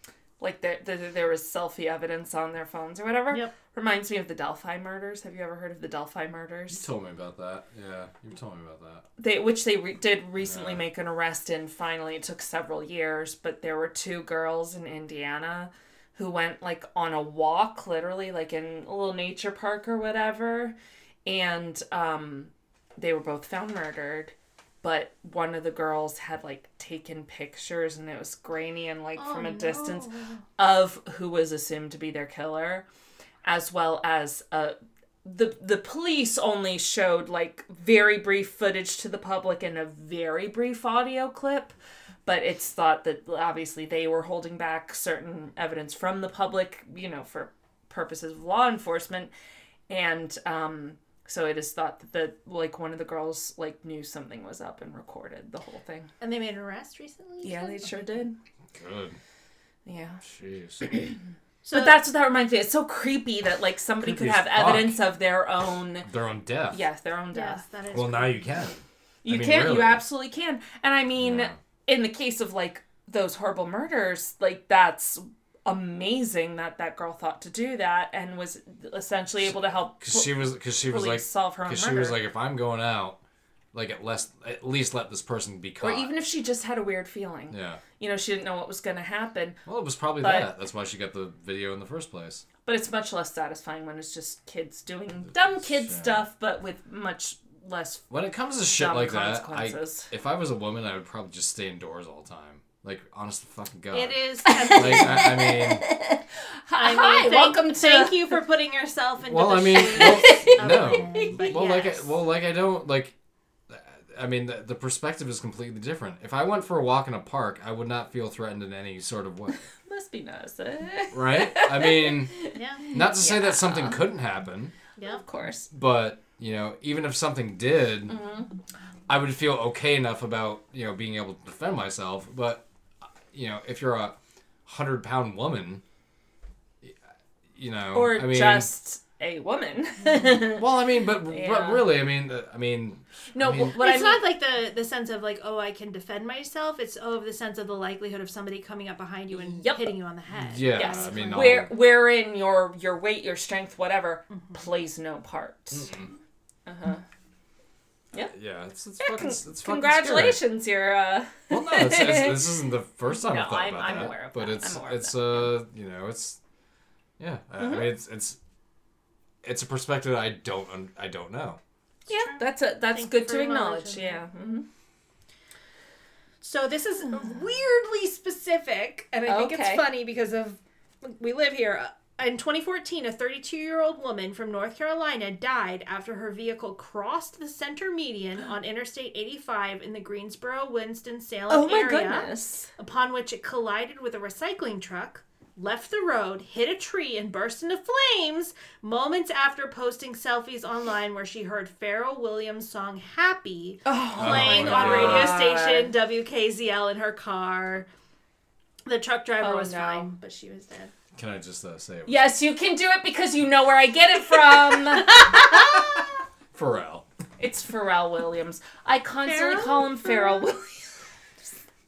C: like there the, there was selfie evidence on their phones or whatever.
D: Yep.
C: Reminds me of the Delphi murders. Have you ever heard of the Delphi
B: You
C: murders?
B: told me about that. Yeah, you told me about that.
C: They which they re- did recently
B: Yeah.
C: make an arrest in. Finally, it took several years, but there were two girls in Indiana who went like on a walk, literally like in a little nature park or whatever, and um, they were both found murdered but one of the girls had like taken pictures and it was grainy and like from a distance of who was assumed to be their killer as well as uh the the police only showed like very brief footage to the public and a very brief audio clip but it's thought that obviously they were holding back certain evidence from the public you know for purposes of law enforcement and um so it is thought that the, like one of the girls like knew something was up and recorded the whole thing.
D: And they made an arrest recently? you
C: Yeah,
D: said?
C: they sure did.
E: Good.
C: Yeah.
E: Jeez.
D: So
C: but that's what that reminds me. It's so creepy that like somebody
E: Creepy
C: could have
E: as fuck.
C: evidence of their own
E: They're on death.
C: yes, their own
D: Yes,
C: death.
D: that is.
E: Well, now you can.
C: You
E: mean,
C: can you
E: really.
C: absolutely can. And I mean in the case of like those horrible murders, like that's amazing that that girl thought to do that and was essentially able to help
E: Because she was, because she was
C: police
E: like,
C: solve her own
E: because she was
C: murder.
E: like, if I'm going out, like at least, at least let this person be
C: or
E: caught.
C: even if she just had a weird feeling.
E: yeah.
C: You know, she didn't know what was going to happen.
E: Well, it was probably
C: But-
E: that. That's why she got the video in the first place.
C: But it's much less satisfying when it's just kids doing dumb kid
E: Yeah.
C: stuff, but with much less.
E: When it comes to shit
C: Dumb
E: like that, I,
C: consequences.
E: if I was a woman, I would probably just stay indoors all the time. Like, honest to fucking god.
D: It
E: <laughs>
D: is.
E: Like, I, I
D: <laughs>
E: mean,
D: I mean,
C: Hi,
D: thank-
C: welcome to-
D: Thank you for putting yourself into
E: well,
D: the
E: I mean,
D: shoes
E: well,
D: <laughs> of
E: no.
D: men, but
E: Well, like,
D: yes.
E: I, well, like I don't like. I mean, the, the perspective is completely different. If I went for a walk in a park, I would not feel threatened in any sort of way,
C: Must be nice, eh,
E: right? I mean,
D: Yeah,
E: not to say that something couldn't happen,
D: yeah.
C: of course.
E: but you know, even if something did,
C: Mm-hmm.
E: I would feel okay enough about you know being able to defend myself. But you know, if you're a hundred pound woman, you know,
C: Or
E: I mean,
C: just a woman. <laughs>
E: well, I mean, but
C: Yeah.
E: but really, I mean, uh, I mean,
C: no,
E: I mean-
C: what I
D: it's
C: mean,
D: not like the the sense of like oh I can defend myself. It's oh the sense of the likelihood of somebody coming up behind you and
C: Yep.
D: hitting you on the head.
E: yeah,
C: yes,
E: I mean, all-
C: where wherein your your weight, your strength, whatever,
D: Mm-hmm.
C: plays no part.
E: Mm. Yeah, it's, it's fucking. It's fucking scary.
C: Congratulations, you're. Uh,
E: Well, no, it's, it's, this
C: <laughs>
E: isn't the first time
C: No,
E: I've thought
C: I'm-
E: about
C: I'm
E: that.
C: aware of that.
E: but
C: Mm-hmm.
E: it's
C: I'm aware of
E: it's uh you know it's yeah I- I mean it's it's it's a perspective I don't un- I don't know.
C: yeah, that's a that's
D: Thank you
C: good
D: for
C: to Mm-hmm.
D: acknowledging
C: acknowledge.
D: that.
C: Yeah. hmm
D: So this is weirdly specific, and I think
C: Okay.
D: it's funny because of we live here. Uh, In 2014, a 32-year-old woman from North Carolina died after her vehicle crossed the center median on Interstate 85 in the Greensboro, Winston-Salem
C: Oh my
D: area
C: goodness.
D: upon which it collided with a recycling truck, left the road, hit a tree, and burst into flames moments after posting selfies online where she heard Pharrell Williams' song Happy playing
E: Oh my
D: on radio
C: God.
D: station WKZL in her car. The truck driver
C: Oh,
D: was
C: no.
D: fine, but she was dead.
B: Can I just uh, say
C: Yes, you can do it because you know where I get it
D: <laughs>
C: from.
B: Pharrell?
C: it's Pharrell Williams. I constantly
D: Pharrell?
C: call him Pharrell
D: <laughs>
C: Williams.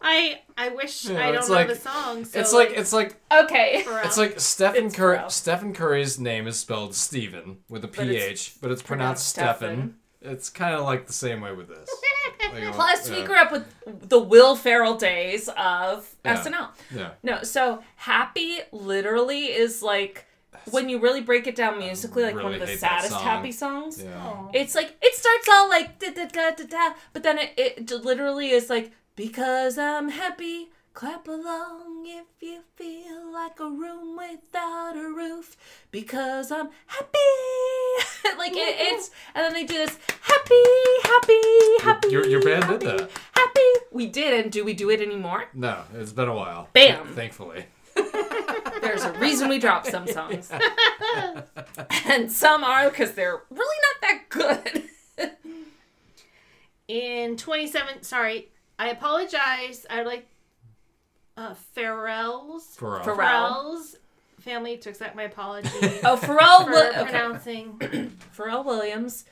D: I I wish
E: Yeah,
D: I don't
E: it's
D: know
E: like-
D: the song. So
E: it's like it's like
C: Okay.
D: Pharrell.
E: it's like Stephen Curry.
C: Ralph.
E: Stephen Curry's name is spelled Steven with a
C: it's
E: ph, but it's, pronounced
C: pronounced
E: Stephen. It's kind of like the same way
C: <laughs>
E: with this. Like,
C: Plus, we
E: yeah.
C: grew up with the Will Ferrell days of
E: Yeah.
C: SNL.
E: Yeah.
C: No, so happy literally is like when you really break it down musically, like one
E: really
C: of the
E: hate that
C: saddest
E: song.
C: happy songs.
E: Yeah.
C: It's like it starts all like da da da da da, but then it, it d- literally is like because I'm happy. Clap along if you feel like a room without a roof because I'm happy. <laughs> like it,
E: Mm-hmm.
C: it's and then they do this happy, happy, happy.
E: your- your band did
C: happy,
E: that.
C: Happy. We did, and do we do it anymore?
E: No, it's been a while.
C: Bam.
E: Thankfully.
C: There's a reason we drop some songs.
E: <laughs>
C: <laughs> and some are because they're really not
E: <laughs>
C: that good.
D: in 27 sorry i apologize i would like uh farrell's
E: Pharrell.
D: farrell's family to accept
C: <laughs>
D: my apology for
C: oh, Pharrell, Wi- okay.
D: pronouncing
C: Pharrell Williams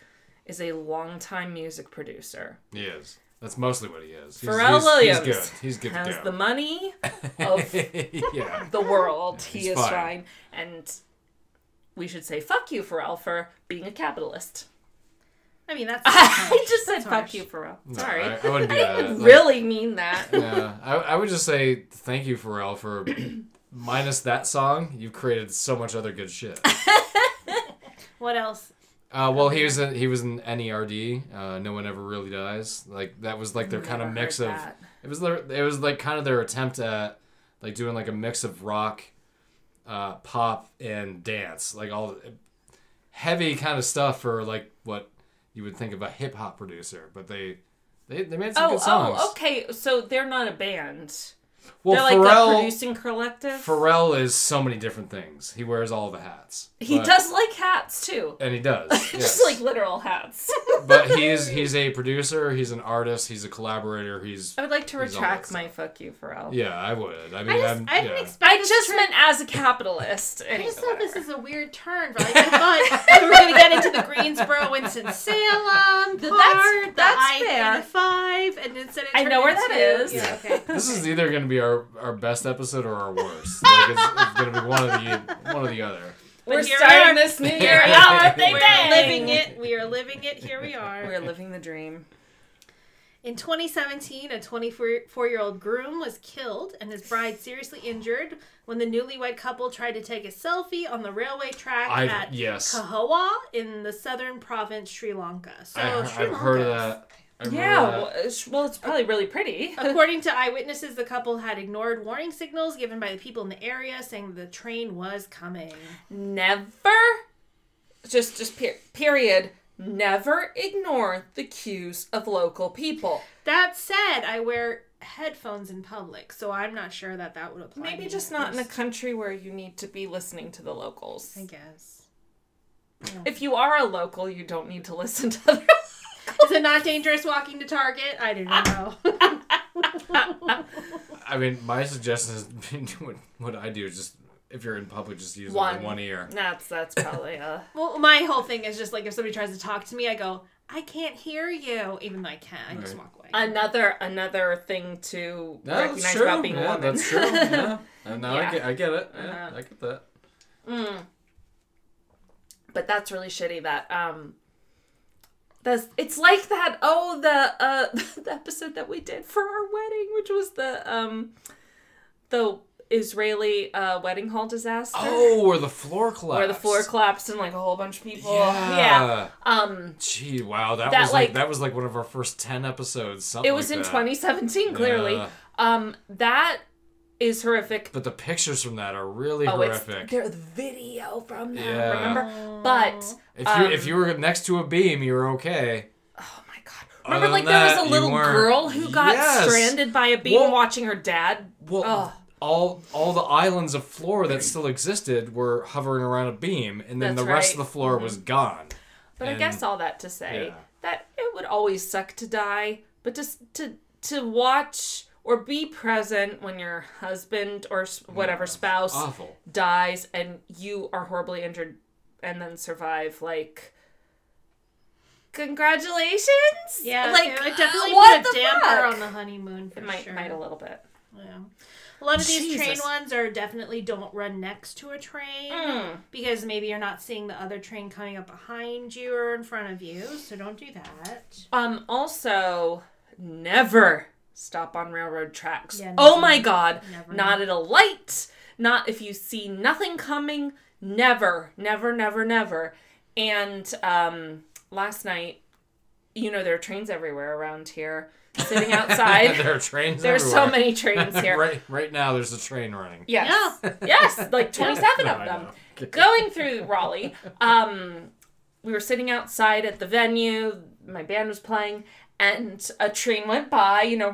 C: is a longtime music producer.
E: He is. That's mostly what he is. He's,
C: Pharrell
E: he's,
C: Williams
E: He's good. He's good
C: Has
E: to
C: the
E: go.
C: money of
E: <laughs> yeah.
C: the
E: <laughs>
C: world. he
E: he's
C: is
E: fine.
C: fine. And we should say fuck you, Pharrell, for being a capitalist. <laughs>
D: i mean that's
C: I just said fuck
D: harsh.
C: you, Pharrell.
E: No,
C: Sorry.
E: I, I wouldn't
C: <laughs>
E: do that. Like,
C: really mean
E: <laughs>
C: that.
E: yeah. I, I would just say thank you, Pharrell, for <clears throat> minus that song. You've created so much other good shit.
D: what else
E: Uh, well, he was in, he was in NERD. Uh, no one ever really dies. Like that was like their kind of
C: Never
E: mix of
C: heard that.
E: it was their it was like kind of their attempt at like doing like a mix of rock, uh, pop and dance, like all heavy kind of stuff for like what you would think of a hip hop producer. But they they, they made some
C: Oh,
E: good songs.
C: oh, okay. So they're not a band.
E: Well,
C: They're like the
E: Pharrell
C: producing collective.
E: Pharrell is so many different things. He wears all the hats.
C: he
E: But-
C: does like hats too.
E: and he does.
C: <laughs>
E: yes.
C: Just like literal <laughs> hats.
E: but he's he's a producer, he's an artist, he's a collaborator, he's
C: I would like to
E: He's all
C: retract
E: that
C: my fuck you, Pharrell.
E: yeah, I would. I mean,
D: i
E: I
D: just
E: am
D: i
E: yeah.
D: didn't expect
C: I just meant as a capitalist.
D: I
C: Anyway,
D: just thought this
C: whatever.
D: is a weird turn. But
C: <laughs>
D: like, I thought we were going to get into the Greensboro, Winston Salem, the part,
C: that's
D: the
C: fair.
D: I-85, and instead it
C: I know
D: turned
C: where that
D: into-
C: is.
D: Yeah, okay.
E: this is either going to be our, our best episode or our worst. Like it's, it's going to be one of the one or the other.
C: We're
D: But here
C: starting
D: we are. Oh,
C: this
D: <laughs>
C: new year. Oh, Y'all are
D: We're
C: dang.
D: living it. We are living it. Here we are.
C: We're living the dream.
D: In 2017, a 24-year-old groom was killed and his bride seriously injured when the newlywed couple tried to take a selfie on the railway track
E: I-
D: at
E: yes.
D: Kahowa in the southern province Sri Lanka. So
E: I,
D: Sri
E: I've
D: Lanka.
E: heard of that. I remember
C: Yeah.
E: that.
C: Well, it's- well, it's probably really pretty.
D: According to eyewitnesses, the couple had ignored warning signals given by the people in the area saying the train was coming.
C: Never. Just, just per- period. Never ignore the cues of local people.
D: That said, I wear headphones in public, so I'm not sure that that would apply.
C: Maybe
D: to
C: just
D: me.
C: not in a country where you need to be listening to the locals.
D: I guess.
C: If you are a local, you don't need to <laughs> listen to other.
D: Is it not dangerous walking to Target? I don't
C: Ah!
D: know.
E: I mean, my suggestion <laughs> is what, what I do is just if you're in public, just use
C: One.
E: one, one ear.
C: That's that's probably a.
D: well, my whole thing is just like if somebody tries to talk to me, I go, I can't hear you, even though I can. I just
E: Right.
D: walk away.
C: another another thing to
E: No,
C: recognize about being a
E: yeah,
C: woman. <laughs>
E: that's true. Yeah. And now
C: Yeah. Uh-huh.
E: I get, I get it. Yeah, I get that.
C: but that's really shitty that um that's it's like that oh <laughs> the uh the episode that we did for our wedding which was the um the Israeli uh, wedding hall disaster.
E: Oh, or the floor collapse.
C: Where the floor collapsed and like a whole bunch of people.
E: Yeah.
C: yeah. Um,
E: Gee, wow, that,
C: That,
E: was like,
C: like-
E: that was like one of our first ten episodes. Something
C: It was
E: like
C: in
E: that.
C: 2017, clearly.
E: Yeah.
C: Um, that is horrific.
E: But the pictures from that are really
C: oh,
E: horrific.
C: it's there's video from that.
E: Yeah.
C: Remember, Um, but
E: If you if you were next to a beam, you were okay.
C: oh my god,
E: Other
C: remember
E: than
C: like there was
E: that,
C: a
E: you
C: little
E: weren't-
C: girl who got
E: Yes.
C: stranded by a beam
E: Well-
C: watching her dad.
E: Well,
C: Ugh.
E: all all the islands of floor
B: <clears throat>
E: that still existed were hovering around a beam, and then
C: That's
E: the rest
C: right. Mm-hmm.
E: of the floor
C: <laughs>
E: was gone.
C: But I
E: And-
C: guess all that to say
E: Yeah.
C: that it would always suck to die, but just to to watch or be present when your husband or s- whatever spouse
E: Awful.
C: dies and you are horribly injured and then survive like congratulations
D: Yeah,
C: like
D: like it definitely
C: what
D: put a
C: the
D: damper
C: fuck?
D: on the honeymoon for
C: it might
D: sure.
C: might a little bit
D: Yeah. A lot of these train
C: Jesus.
D: ones are definitely don't run next to a train because maybe you're not seeing the other train coming up behind you or in front of you, so don't do that.
C: um also never stop on railroad tracks
D: Yeah,
C: oh
D: never.
C: my god
D: Never.
C: not at a light not if you see nothing coming never never never never and um last night you know there are trains everywhere around here sitting outside
E: <laughs> there are trains.
C: there's
E: everywhere.
C: so many trains here
E: <laughs> right right now, there's a
C: <laughs>
E: train running. <laughs>
C: Yes. Yes, like 27
E: No,
C: of
E: I
C: them.
E: know. <laughs>
C: Going through Raleigh, um, we were sitting outside at the venue, my band was playing, and a train went by, you know,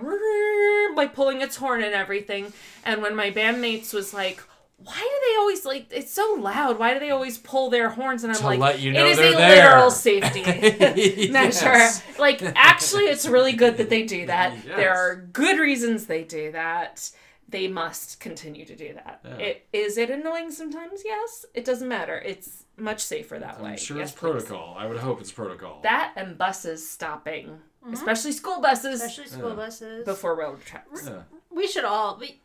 C: <laughs> like pulling its horn and everything. And when my bandmates was like, why do they always like it's so loud? Why do they always pull their horns? And I'm
E: To
C: like,
E: let you know
C: it is
E: they're
C: a
E: there."
C: literal
E: <laughs>
C: safety <laughs> measure.
E: Yes.
C: Like, actually, it's really good that they
B: <laughs>
C: do that.
E: Yes.
C: There are good reasons they do that. They must continue to do that. It is it annoying sometimes? Yes. It doesn't matter. It's much safer that way.
B: I'm sure
C: Yes,
B: it's
C: please.
B: protocol. I would hope it's protocol.
C: That and buses stopping, Mm-hmm. especially school buses
D: Especially school buses.
C: before railroad tracks.
B: Yeah.
D: we should all we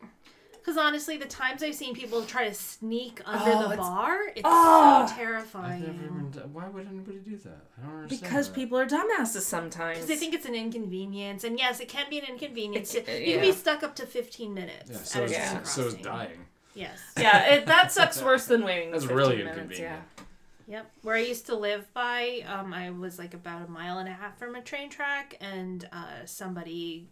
D: because honestly, the times I've seen people try to sneak under the bar, it's so
B: I've never
D: terrifying.
B: even d- why would anybody do that? I don't understand.
C: Because
B: that.
C: people are dumbasses sometimes.
D: Because they think it's an inconvenience, and yes, it can be an inconvenience.
C: It's- uh,
D: You can be
C: yeah.
D: stuck up to fifteen minutes.
B: Yeah,
D: at
B: so,
D: a
B: is,
D: train
B: so is
D: crossing.
B: dying.
D: Yes.
C: yeah,
B: <laughs>
C: it, that sucks worse than waiting.
B: That's
C: 15
B: really
C: minutes,
B: inconvenient.
D: Yep. Where I used to live by, um, I was like about a mile and a half from a train track, and uh, somebody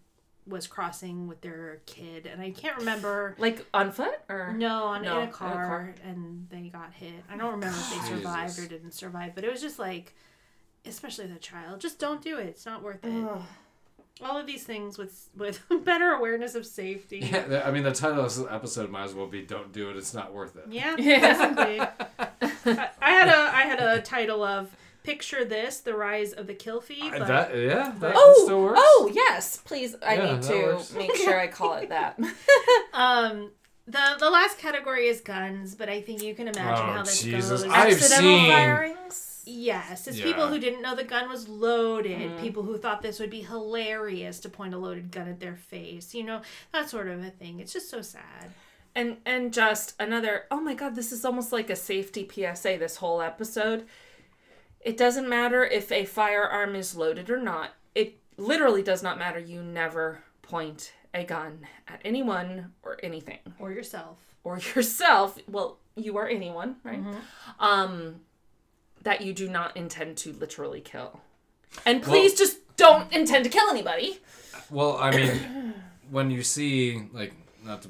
D: was crossing with their kid, and I can't remember.
C: Yeah. Like on foot or
D: No, on,
C: No,
D: in, a car, and they got hit. I don't
E: <sighs>
D: remember if they survived or didn't survive, but it was just like, especially with a child, just don't do it. It's not worth it. All of these things with with <laughs> better awareness of safety.
B: Yeah, th- I mean, the title of this episode might as well be "Don't Do It. It's not worth it."
D: Yeah, basically. I
E: <laughs>
D: I had a I had a title of picture this: the rise of the kill fee.
B: I-
E: Uh,
D: But
B: that yeah, that
C: Oh,
B: still works.
C: oh yes, please. I
E: Yeah,
C: need
E: that
C: to
E: works.
C: make
B: <laughs>
C: sure I call it that.
D: um, the the last category is guns, but I think you can imagine
E: Oh,
D: how this
E: Jesus.
D: goes.
E: I've
C: Accidental
E: seen-
C: firings.
D: yes, it's people
E: Yeah. Mm-hmm.
D: who didn't know the gun was loaded, people who thought this would be hilarious to point a loaded gun at their face, you know, that sort of a thing. It's just so sad.
C: And and just another. Oh my God, this is almost like a safety PSA. This whole episode. It doesn't matter if a firearm is loaded or not. It literally does not matter. You never point a gun at anyone or anything
D: Or yourself.
C: or <laughs> yourself. Well, you are anyone, right?
E: Mm-hmm.
C: Um, that you do not intend to literally kill. And please just don't intend to kill anybody.
E: Well, I mean, when you see like not to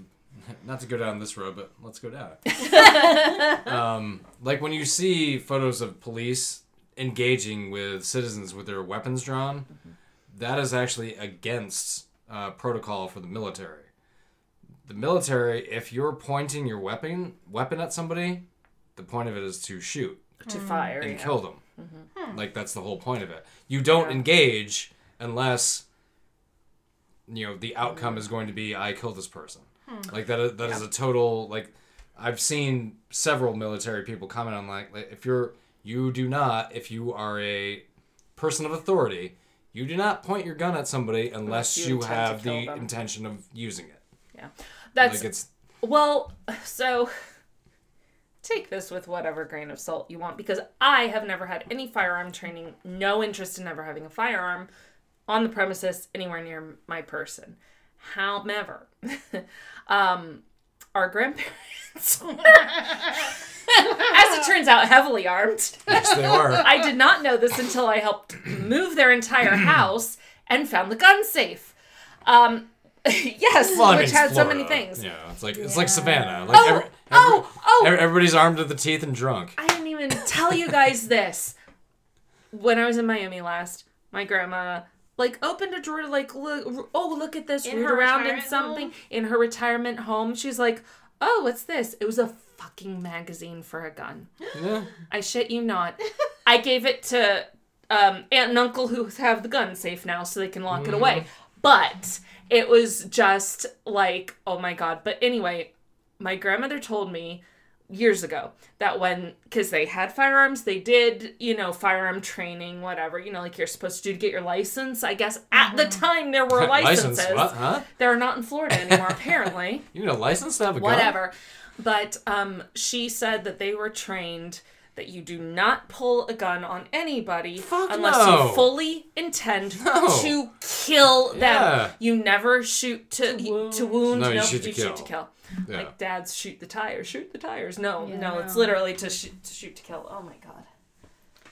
E: not to go down this road, but let's go down. it. um, like when you see photos of police engaging with citizens with their weapons drawn, that is actually against uh, protocol for the military. The military, if you're pointing your weapon weapon at somebody, the point of it is to shoot
C: to fire.
E: and
C: yeah. Mm-hmm.
E: kill them. Like that's the whole point of it. You don't engage unless you know the outcome is going to be I kill this person.
C: Hmm.
E: Like that. Is, that is a total like. I've seen several military people comment on like, like, if you're you do not if you are a person of authority you do not point your gun at somebody unless
C: you
E: you,
C: intend to
E: have
C: kill
E: the
C: them.
E: intention of using it.
C: Yeah. That's
E: like it's
C: well, so take this with whatever grain of salt you want because I have never had any firearm training, no interest in ever having a firearm on the premises anywhere near my person. However, <laughs> um our grandparents <laughs> were, as it turns out, heavily armed.
E: Yes,
C: <laughs>
E: they were.
C: I did not know this until I helped move their
E: <clears throat>
C: entire house and found the gun safe. Um, <laughs> yes,
E: Well, I mean,
C: which
E: it's
C: had so many
E: Florida.
C: things.
E: Yeah, it's like it's like Savannah. Like every, every,
C: oh, oh.
E: ev- everybody's armed to the teeth and drunk.
C: I didn't even tell you guys this. When I was in Miami last, my grandma like opened a drawer to like look oh look at this
D: In
C: root
D: her
C: around in
D: retirement
C: something
D: home?
C: in her retirement home. She's like, "Oh, what's this?" It was a fucking magazine for a gun.
E: Yeah.
C: I shit you not. I gave it to um, aunt and uncle who have the gun safe now so they can lock it away.
E: Mm-hmm.
C: But it was just like, oh my God. But anyway, my grandmother told me years ago that when, because they had firearms, they did, you know, firearm training, whatever, you know, like you're supposed to do to get your license. I guess at the time there were licenses.
E: Mm-hmm. <laughs> License? What? Huh?
C: They're not in Florida anymore,
E: <laughs>
C: apparently
E: You need a license to have a gun?
C: whatever. But um, she said that they were trained that you do not pull a gun on anybody
E: Fuck
C: unless
E: no.
C: you fully intend
E: No.
C: to kill them.
E: Yeah.
C: You never shoot to to wound.
E: No, you
C: Nope,
E: shoot to kill. Yeah.
C: Like dads shoot the tires, shoot the tires. No, no,
D: Yeah.
C: it's literally to shoot to shoot to kill. Oh my god.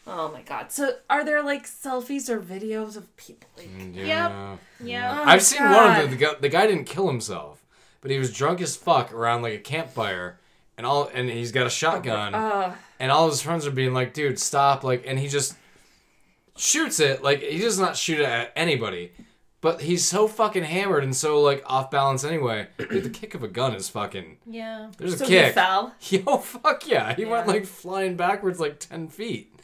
C: Oh my god. So are there like selfies or videos of people? Like,
E: Mm, Yeah.
D: Yeah.
E: I've seen one of
C: oh God.
E: them. The guy, the guy didn't kill himself, but he was drunk as fuck around like a campfire, and all, and he's got a shotgun, and all his friends are being like, "Dude, stop!" Like, and he just shoots it. Like, he does not shoot it at anybody, but he's so fucking hammered and so like off balance anyway. Dude, the kick of a gun is fucking.
D: Yeah.
E: There's a
C: so
E: kick.
C: he fell.
E: <laughs> Yo, fuck yeah! He went like flying backwards like ten feet. <laughs>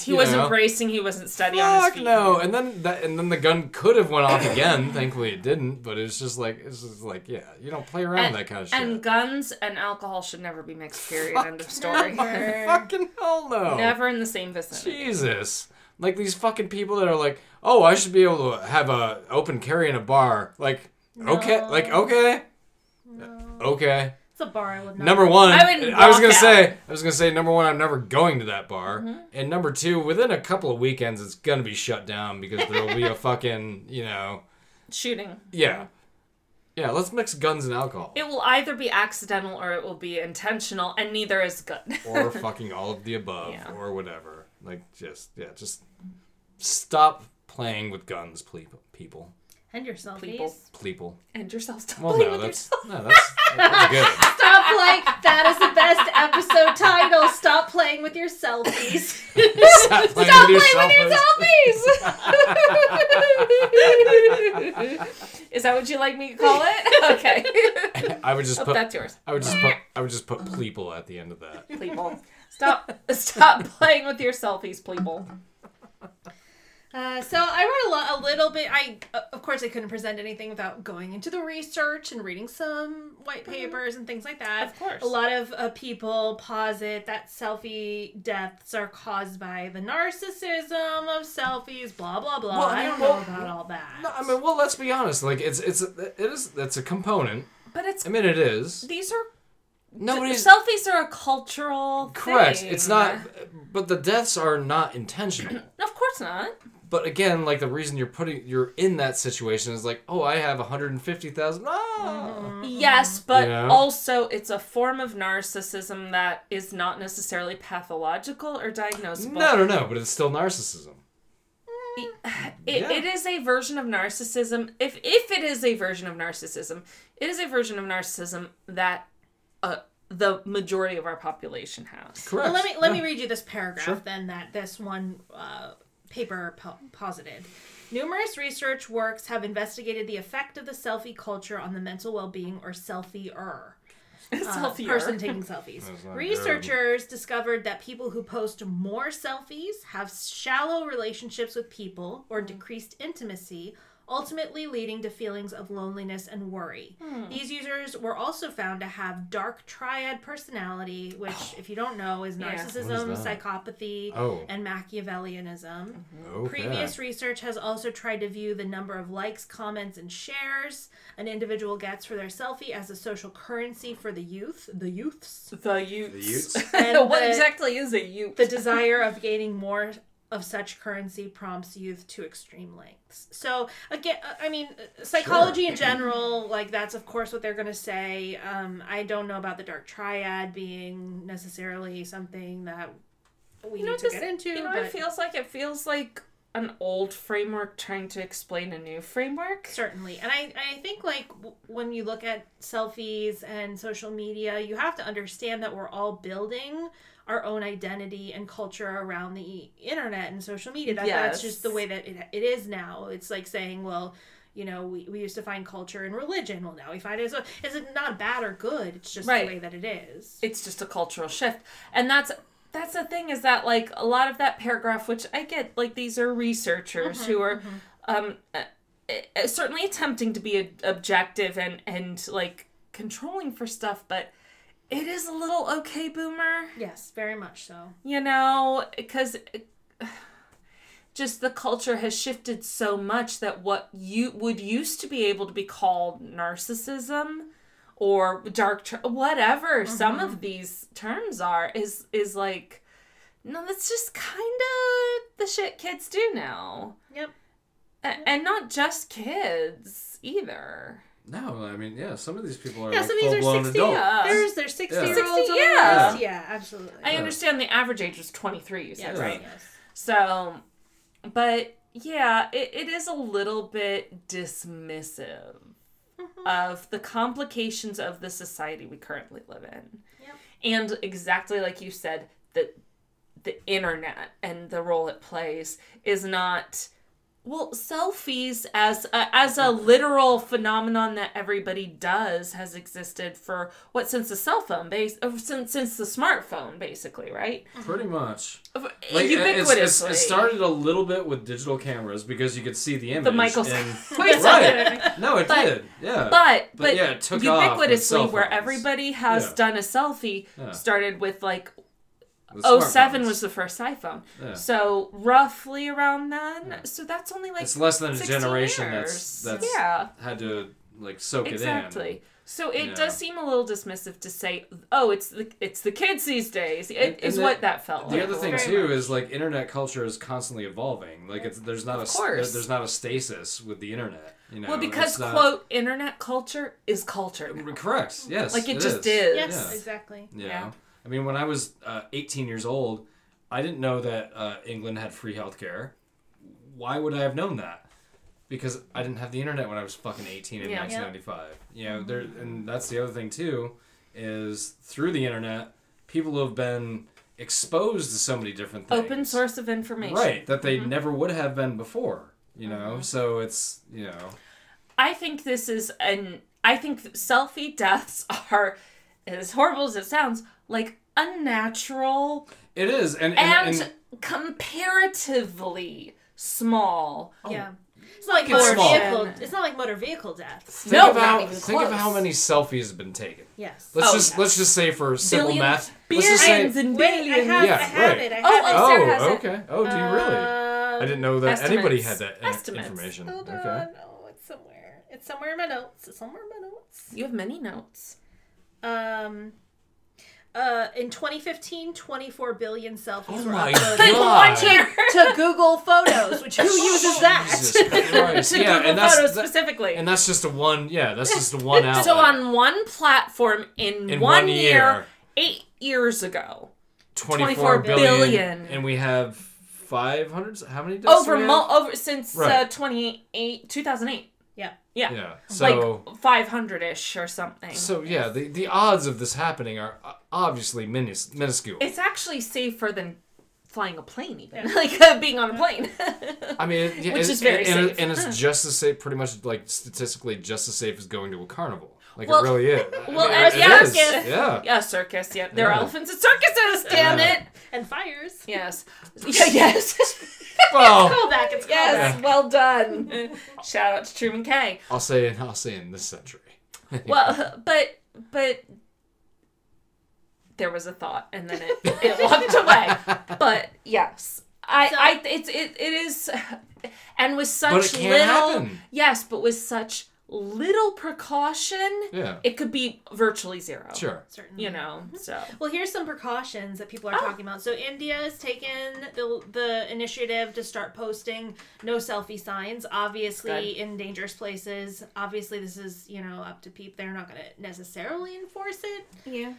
C: He wasn't bracing. He wasn't steady on his
E: Fuck
C: feet.
E: no! And then that, and then the gun could have went off again. <laughs> Thankfully, it didn't. But it's just like it's just like yeah, you don't play around with that kind of shit.
C: And guns and alcohol should never be mixed. Period. End of story.
E: <laughs> Fucking hell no!
C: Never in the same vicinity.
E: Jesus! Like these fucking people that are like, oh, I should be able to have a open carry in a bar. Like okay, like okay, okay.
D: It's a bar I would not.
E: Number one,
C: I would
E: was
C: walk
E: gonna
C: out. Mm-hmm.
E: say, I was gonna say, number one, I'm never going to that bar, and number two, within a couple of weekends, it's gonna be shut down because there will
C: <laughs>
E: be a fucking, you know,
C: Shooting.
E: yeah, yeah. Let's mix guns and alcohol,
C: It will either be accidental or it will be intentional, and neither is good. <laughs>
E: or fucking all of the above,
C: Yeah.
E: or whatever. Like just, yeah, just stop playing with guns, ple- people,
D: And yourself,
C: People.
D: please.
E: people.
C: and yourself. Stop
E: Well,
C: playing
E: no,
C: with
E: that's
C: yourself.
E: no, that's, that's
C: <laughs>
E: good.
D: Stop playing. That is the best episode title. Stop playing with your selfies.
E: Stop playing
C: Stop
E: with
C: playing
E: yourself.
C: with your selfies. <laughs> is that what you like me to call
E: <laughs>
C: it? Okay. <laughs>
E: I would just put,
C: That's yours.
E: I would just
C: <laughs>
E: put, I would just put pleeple at the end of that.
C: People. Stop
E: <laughs>
C: stop playing with your selfies, people.
D: Uh, so I read a, lo- a little bit. I uh, of course I couldn't present anything without going into the research and reading some white
E: Mm-hmm.
D: papers and things like that.
C: Of course.
D: a lot of uh, people posit that selfie deaths are caused by the narcissism of selfies. Blah blah blah.
E: Well, I
D: I
E: mean,
D: don't
E: well,
D: know about all that.
E: No, I mean, well, let's be honest. Like, it's it's it is that's a component.
C: But it's
E: I mean, it is.
C: these are
E: Nobody's
C: selfies are a cultural
E: correct.
C: thing.
E: It's not, but the deaths are not intentional. <clears throat>
C: Of course not.
E: but again, like the reason you're putting you're in that situation is like, oh, I have 150,000.
D: Mm-hmm.
E: Ah!
C: Yes, but
E: You know?
C: also it's a form of narcissism that is not necessarily pathological or diagnosable.
E: No, no, no. But it's still narcissism.
C: It,
E: Yeah.
C: it is a version of narcissism. If if it is a version of narcissism, it is a version of narcissism that uh, the majority of our population has.
E: Correct.
D: Well, let me let me
E: Yeah.
D: read you this paragraph then that this one uh, paper po- posited. Numerous research works have investigated the effect of the selfie culture on the mental well-being or selfie-er. uh,
C: Selfie <laughs>
D: person taking selfies.
E: not
D: Researchers discovered that people who post more selfies have shallow relationships with people or decreased intimacy, ultimately leading to feelings of loneliness and worry. These users were also found to have dark triad personality, which, if you don't know, is
C: Yeah.
D: narcissism,
E: What is that?
D: psychopathy,
E: Oh.
D: and Machiavellianism.
E: Okay.
D: Previous research has also tried to view the number of likes, comments, and shares an individual gets for their selfie as a social currency for the youth, the youths,
C: the youths.
D: <laughs>
B: The youths.
C: what <laughs>
D: the-
C: exactly is a youth?
D: the desire of gaining more of such currency prompts youth to extreme lengths. So again, uh, I mean,
C: <clears throat>
D: psychology in general, like that's of course what they're going to say. Um, I don't know about the dark triad being necessarily something that we
C: You know
D: need
C: what
D: to
C: this
D: get into.
C: You know what
D: but
C: it feels like? It feels like an old framework trying to explain a new framework.
D: certainly, and I I think like w- when you look at selfies and social media, you have to understand that we're all building our own identity and culture around the internet and social media. That,
C: Yes.
D: That's just the way that it, it is now. It's like saying, well, you know, we, we used to find culture in religion. Well, now we find it as well. Is it not bad or good? It's just
C: Right.
D: the way that it is.
C: It's just a cultural shift. And that's that's the thing is that like a lot of that paragraph which I get like these are researchers who are um uh, uh, certainly attempting to be ob- objective and and like controlling for stuff but it is a little okay boomer.
D: Yes, very much so.
C: you know because <sighs> just the culture has shifted so much that what you would used to be able to be called narcissism or dark tr- whatever some of these terms are is is like no that's just kind of the shit kids do now
D: Yep.
C: A- and not just kids either
B: No, I mean, yeah, some of these people are
D: Yeah,
B: like
D: some of
B: full
D: these are
B: blown
D: 60.
B: adults.
C: Yeah.
D: There's there's 60
B: Yeah.
D: year olds.
C: 60,
D: yeah.
C: yeah.
D: yeah, absolutely.
C: i understand the average age was 23 you said
D: yes,
C: right
D: yes.
C: So, but yeah, it, it is a little bit dismissive of the complications of the society we currently live in.
D: Yep.
C: And exactly like you said, that the internet and the role it plays is not well selfies as a, as a literal phenomenon that everybody does has existed for what since the cell phone base uh, since since the smartphone basically right
D: uh,
B: Pretty much.
C: ubiquitously
B: it's- it's- it started a little bit with digital cameras because you could see the image.
C: Michael-
B: and- <laughs>
C: Wait a second.
B: right. No, it
C: But-
B: did. Yeah.
C: but
B: But
C: but
B: yeah, it took off with
C: ubiquitously
B: cell
C: where
B: phones.
C: everybody has
B: Yeah.
C: done a selfie
B: Yeah.
C: started with like
B: The
C: oh seven
B: smartphones.
C: was the first iPhone.
B: Yeah.
C: So roughly around then. So that's only like
B: It's less than a
C: 16
B: generation
C: years.
B: that's that's
C: Yeah.
B: had to like soak it in.
C: Exactly. So it
B: Yeah.
C: does seem a little dismissive to say, "Oh, it's the it's the kids these days." It is
B: And- and the-
C: what that felt.
B: The
C: like
B: other
C: a
B: thing
C: little.
B: too is like internet culture is constantly evolving. Like it's there's not a s- there-
C: course.
B: there's not a stasis with the internet. You know,
C: well, because
B: It's not-
C: quote internet culture is culture. now.
B: correct. Yes,
C: Like it,
B: it
C: just
B: is.
C: is.
D: Yes,
B: Yeah.
D: exactly.
B: Yeah.
C: Yeah.
B: I mean, when I was uh, 18 years old, I didn't know that uh, England had free healthcare. Why would I have known that? Because I didn't have the internet when I was fucking 18 in
C: Yeah. Mm-hmm.
B: 1995. You know, there, and that's the other thing too, is through the internet, people have been exposed to so many different things.
C: Open source of information. Mm-hmm.
B: Right, that they never would have been before. You know, so it's you know,
C: I think this is an. I think selfie deaths <laughs> are, as horrible as it sounds, like unnatural
B: it is, and
C: and,
B: and, and
C: comparatively small.
D: Yeah. Oh. It's not like
B: it's
D: motor
B: small.
D: vehicle. It's not like motor vehicle deaths.
B: think
C: No, not
B: about
C: even
B: think of how
C: close.
B: many selfies have been taken.
D: Yes.
B: Let's
C: Oh,
B: just
C: yeah.
B: let's just say for simple
C: Billions-
B: math. Let's just say.
C: Billions and
D: Oh, Wait, I
C: billions.
D: have, I
B: Yeah,
D: have
B: right.
D: it. I have
C: Oh,
D: it.
C: oh, Sarah has
B: oh,
C: it. Uh,
B: okay. Oh, do you really? I didn't know that anybody had that in-
C: Estimates.
B: information.
D: Hold
B: Okay.
D: on. Oh, it's somewhere. It's somewhere in my notes. It's somewhere in my notes.
C: You have many notes.
D: Um, uh, in 2015, 24 billion selfies
E: Oh
D: were
E: my
D: uploaded
E: God.
C: One
B: <laughs>
C: year.
D: to Google Photos, which who uses that?
B: Jesus
C: <laughs>
B: Christ.
C: <laughs> to
B: yeah,
C: Google
B: and that's
C: Photos
B: that-
C: specifically.
E: And that's just a one. Yeah, that's just a one out.
C: so on one platform in,
E: In
C: one
E: one
C: year,
E: year.
C: eight years ago,
E: 24
C: billion.
E: billion.
B: and we have 500 how many deaths do
C: over
B: we
C: mul-
B: have?
C: over since uh,
B: Right.
C: 28 2008.
D: Yeah.
C: Yeah.
E: Yeah. So
C: like 500 ish or something.
E: so yeah, the, the odds of this happening are uh, obviously minis- minuscule.
C: it's actually safer than flying a plane, even <laughs> like uh, being on a <laughs> plane.
E: I mean, it, yeah,
C: Which
E: it-
C: is very
E: and, and
C: safe.
E: it- and it's just as safe, pretty much like statistically just as safe as going to a carnival. Like
C: Well-
E: it
C: <laughs>
E: really is.
C: well,
E: I mean,
C: and
E: it
C: yeah,
E: is.
C: yes.
E: yeah.
C: <laughs> yeah, circus. Yep, there are
E: Yeah.
C: elephants at circuses. Damn it.
D: And fires.
C: Yes. Yeah, <laughs> yes.
E: Well,
D: Call back. It's called
C: yes. Well done. <laughs> Shout out to Truman K.
E: I'll say I'll say in this century.
C: Well, <laughs> but but there was a thought, and then it,
E: <laughs>
C: it walked away. But yes, I
D: So-
C: I it's it, it is, and with such
E: But it can
C: little
E: happen.
C: yes, but with such little precaution,
E: Yeah.
C: it could be virtually zero.
E: Sure.
D: Certainly.
C: You know, so.
D: Well, here's some precautions that
C: Oh.
D: people are talking about. So India has taken the the initiative to start posting no selfie signs, obviously
C: Good.
D: in dangerous places. Obviously, this is you know up to people. They're not going to necessarily enforce it.
A: Yeah.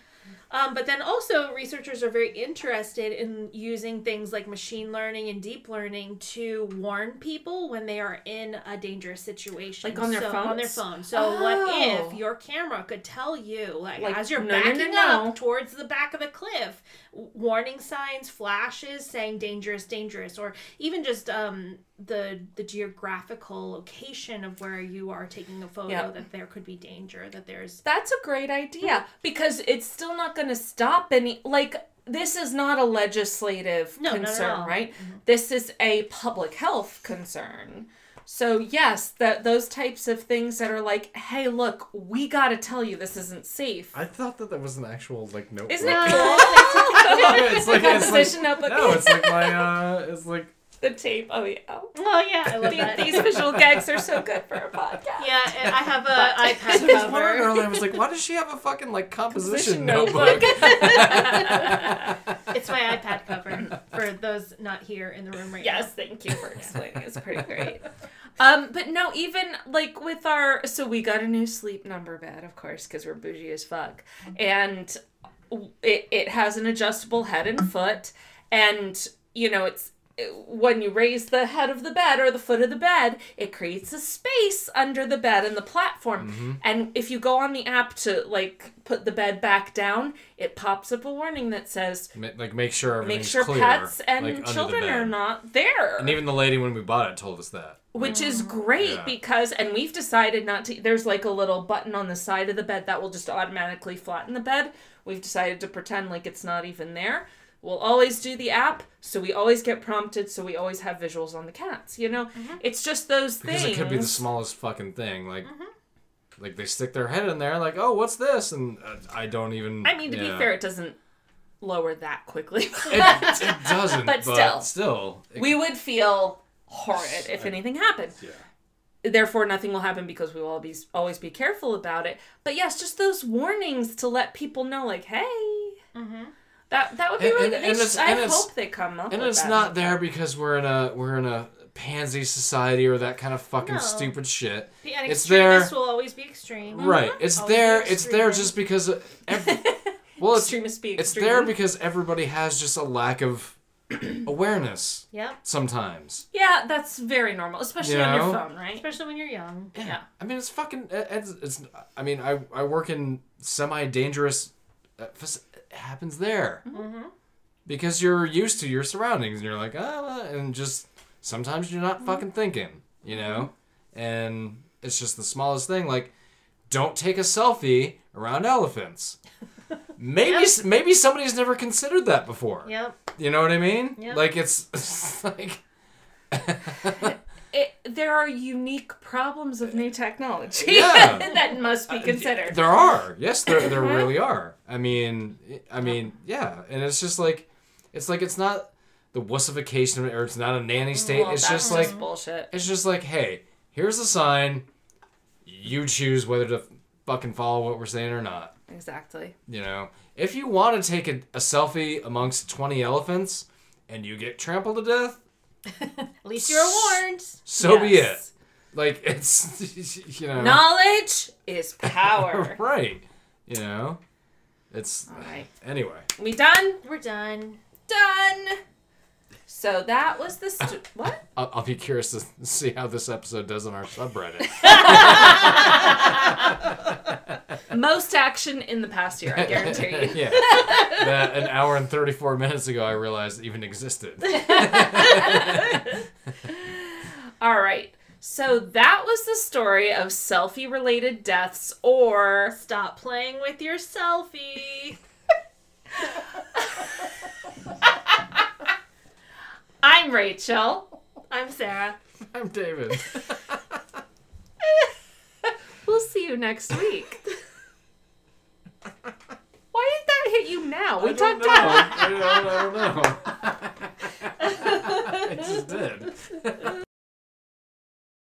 D: Um, but then also, researchers are very interested in using things like machine learning and deep learning to warn people when they are in a dangerous situation.
C: Like on their
D: so, On their
C: phones?
D: phone. So
C: Oh.
D: what if your camera could tell you, like,
C: Like,
D: as you're
C: no, no, no,
D: backing
C: no.
D: up towards the back of the cliff, w- warning signs, flashes saying dangerous, dangerous, or even just um, the the geographical location of where you are taking a photo
C: Yeah.
D: that there could be danger, that there's
C: That's a great
D: Mm-hmm.
C: idea because it's still not going to stop any. Like, this is not a legislative
D: No, not at
C: concern,
D: all. Mm-hmm.
C: right? This is a public health concern. So, yes, that those types of things that are like, hey, look, we got to tell you this isn't safe.
E: I thought that that was an actual like note. <laughs>
C: Isn't
E: block.
C: it
D: <laughs>
C: cool?
E: Yeah, it's like, it's like
C: Position up a-
E: no, it's like my uh, it's like
C: <laughs> the tape. Oh, yeah.
D: Oh yeah, I love
C: These-
D: that.
C: These visual gags are so good for a podcast.
D: Yeah, and <laughs> I have a iPad
E: There was one
D: cover.
E: girl that was like, why does she have a fucking like composition
C: Position
E: notebook?
D: It's <laughs> my iPad cover for those not here in the room right
C: Yes, thank
E: <laughs>
C: you for explaining. It's pretty great. Um, but no, even like with our so we got a new sleep number bed, of course, because we're bougie as fuck,
E: Mm-hmm.
C: and w- it it has an adjustable head and foot, and you know it's when you raise the head of the bed or the foot of the bed, it creates a space under the bed and the platform.
E: Mm-hmm.
C: And if you go on the app to like put the bed back down, it pops up a warning that says
E: <laughs> Ma- like make sure
C: make
E: everything's
C: sure
E: clear,
C: pets and
E: like, under the
C: children are
E: bed.
C: not there.
E: And even the lady when we bought it told us that.
C: which is great
E: Mm. Yeah.
C: because and we've decided not to there's like a little button on the side of the bed that will just automatically flatten the bed we've decided to pretend like it's not even there we'll always do the app so we always get prompted so we always have visuals on the cats you know it's just those
E: Mm-hmm.
C: things
E: Because
C: Mm-hmm.
E: it could be the smallest fucking thing. Like, like they stick their head in there, like, oh, what's this? And uh, I don't even.
C: i mean to
E: yeah.
C: be <laughs> fair it doesn't lower that quickly
E: <laughs> it, it doesn't.
C: But
E: but,
C: still.
E: still, still, it-
C: we would feel horrid if anything happened
E: yeah.
C: therefore nothing will happen because we will all be always be careful about it. But yes, just those warnings to let people know, like, hey, that that would be
E: And-
C: really.
E: and-
C: good. They
E: and
C: sh-
E: it's-
C: I
E: and it's-
C: hope they come up.
E: And
C: with
E: it's
C: that.
E: not there because we're in a we're in a pansy society or that kind of fucking
D: No.
E: stupid shit.
D: now. And
E: It's
D: extremists
E: there-
D: will always be extreme.
E: Right. It's
D: Always
E: there.
D: be
E: It's there
D: extreme.
E: just because.
C: <laughs>
E: Every, well, it's
C: extremist be
E: it's
C: extreme.
E: there because everybody has just a
C: <clears throat>
E: lack of awareness
D: Yep.
E: sometimes.
C: yeah, that's very normal, especially
E: You
C: on your
E: know?
C: phone, right?
D: Especially when you're young.
C: Yeah.
E: I mean, it's fucking. it- It's. it's I mean, I I work in semi dangerous. It happens there. Mm-hmm. Because you're used to your surroundings, and you're like, ah, and just sometimes you're not fucking thinking, you know. And it's just the smallest thing. Like, don't take a selfie around elephants. Maybe s maybe somebody's never considered that before.
D: Yep.
E: You know what I mean?
D: Yeah.
E: Like it's, <laughs> it's like
C: It, there are unique problems of new technology
E: Yeah.
C: <laughs>
E: Uh,
C: that must be considered.
E: There are. Yes, there there
C: Uh-huh.
E: really are. I mean, I mean, yeah. And it's just like, it's like it's not the wussification or it's not a nanny state.
C: Mm, Well,
E: it's
C: that's
E: just like
C: bullshit.
E: it's just like, hey, here's a sign. You choose whether to fucking follow what we're saying or not.
C: Exactly.
E: You know, if you want to take a, a selfie amongst twenty elephants and you get trampled to death,
D: At least you're warned.
E: so be it.
C: Yes.
E: Like <laughs> it's you know
C: Knowledge is power.
E: <laughs> right. You know, it's
C: All right,
E: anyway.
C: we done.
D: We're done.
C: Done. So that was the stu- what?
E: I'll, I'll be curious to <laughs> see how this episode does on our
C: <laughs>
E: subreddit.
C: most action in the past year, I guarantee you.
E: <laughs> yeah, that an hour and thirty-four minutes ago, I realized even
C: <laughs>
E: existed.
C: <laughs> All right. So that was the story of selfie related deaths or
D: Stop playing with your selfie.
C: <laughs> I'm Rachel.
D: I'm Sarah.
E: I'm David.
C: We'll see you next week. <laughs> Why did that hit you now? We
E: I don't
C: talked
E: know. I don't, I don't know. <laughs>